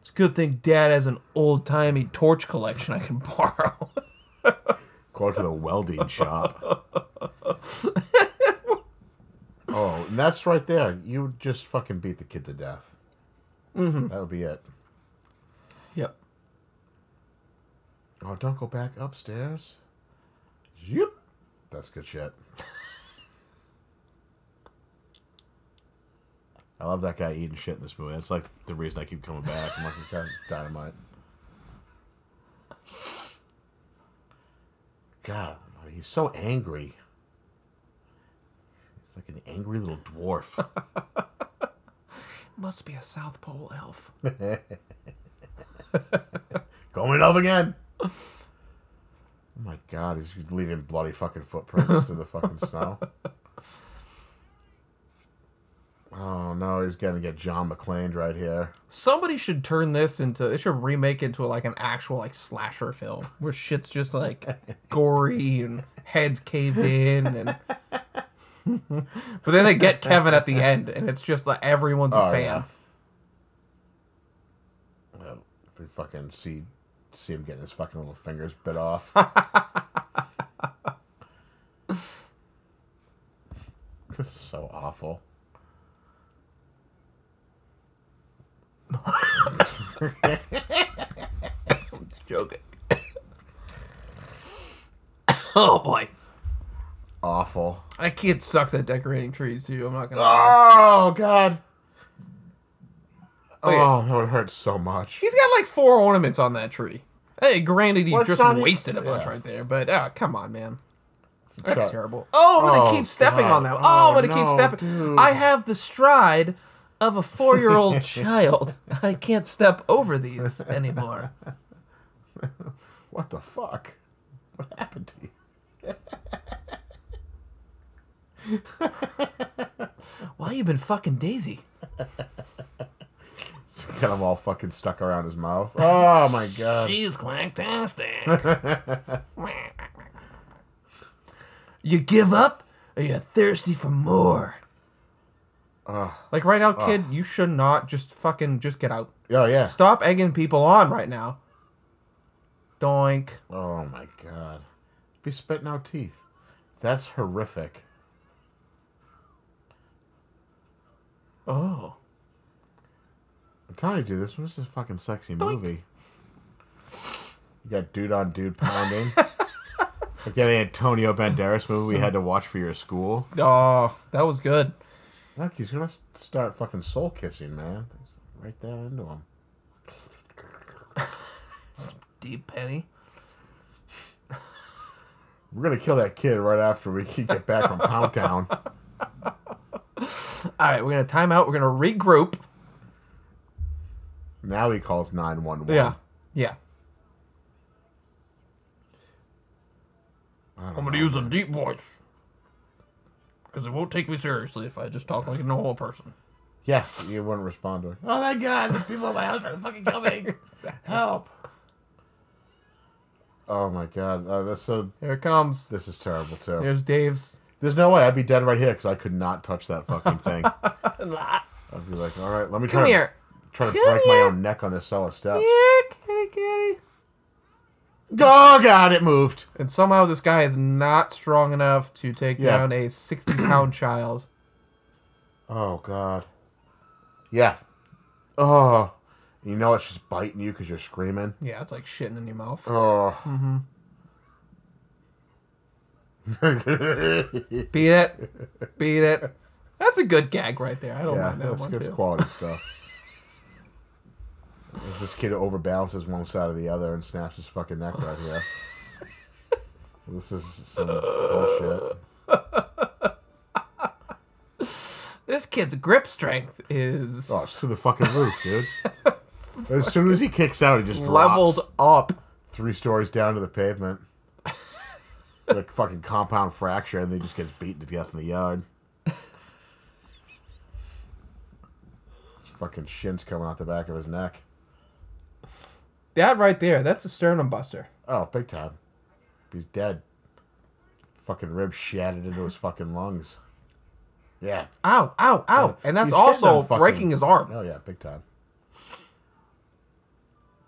Speaker 2: It's a good thing Dad has an old timey torch collection I can <laughs> borrow.
Speaker 1: Go to the welding shop. oh, and that's right there. You would just fucking beat the kid to death. That would be it.
Speaker 2: yep.
Speaker 1: Oh, don't go back upstairs. Yep. That's good shit. <laughs> I love that guy eating shit in this movie. That's like the reason I keep coming back. I'm like, God, dynamite. God, he's so angry. He's like an angry little dwarf.
Speaker 2: Must be a South Pole elf.
Speaker 1: Going up again. Oh my god, he's leaving bloody fucking footprints through the fucking snow. Oh no, he's gonna get John McClane right here.
Speaker 2: Somebody should turn this into. It should remake into like an actual like slasher film where shit's
Speaker 1: <laughs>
Speaker 2: just like gory and heads caved in and. <laughs> but then they get Kevin at the end, and it's just like everyone's a
Speaker 1: Oh,
Speaker 2: fan.
Speaker 1: yeah. Oh, They fucking see see him getting his fucking little fingers bit
Speaker 2: <laughs>
Speaker 1: off. <laughs> this is so awful. <coughs>
Speaker 3: Joking. oh boy.
Speaker 1: Awful.
Speaker 2: That kid sucks at decorating trees too. I'm not gonna. lie.
Speaker 1: Oh god.
Speaker 2: Wait.
Speaker 1: Oh, that would hurt so much.
Speaker 2: He's got like four ornaments on that tree. Hey, granted, he
Speaker 1: Well, it's
Speaker 2: just
Speaker 1: not e-
Speaker 2: wasted a bunch
Speaker 1: yeah.
Speaker 2: right there, but oh, come on, man. That's
Speaker 1: Chuck.
Speaker 2: terrible. Oh, I'm gonna
Speaker 1: Oh,
Speaker 2: keep stepping
Speaker 1: God.
Speaker 2: on that. one. Oh,
Speaker 1: Oh,
Speaker 2: I'm gonna
Speaker 1: no,
Speaker 2: keep stepping.
Speaker 1: dude.
Speaker 2: I have the stride of a four-year-old
Speaker 1: <laughs>
Speaker 2: child. I can't step over these anymore.
Speaker 1: What the fuck? What happened to you?
Speaker 2: Why you been fucking Daisy?
Speaker 1: Got them all fucking stuck around his mouth. Oh my god.
Speaker 3: She's quacktastic.
Speaker 2: <laughs> You give up, or you thirsty for more?
Speaker 1: Ugh.
Speaker 2: Like right now, kid, you should not just fucking just get out.
Speaker 1: Oh yeah.
Speaker 2: Stop egging people on right now. Doink.
Speaker 1: Oh my god. Be spitting out teeth. That's horrific.
Speaker 2: Oh.
Speaker 1: I'm telling you, dude, this was a fucking sexy movie. You got dude on dude
Speaker 2: <laughs>
Speaker 1: pounding. like that Antonio Banderas movie we had to watch for your school.
Speaker 2: Oh, that was good.
Speaker 1: Look, he's gonna s- start fucking soul kissing, man. Right there into him.
Speaker 3: Deep penny.
Speaker 1: We're gonna kill that kid right after we get back from Pound
Speaker 3: <laughs>
Speaker 1: Town.
Speaker 3: All right, we're gonna time out. We're gonna regroup.
Speaker 1: Now he calls nine one one.
Speaker 2: Yeah. Yeah.
Speaker 3: I'm gonna use a deep voice. Because it won't take me seriously if I just talk like a normal person.
Speaker 1: Yeah, you wouldn't respond to it. Oh my god, there's people in my house trying to fucking kill
Speaker 3: <laughs>
Speaker 1: me. Help. Oh my god, uh, that's so.
Speaker 2: Here it comes.
Speaker 1: This is terrible too.
Speaker 2: There's Dave's.
Speaker 1: There's no way I'd be dead right here because I could not touch that fucking
Speaker 3: <laughs>
Speaker 1: thing. I'd be like, all right, let me try
Speaker 3: Come
Speaker 1: to
Speaker 3: here.
Speaker 1: try to
Speaker 3: Come
Speaker 1: break my
Speaker 3: here.
Speaker 1: own neck on this cellar steps.
Speaker 3: Here, kitty kitty.
Speaker 1: Oh god, it moved.
Speaker 2: And somehow this guy is not strong enough to take
Speaker 1: Yeah.
Speaker 2: down a 60 pound <clears throat> child.
Speaker 1: Oh god. Yeah. Oh, you know it's just biting you because you're screaming.
Speaker 2: Yeah, it's like shitting in your mouth.
Speaker 1: Oh. <laughs> <laughs>
Speaker 2: Beat it. Beat it. That's a good gag right there. I don't
Speaker 1: yeah,
Speaker 2: mind that
Speaker 1: that's
Speaker 2: one.
Speaker 1: that's
Speaker 2: too.
Speaker 1: quality stuff. As this kid overbalances one side or the other and snaps his fucking neck right here. this is some bullshit.
Speaker 2: This kid's grip strength is
Speaker 1: Oh, it's through the fucking roof, dude. As soon as he kicks out, he just drops
Speaker 2: leveled up.
Speaker 1: three stories down to the pavement. like fucking compound fracture, and then he just gets beaten to death in the yard. His fucking shins coming out the back of his neck.
Speaker 2: That right there, that's a sternum buster.
Speaker 1: Oh, big time. He's dead. Fucking rib shattered into his fucking lungs. Yeah.
Speaker 2: Ow, ow, ow. Oh, and that's
Speaker 1: He's hitting
Speaker 2: also
Speaker 1: them fucking-
Speaker 2: breaking his arm.
Speaker 1: Oh yeah, big time.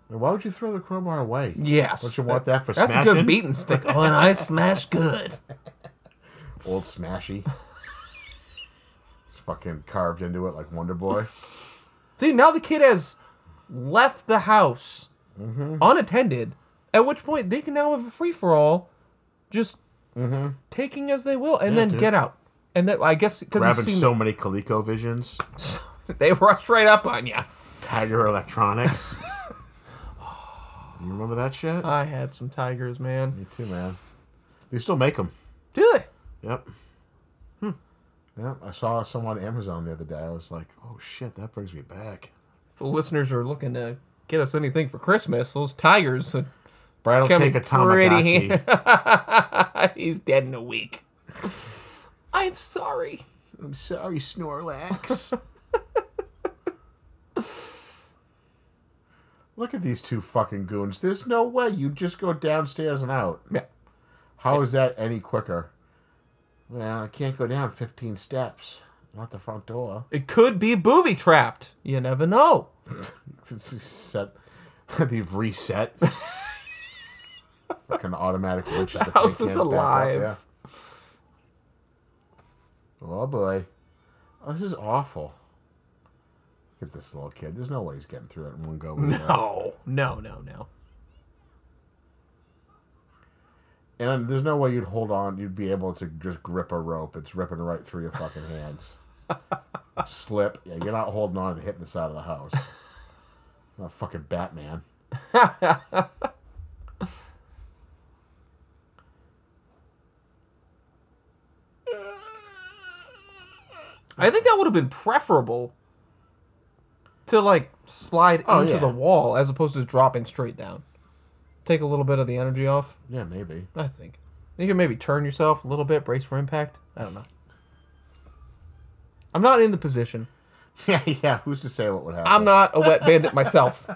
Speaker 1: And why would you throw the crowbar away?
Speaker 2: Yes.
Speaker 1: Don't you want that for
Speaker 2: That's
Speaker 1: smashing?
Speaker 2: a good beating stick.
Speaker 3: Oh, and I smash good.
Speaker 1: Old smashy. it's fucking carved into it like Wonder
Speaker 2: <laughs>
Speaker 1: Boy.
Speaker 2: See, now the kid has left the house
Speaker 1: Mm-hmm.
Speaker 2: unattended, at which point they can now have a free for all, just taking as they will, and then
Speaker 1: Mm-hmm. dude.
Speaker 2: get out. And then I guess because
Speaker 1: Grabbing so many Coleco Visions,
Speaker 2: <laughs> they rushed right up on you.
Speaker 1: Tiger Electronics.
Speaker 2: <laughs>
Speaker 1: you remember that shit?
Speaker 2: I had some tigers, man.
Speaker 1: Me too, man. They still make them.
Speaker 2: Do they?
Speaker 1: Yep.
Speaker 2: Hmm.
Speaker 1: Yeah, I saw some on Amazon the other day. I was like, "Oh shit, that brings me back."
Speaker 2: If the listeners are looking to get us anything for Christmas, those tigers <laughs> would
Speaker 1: Brad will
Speaker 2: come
Speaker 1: take a
Speaker 2: in pretty.
Speaker 1: Tamagotchi.
Speaker 2: He's dead in a week. <sighs> I'm sorry.
Speaker 1: I'm sorry, Snorlax. Look at these two fucking goons. There's no way you just go downstairs and out.
Speaker 2: Yeah.
Speaker 1: How is that any quicker? Well, I can't go down 15 steps. Not the front door.
Speaker 2: It could be booby trapped. You never know.
Speaker 1: Set. <laughs> They've reset. Fucking automatic glitches. that
Speaker 2: house
Speaker 1: they
Speaker 2: is
Speaker 1: can't back up,
Speaker 2: alive.
Speaker 1: yeah. Oh boy, oh, this is awful. Look at this little kid. There's no way he's getting through it in one go. with that.
Speaker 2: No, no, no, no.
Speaker 1: And there's no way you'd hold on. You'd be able to just grip a rope. It's ripping right through your fucking hands.
Speaker 2: <laughs>
Speaker 1: Slip. Yeah, you're not holding on and hitting the side of the house. Not fucking Batman.
Speaker 2: I think that would have been preferable to like slide
Speaker 1: Oh,
Speaker 2: into
Speaker 1: yeah.
Speaker 2: the wall as opposed to dropping straight down. Take a little bit of the energy off.
Speaker 1: Yeah, maybe. <laughs>
Speaker 2: I think you can maybe turn yourself a little bit, brace for impact. I don't know. I'm not in the position.
Speaker 1: Yeah, yeah. Who's to say what would happen?
Speaker 2: I'm not a wet bandit myself,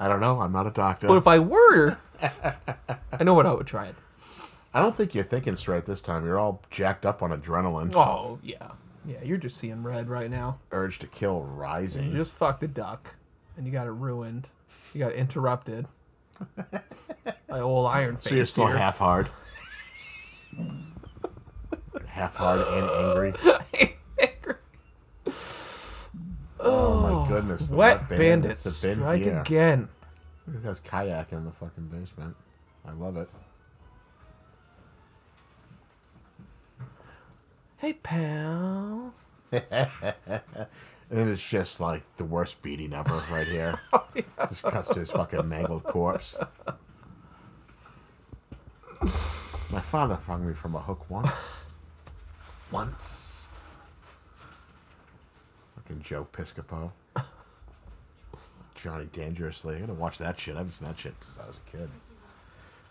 Speaker 1: I don't know. I'm not a doctor.
Speaker 2: but if I were, I know what I would try it.
Speaker 1: I don't think you're thinking straight this time. You're all jacked up on adrenaline.
Speaker 2: Oh yeah, yeah. You're just seeing red right now.
Speaker 1: Urge to kill rising.
Speaker 2: You just fucked a duck, and you got it ruined. You got interrupted by old Iron Face.
Speaker 1: so you're still
Speaker 2: here.
Speaker 1: half hard. half hard and angry.
Speaker 2: <laughs>
Speaker 1: Oh my goodness. The
Speaker 2: Wet
Speaker 1: bandits Oh,
Speaker 2: bandits
Speaker 1: have been
Speaker 2: strike
Speaker 1: here.
Speaker 2: again.
Speaker 1: It has kayak in the fucking basement. I love it.
Speaker 3: Hey, pal.
Speaker 1: And it's just like the worst beating ever right here. Just cuts to his fucking mangled corpse. My father hung me from a hook once. Once. Fucking Joe Piscopo. Johnny Dangerously. I gotta watch that shit. I haven't seen that shit since I was a kid.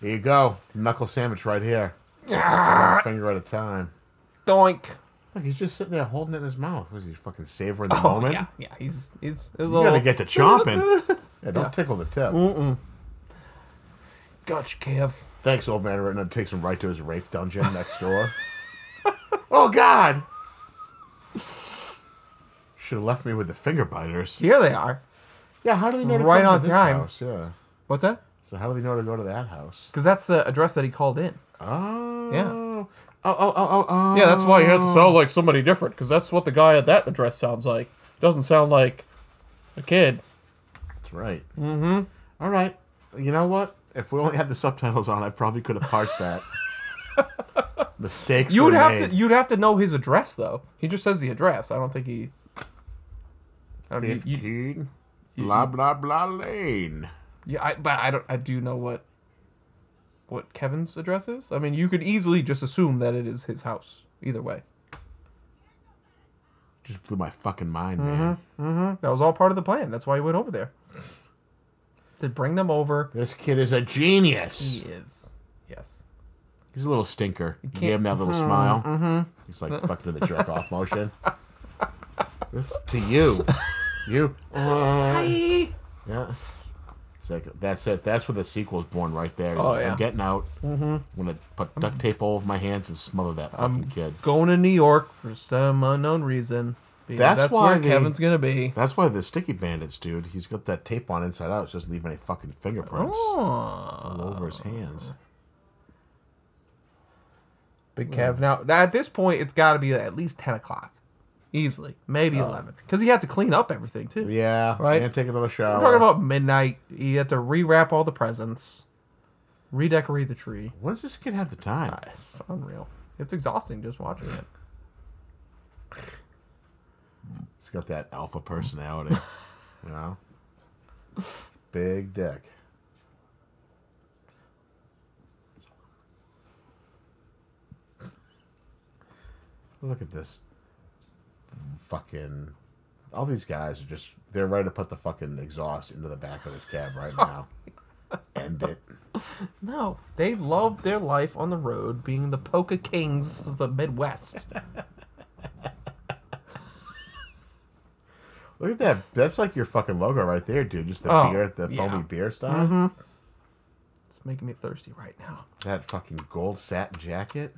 Speaker 1: Here you go. Knuckle sandwich right here. One finger at a time.
Speaker 2: Doink.
Speaker 1: Look, he's just sitting there holding it in his mouth. Was he fucking savoring the moment?
Speaker 2: yeah, yeah. He's he's, he's a
Speaker 1: You
Speaker 2: little.
Speaker 1: gotta get to chomping. Yeah, don't tickle the tip.
Speaker 2: Gotcha, Kev.
Speaker 1: Thanks, old man Retina. Takes him right to his rape dungeon next door. <laughs> oh God! Should have left me with the finger biters.
Speaker 2: Here they are.
Speaker 1: Yeah, how do they know to
Speaker 2: Right
Speaker 1: come to
Speaker 2: on
Speaker 1: this
Speaker 2: time.
Speaker 1: House? Yeah.
Speaker 2: What's that?
Speaker 1: So how do they know to go to that house?
Speaker 2: Because that's the address that he called in.
Speaker 1: Oh.
Speaker 2: Yeah.
Speaker 1: Oh oh oh oh oh.
Speaker 4: Yeah, that's why you have to sound like somebody different, because that's what the guy at that address sounds like. Doesn't sound like a kid.
Speaker 1: That's right. Mm-hmm. All right. You know what? If we only had the subtitles on, I probably could have parsed <laughs> that. Mistakes.
Speaker 2: You
Speaker 1: were
Speaker 2: would have
Speaker 1: made.
Speaker 2: to you'd have to know his address though. He just says the address. I don't think he. I don't, you, you,
Speaker 1: 15 blah blah blah lane
Speaker 2: yeah, I, but I don't. I do know what. What Kevin's address is? I mean, you could easily just assume that it is his house. Either way,
Speaker 1: just blew my fucking mind man
Speaker 2: that was all part of the plan. That's why he went over there. To bring them over.
Speaker 1: this kid is a genius
Speaker 2: He is. Yes.
Speaker 1: he's a little stinker you gave him that
Speaker 2: hmm,
Speaker 1: little smile
Speaker 2: mm-hmm.
Speaker 1: he's like fucking in the jerk off
Speaker 2: <laughs>
Speaker 1: motion this to you you
Speaker 2: <laughs> Hi.
Speaker 1: yeah it's like that's it that's where the sequel's born right there He's
Speaker 2: Oh,
Speaker 1: like,
Speaker 2: yeah. Mm-hmm. Mm.
Speaker 1: i'm getting out i'm gonna put duct tape over my hands and smother that fucking
Speaker 2: Um,
Speaker 1: kid
Speaker 2: Going to New York for some unknown reason. Because
Speaker 1: That's
Speaker 2: that's,
Speaker 1: why
Speaker 2: where
Speaker 1: they-
Speaker 2: Kevin's gonna be.
Speaker 1: that's why the sticky bandits dude he's got that tape on inside out it's just leaving any fucking fingerprints
Speaker 2: Oh. Aw.
Speaker 1: all over his hands
Speaker 2: Big Kev. Now, now at this point, it's got to be at least ten o'clock, easily, maybe eleven, because he had to clean up everything too.
Speaker 1: Oh. Yeah,
Speaker 2: Right?
Speaker 1: And take another shower.
Speaker 2: We're talking about midnight. He had to rewrap all the presents, redecorate the tree.
Speaker 1: when does this kid have the time?
Speaker 2: It's unreal. It's exhausting just watching
Speaker 1: <laughs>
Speaker 2: it.
Speaker 1: He's got that alpha personality,
Speaker 2: <laughs>
Speaker 1: you know. Big dick. Look at this. Fucking. All these guys are just. They're ready to put the fucking exhaust into the back of this cab
Speaker 2: <laughs>
Speaker 1: right now. End it.
Speaker 2: No, they love their life on the road, being the polka kings of
Speaker 1: <laughs>
Speaker 2: the Midwest.
Speaker 1: Look at that. That's like your fucking logo right there, dude. Just the
Speaker 2: Oh,
Speaker 1: beer, the foamy
Speaker 2: yeah. Mm-hmm.
Speaker 1: beer style.
Speaker 2: it's making me thirsty right now.
Speaker 1: That fucking gold satin jacket.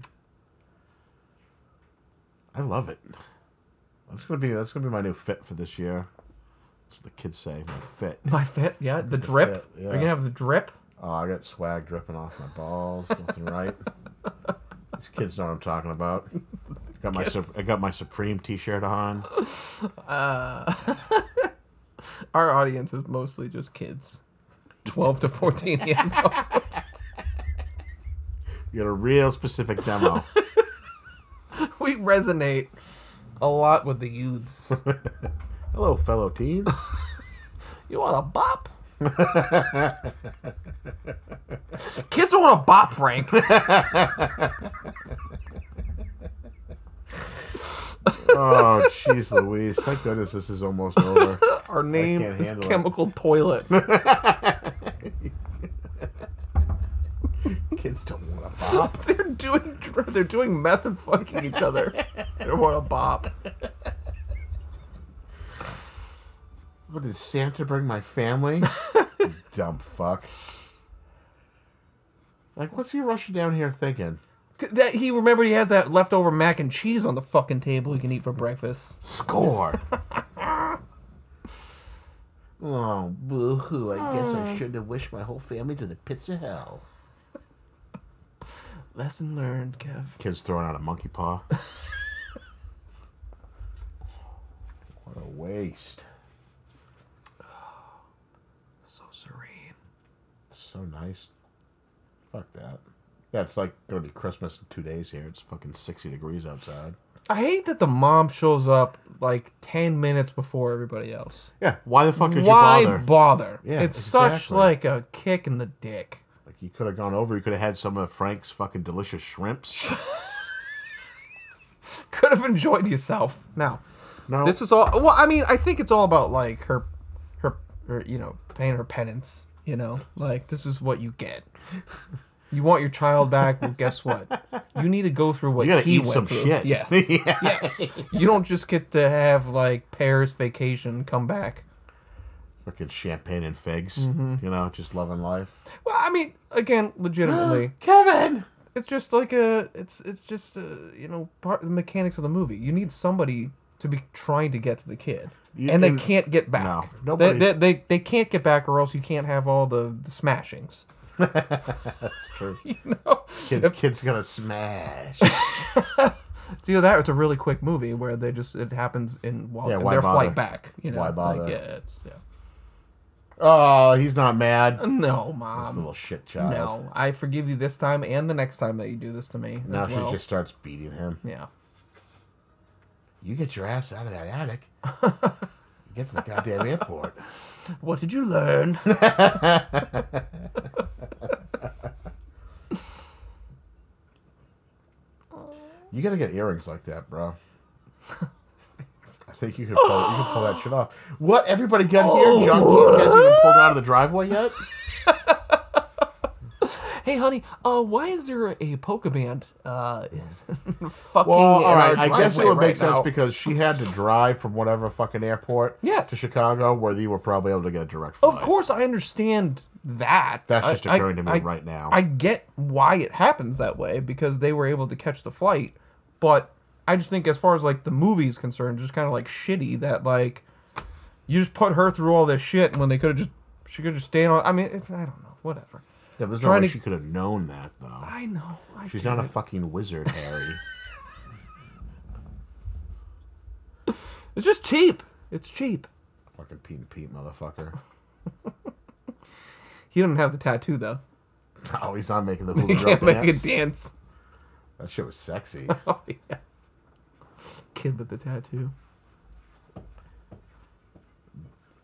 Speaker 1: I love it. That's gonna be that's gonna be my new fit for this year. That's what the kids say. My fit.
Speaker 2: My fit, yeah, the drip.
Speaker 1: fit, yeah.
Speaker 2: Are you gonna have the drip?
Speaker 1: Oh, I got swag dripping off my balls, left and right. These kids know what I'm talking about. Got my Sup- I got my Supreme T-shirt on.
Speaker 2: Our audience is mostly just kids, twelve
Speaker 1: <laughs>
Speaker 2: to fourteen years old.
Speaker 1: You got a real specific demo.
Speaker 2: <laughs> we resonate a lot with
Speaker 1: <laughs>
Speaker 2: the youths.
Speaker 1: Hello, fellow teens.
Speaker 2: You want a bop? Kids don't want a bop,
Speaker 1: <laughs>
Speaker 2: Frank.
Speaker 1: Oh, jeez, Louise. Thank goodness this is almost over.
Speaker 2: Our name
Speaker 1: can't
Speaker 2: is
Speaker 1: handle it.
Speaker 2: Chemical
Speaker 1: <laughs>
Speaker 2: Toilet.
Speaker 1: Kids don't want to pop. <laughs>
Speaker 2: they're doing dr- they're doing meth and fucking each other. they don't want a bop.
Speaker 1: What did Santa bring my <laughs> family? Dumb fuck. Like, what's he rushing down here thinking?
Speaker 2: C- That he remembered he has that leftover mac and cheese on the fucking table he can eat for breakfast.
Speaker 1: <laughs> Score! oh, boo hoo. I guess I shouldn't have wished my whole family to the pits of hell.
Speaker 2: Lesson learned, Kev.
Speaker 1: Kid's throwing out a monkey <laughs> paw. what a waste.
Speaker 2: So serene.
Speaker 1: so nice. Fuck that. That's like going to be Christmas in two days here. It's fucking 60 degrees outside.
Speaker 2: I hate that the mom shows up like 10 minutes before everybody else.
Speaker 1: Yeah, why the fuck did
Speaker 2: Why
Speaker 1: you bother?
Speaker 2: bother?
Speaker 1: Yeah,
Speaker 2: it's such
Speaker 1: exactly.
Speaker 2: like a kick in the dick. <laughs>
Speaker 1: like you could have gone over. You could have had some of Frank's fucking delicious shrimps.
Speaker 2: Could have enjoyed yourself. Now,
Speaker 1: No,
Speaker 2: this is all. Well, I mean, I think it's all about like her, her, her you know, paying her penance. You know, like this is what you get. <laughs> You want your child back? Well, guess what? You need to go through what
Speaker 1: You gotta
Speaker 2: he
Speaker 1: eat
Speaker 2: went
Speaker 1: some
Speaker 2: through.
Speaker 1: shit. <laughs>
Speaker 2: Yes,
Speaker 1: Yeah.
Speaker 2: yes. You don't just get to have like Paris vacation, come back.
Speaker 1: fucking champagne and figs.
Speaker 2: Mm-hmm.
Speaker 1: You know, just loving life.
Speaker 2: Well, I mean, again, legitimately,
Speaker 1: Kevin.
Speaker 2: it's just like a it's it's just uh you know part of the mechanics of the movie you need somebody to be trying to get to the kid
Speaker 1: You-
Speaker 2: and they
Speaker 1: and-
Speaker 2: can't get back
Speaker 1: no,
Speaker 2: They-
Speaker 1: nobody-
Speaker 2: they, they, they, can't get back or else you can't have all the, the smashings <laughs>
Speaker 1: That's true.
Speaker 2: you know
Speaker 1: <laughs> Kid,
Speaker 2: If-
Speaker 1: kid's gonna smash. <laughs>
Speaker 2: it's either that or it's a really quick movie where they just it happens in while
Speaker 1: Yeah,
Speaker 2: in
Speaker 1: why
Speaker 2: their
Speaker 1: bother?
Speaker 2: flight back you know
Speaker 1: Why
Speaker 2: like,
Speaker 1: bother?
Speaker 2: yeah, it's, yeah.
Speaker 1: oh, he's not mad.
Speaker 2: no
Speaker 1: This
Speaker 2: mom
Speaker 1: little shit child.
Speaker 2: no i forgive you this time and the next time that you do this to me
Speaker 1: Now
Speaker 2: as well.
Speaker 1: she just starts beating him.
Speaker 2: yeah
Speaker 1: You get your ass out of that attic.
Speaker 2: <laughs>
Speaker 1: get to the goddamn airport.
Speaker 2: what did you learn
Speaker 1: You gotta get earrings like that, bro. I think you could pull, you could pull that shit off. What? Everybody got
Speaker 2: Oh.
Speaker 1: here? John Luke hasn't even pulled out of the driveway
Speaker 2: <laughs>
Speaker 1: yet?
Speaker 2: Hey, honey, uh, why is there a Pokemon uh, <laughs> fucking
Speaker 1: Well,
Speaker 2: in
Speaker 1: all
Speaker 2: our
Speaker 1: right. I guess it
Speaker 2: driveway
Speaker 1: would make
Speaker 2: right
Speaker 1: sense
Speaker 2: now?
Speaker 1: because she had to drive from whatever fucking airport
Speaker 2: Yes.
Speaker 1: to Chicago, where you were probably able to get a direct flight.
Speaker 2: Of course, I understand that.
Speaker 1: That's
Speaker 2: I-
Speaker 1: just
Speaker 2: I-
Speaker 1: occurring to me
Speaker 2: I-
Speaker 1: right now.
Speaker 2: I get why it happens that way because they were able to catch the flight, but I just think as far as like the movie's concerned, just kind of like shitty that like you just put her through all this shit when they could have just she could just stand on. I mean, it's I don't know, whatever.
Speaker 1: Yeah, there's no
Speaker 2: trying
Speaker 1: way
Speaker 2: to-
Speaker 1: she could have known that though.
Speaker 2: I know. I
Speaker 1: She's
Speaker 2: get
Speaker 1: not a
Speaker 2: it.
Speaker 1: fucking wizard, Harry.
Speaker 2: <laughs> It's just cheap. It's cheap.
Speaker 1: fucking Pete and Pete, motherfucker. <laughs>
Speaker 2: He didn't have the tattoo though.
Speaker 1: Oh, he's not making the hula
Speaker 2: He
Speaker 1: girl
Speaker 2: can't make
Speaker 1: dance.
Speaker 2: a dance.
Speaker 1: That shit was sexy.
Speaker 2: <laughs> Oh yeah. Kid with the tattoo.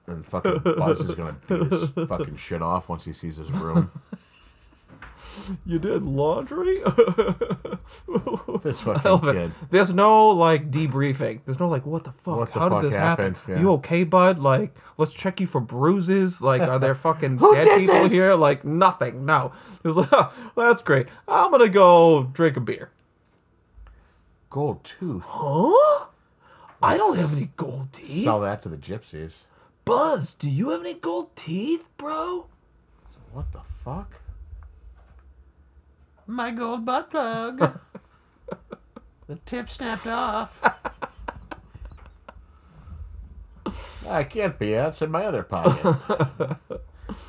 Speaker 1: and fucking Buzz is gonna beat his fucking shit off once he sees his room.
Speaker 2: You did laundry? <laughs>
Speaker 1: This fucking
Speaker 2: love it.
Speaker 1: kid.
Speaker 2: There's no like debriefing. There's no like what the fuck?
Speaker 1: What the
Speaker 2: How
Speaker 1: fuck
Speaker 2: did this happen?
Speaker 1: happened? Yeah.
Speaker 2: You okay, bud? Like, let's check you for bruises. Like, are there
Speaker 1: <laughs>
Speaker 2: fucking
Speaker 1: Who
Speaker 2: dead
Speaker 1: did
Speaker 2: people
Speaker 1: this?
Speaker 2: here? Like nothing. No. It was like, <laughs> oh, that's great. I'm gonna go drink a beer.
Speaker 1: Gold tooth.
Speaker 2: Huh? I don't have any gold teeth.
Speaker 1: Sell that to the gypsies.
Speaker 2: Buzz, do you have any gold teeth, bro?
Speaker 1: What the fuck? My gold butt
Speaker 2: <laughs>
Speaker 1: plug. the tip snapped off. I can't be. That's in my other pocket.
Speaker 2: <laughs>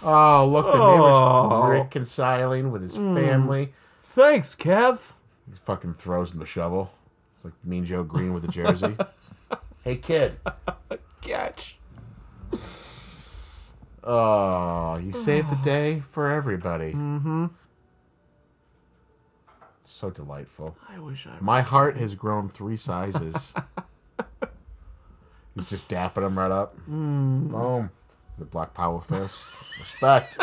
Speaker 1: oh, look, the
Speaker 2: Oh. Hmm.
Speaker 1: neighbor's reconciling with his family.
Speaker 2: Thanks, Kev.
Speaker 1: He fucking throws him the shovel. It's like Mean Joe Green with the jersey.
Speaker 2: <laughs>
Speaker 1: hey, kid.
Speaker 2: Catch.
Speaker 1: Oh, you saved the day for everybody. Mm-hmm. So delightful.
Speaker 2: I wish I
Speaker 1: My heart has grown three
Speaker 2: <laughs>
Speaker 1: sizes. He's just dapping him right up.
Speaker 2: Mm.
Speaker 1: Boom. The Black Power Fist. Respect.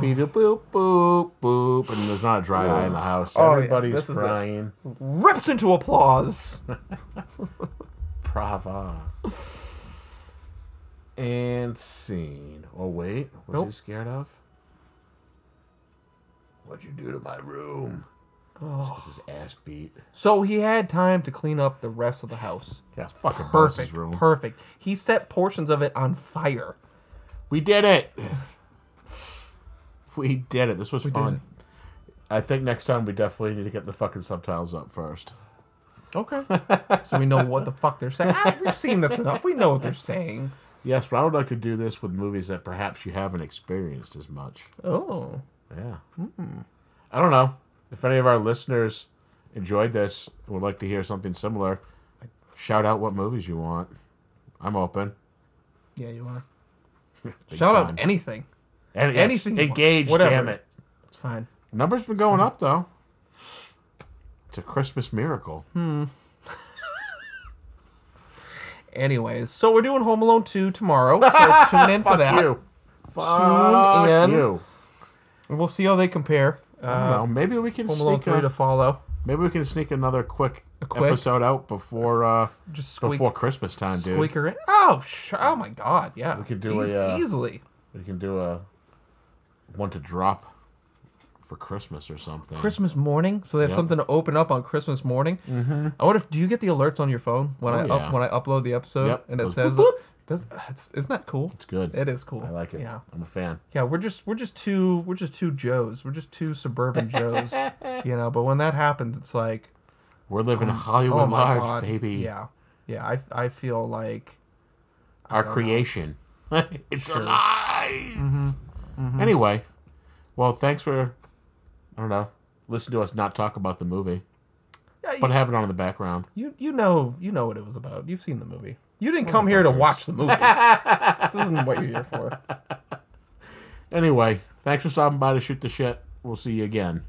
Speaker 1: Beep boop boop boop, and there's not a dry eye in the house.
Speaker 2: Oh, Oh. yeah.
Speaker 1: Everybody's
Speaker 2: This is it.
Speaker 1: crying.
Speaker 2: ripped into applause.
Speaker 1: Prava. and scene. Oh wait, was
Speaker 2: Nope.
Speaker 1: he scared of? What'd you do to my room? This is ass beat.
Speaker 2: So he had time to clean up the rest of the house.
Speaker 1: Yeah, fucking boss's
Speaker 2: Perfect.
Speaker 1: room.
Speaker 2: Perfect. He set portions of it on fire.
Speaker 1: we did it. We did it. This was fun. I think next time we definitely need to get the fucking subtitles up first.
Speaker 2: Okay. so we know what the fuck they're saying. Ah, we've seen this enough. We know what they're saying.
Speaker 1: Yes, but I would like to do this with movies that perhaps you haven't experienced as much.
Speaker 2: Oh.
Speaker 1: Yeah.
Speaker 2: Hmm.
Speaker 1: I don't know. If any of our listeners enjoyed this and would like to hear something similar, shout out what movies you want. I'm open.
Speaker 2: Yeah, you are.
Speaker 1: Big
Speaker 2: Shout
Speaker 1: time.
Speaker 2: out anything.
Speaker 1: Any-
Speaker 2: anything you want.
Speaker 1: Engaged,
Speaker 2: Whatever.
Speaker 1: damn it.
Speaker 2: It's fine.
Speaker 1: Numbers been going up though. It's a Christmas miracle.
Speaker 2: Hmm. Anyways, so we're doing Home Alone 2 tomorrow.
Speaker 1: <laughs>
Speaker 2: So tune in for that.
Speaker 1: You. Fuck
Speaker 2: in.
Speaker 1: you.
Speaker 2: And we'll see how they compare.
Speaker 1: I
Speaker 2: Uh,
Speaker 1: don't know, maybe we can
Speaker 2: Home Alone
Speaker 1: sneak
Speaker 2: 3
Speaker 1: a,
Speaker 2: to follow.
Speaker 1: maybe we can sneak another quick,
Speaker 2: quick?
Speaker 1: episode out before uh
Speaker 2: Just squeak,
Speaker 1: before Christmas time, dude.
Speaker 2: squeak her in. Oh, sh- oh my God. Yeah.
Speaker 1: We could do a,
Speaker 2: Eas-
Speaker 1: uh,
Speaker 2: Easily.
Speaker 1: We can do a one to drop for Christmas or something.
Speaker 2: Christmas morning, so they have
Speaker 1: Yep.
Speaker 2: something to open up on Christmas morning. Mm-hmm. I wonder if do you get the alerts on your phone when
Speaker 1: Oh,
Speaker 2: I
Speaker 1: yeah.
Speaker 2: up, when I upload the episode
Speaker 1: Yep.
Speaker 2: and it
Speaker 1: Those
Speaker 2: says,
Speaker 1: boop, boop.
Speaker 2: does, ah, it's, isn't that cool?
Speaker 1: It's good.
Speaker 2: It is cool.
Speaker 1: I like it.
Speaker 2: Yeah,
Speaker 1: I'm a fan.
Speaker 2: yeah. We're just we're just two we're just two Joes. We're just two
Speaker 1: <laughs>
Speaker 2: suburban Joes, you know. But when that happens, it's like,
Speaker 1: We're living Hollywood
Speaker 2: oh my
Speaker 1: Lodge,
Speaker 2: god,
Speaker 1: baby.
Speaker 2: Yeah, yeah. I I feel like
Speaker 1: Our creation. <laughs> it's alive.
Speaker 2: Mm-hmm.
Speaker 1: Anyway, well, thanks for I don't know, listen to us not talk about the movie,
Speaker 2: yeah,
Speaker 1: but
Speaker 2: you,
Speaker 1: have it on in the background.
Speaker 2: you you know you know what it was about. You've seen the movie. You didn't come here to watch
Speaker 1: <laughs>
Speaker 2: the movie. this isn't what you're here for.
Speaker 1: Anyway, thanks for stopping by to shoot the shit. We'll see you again.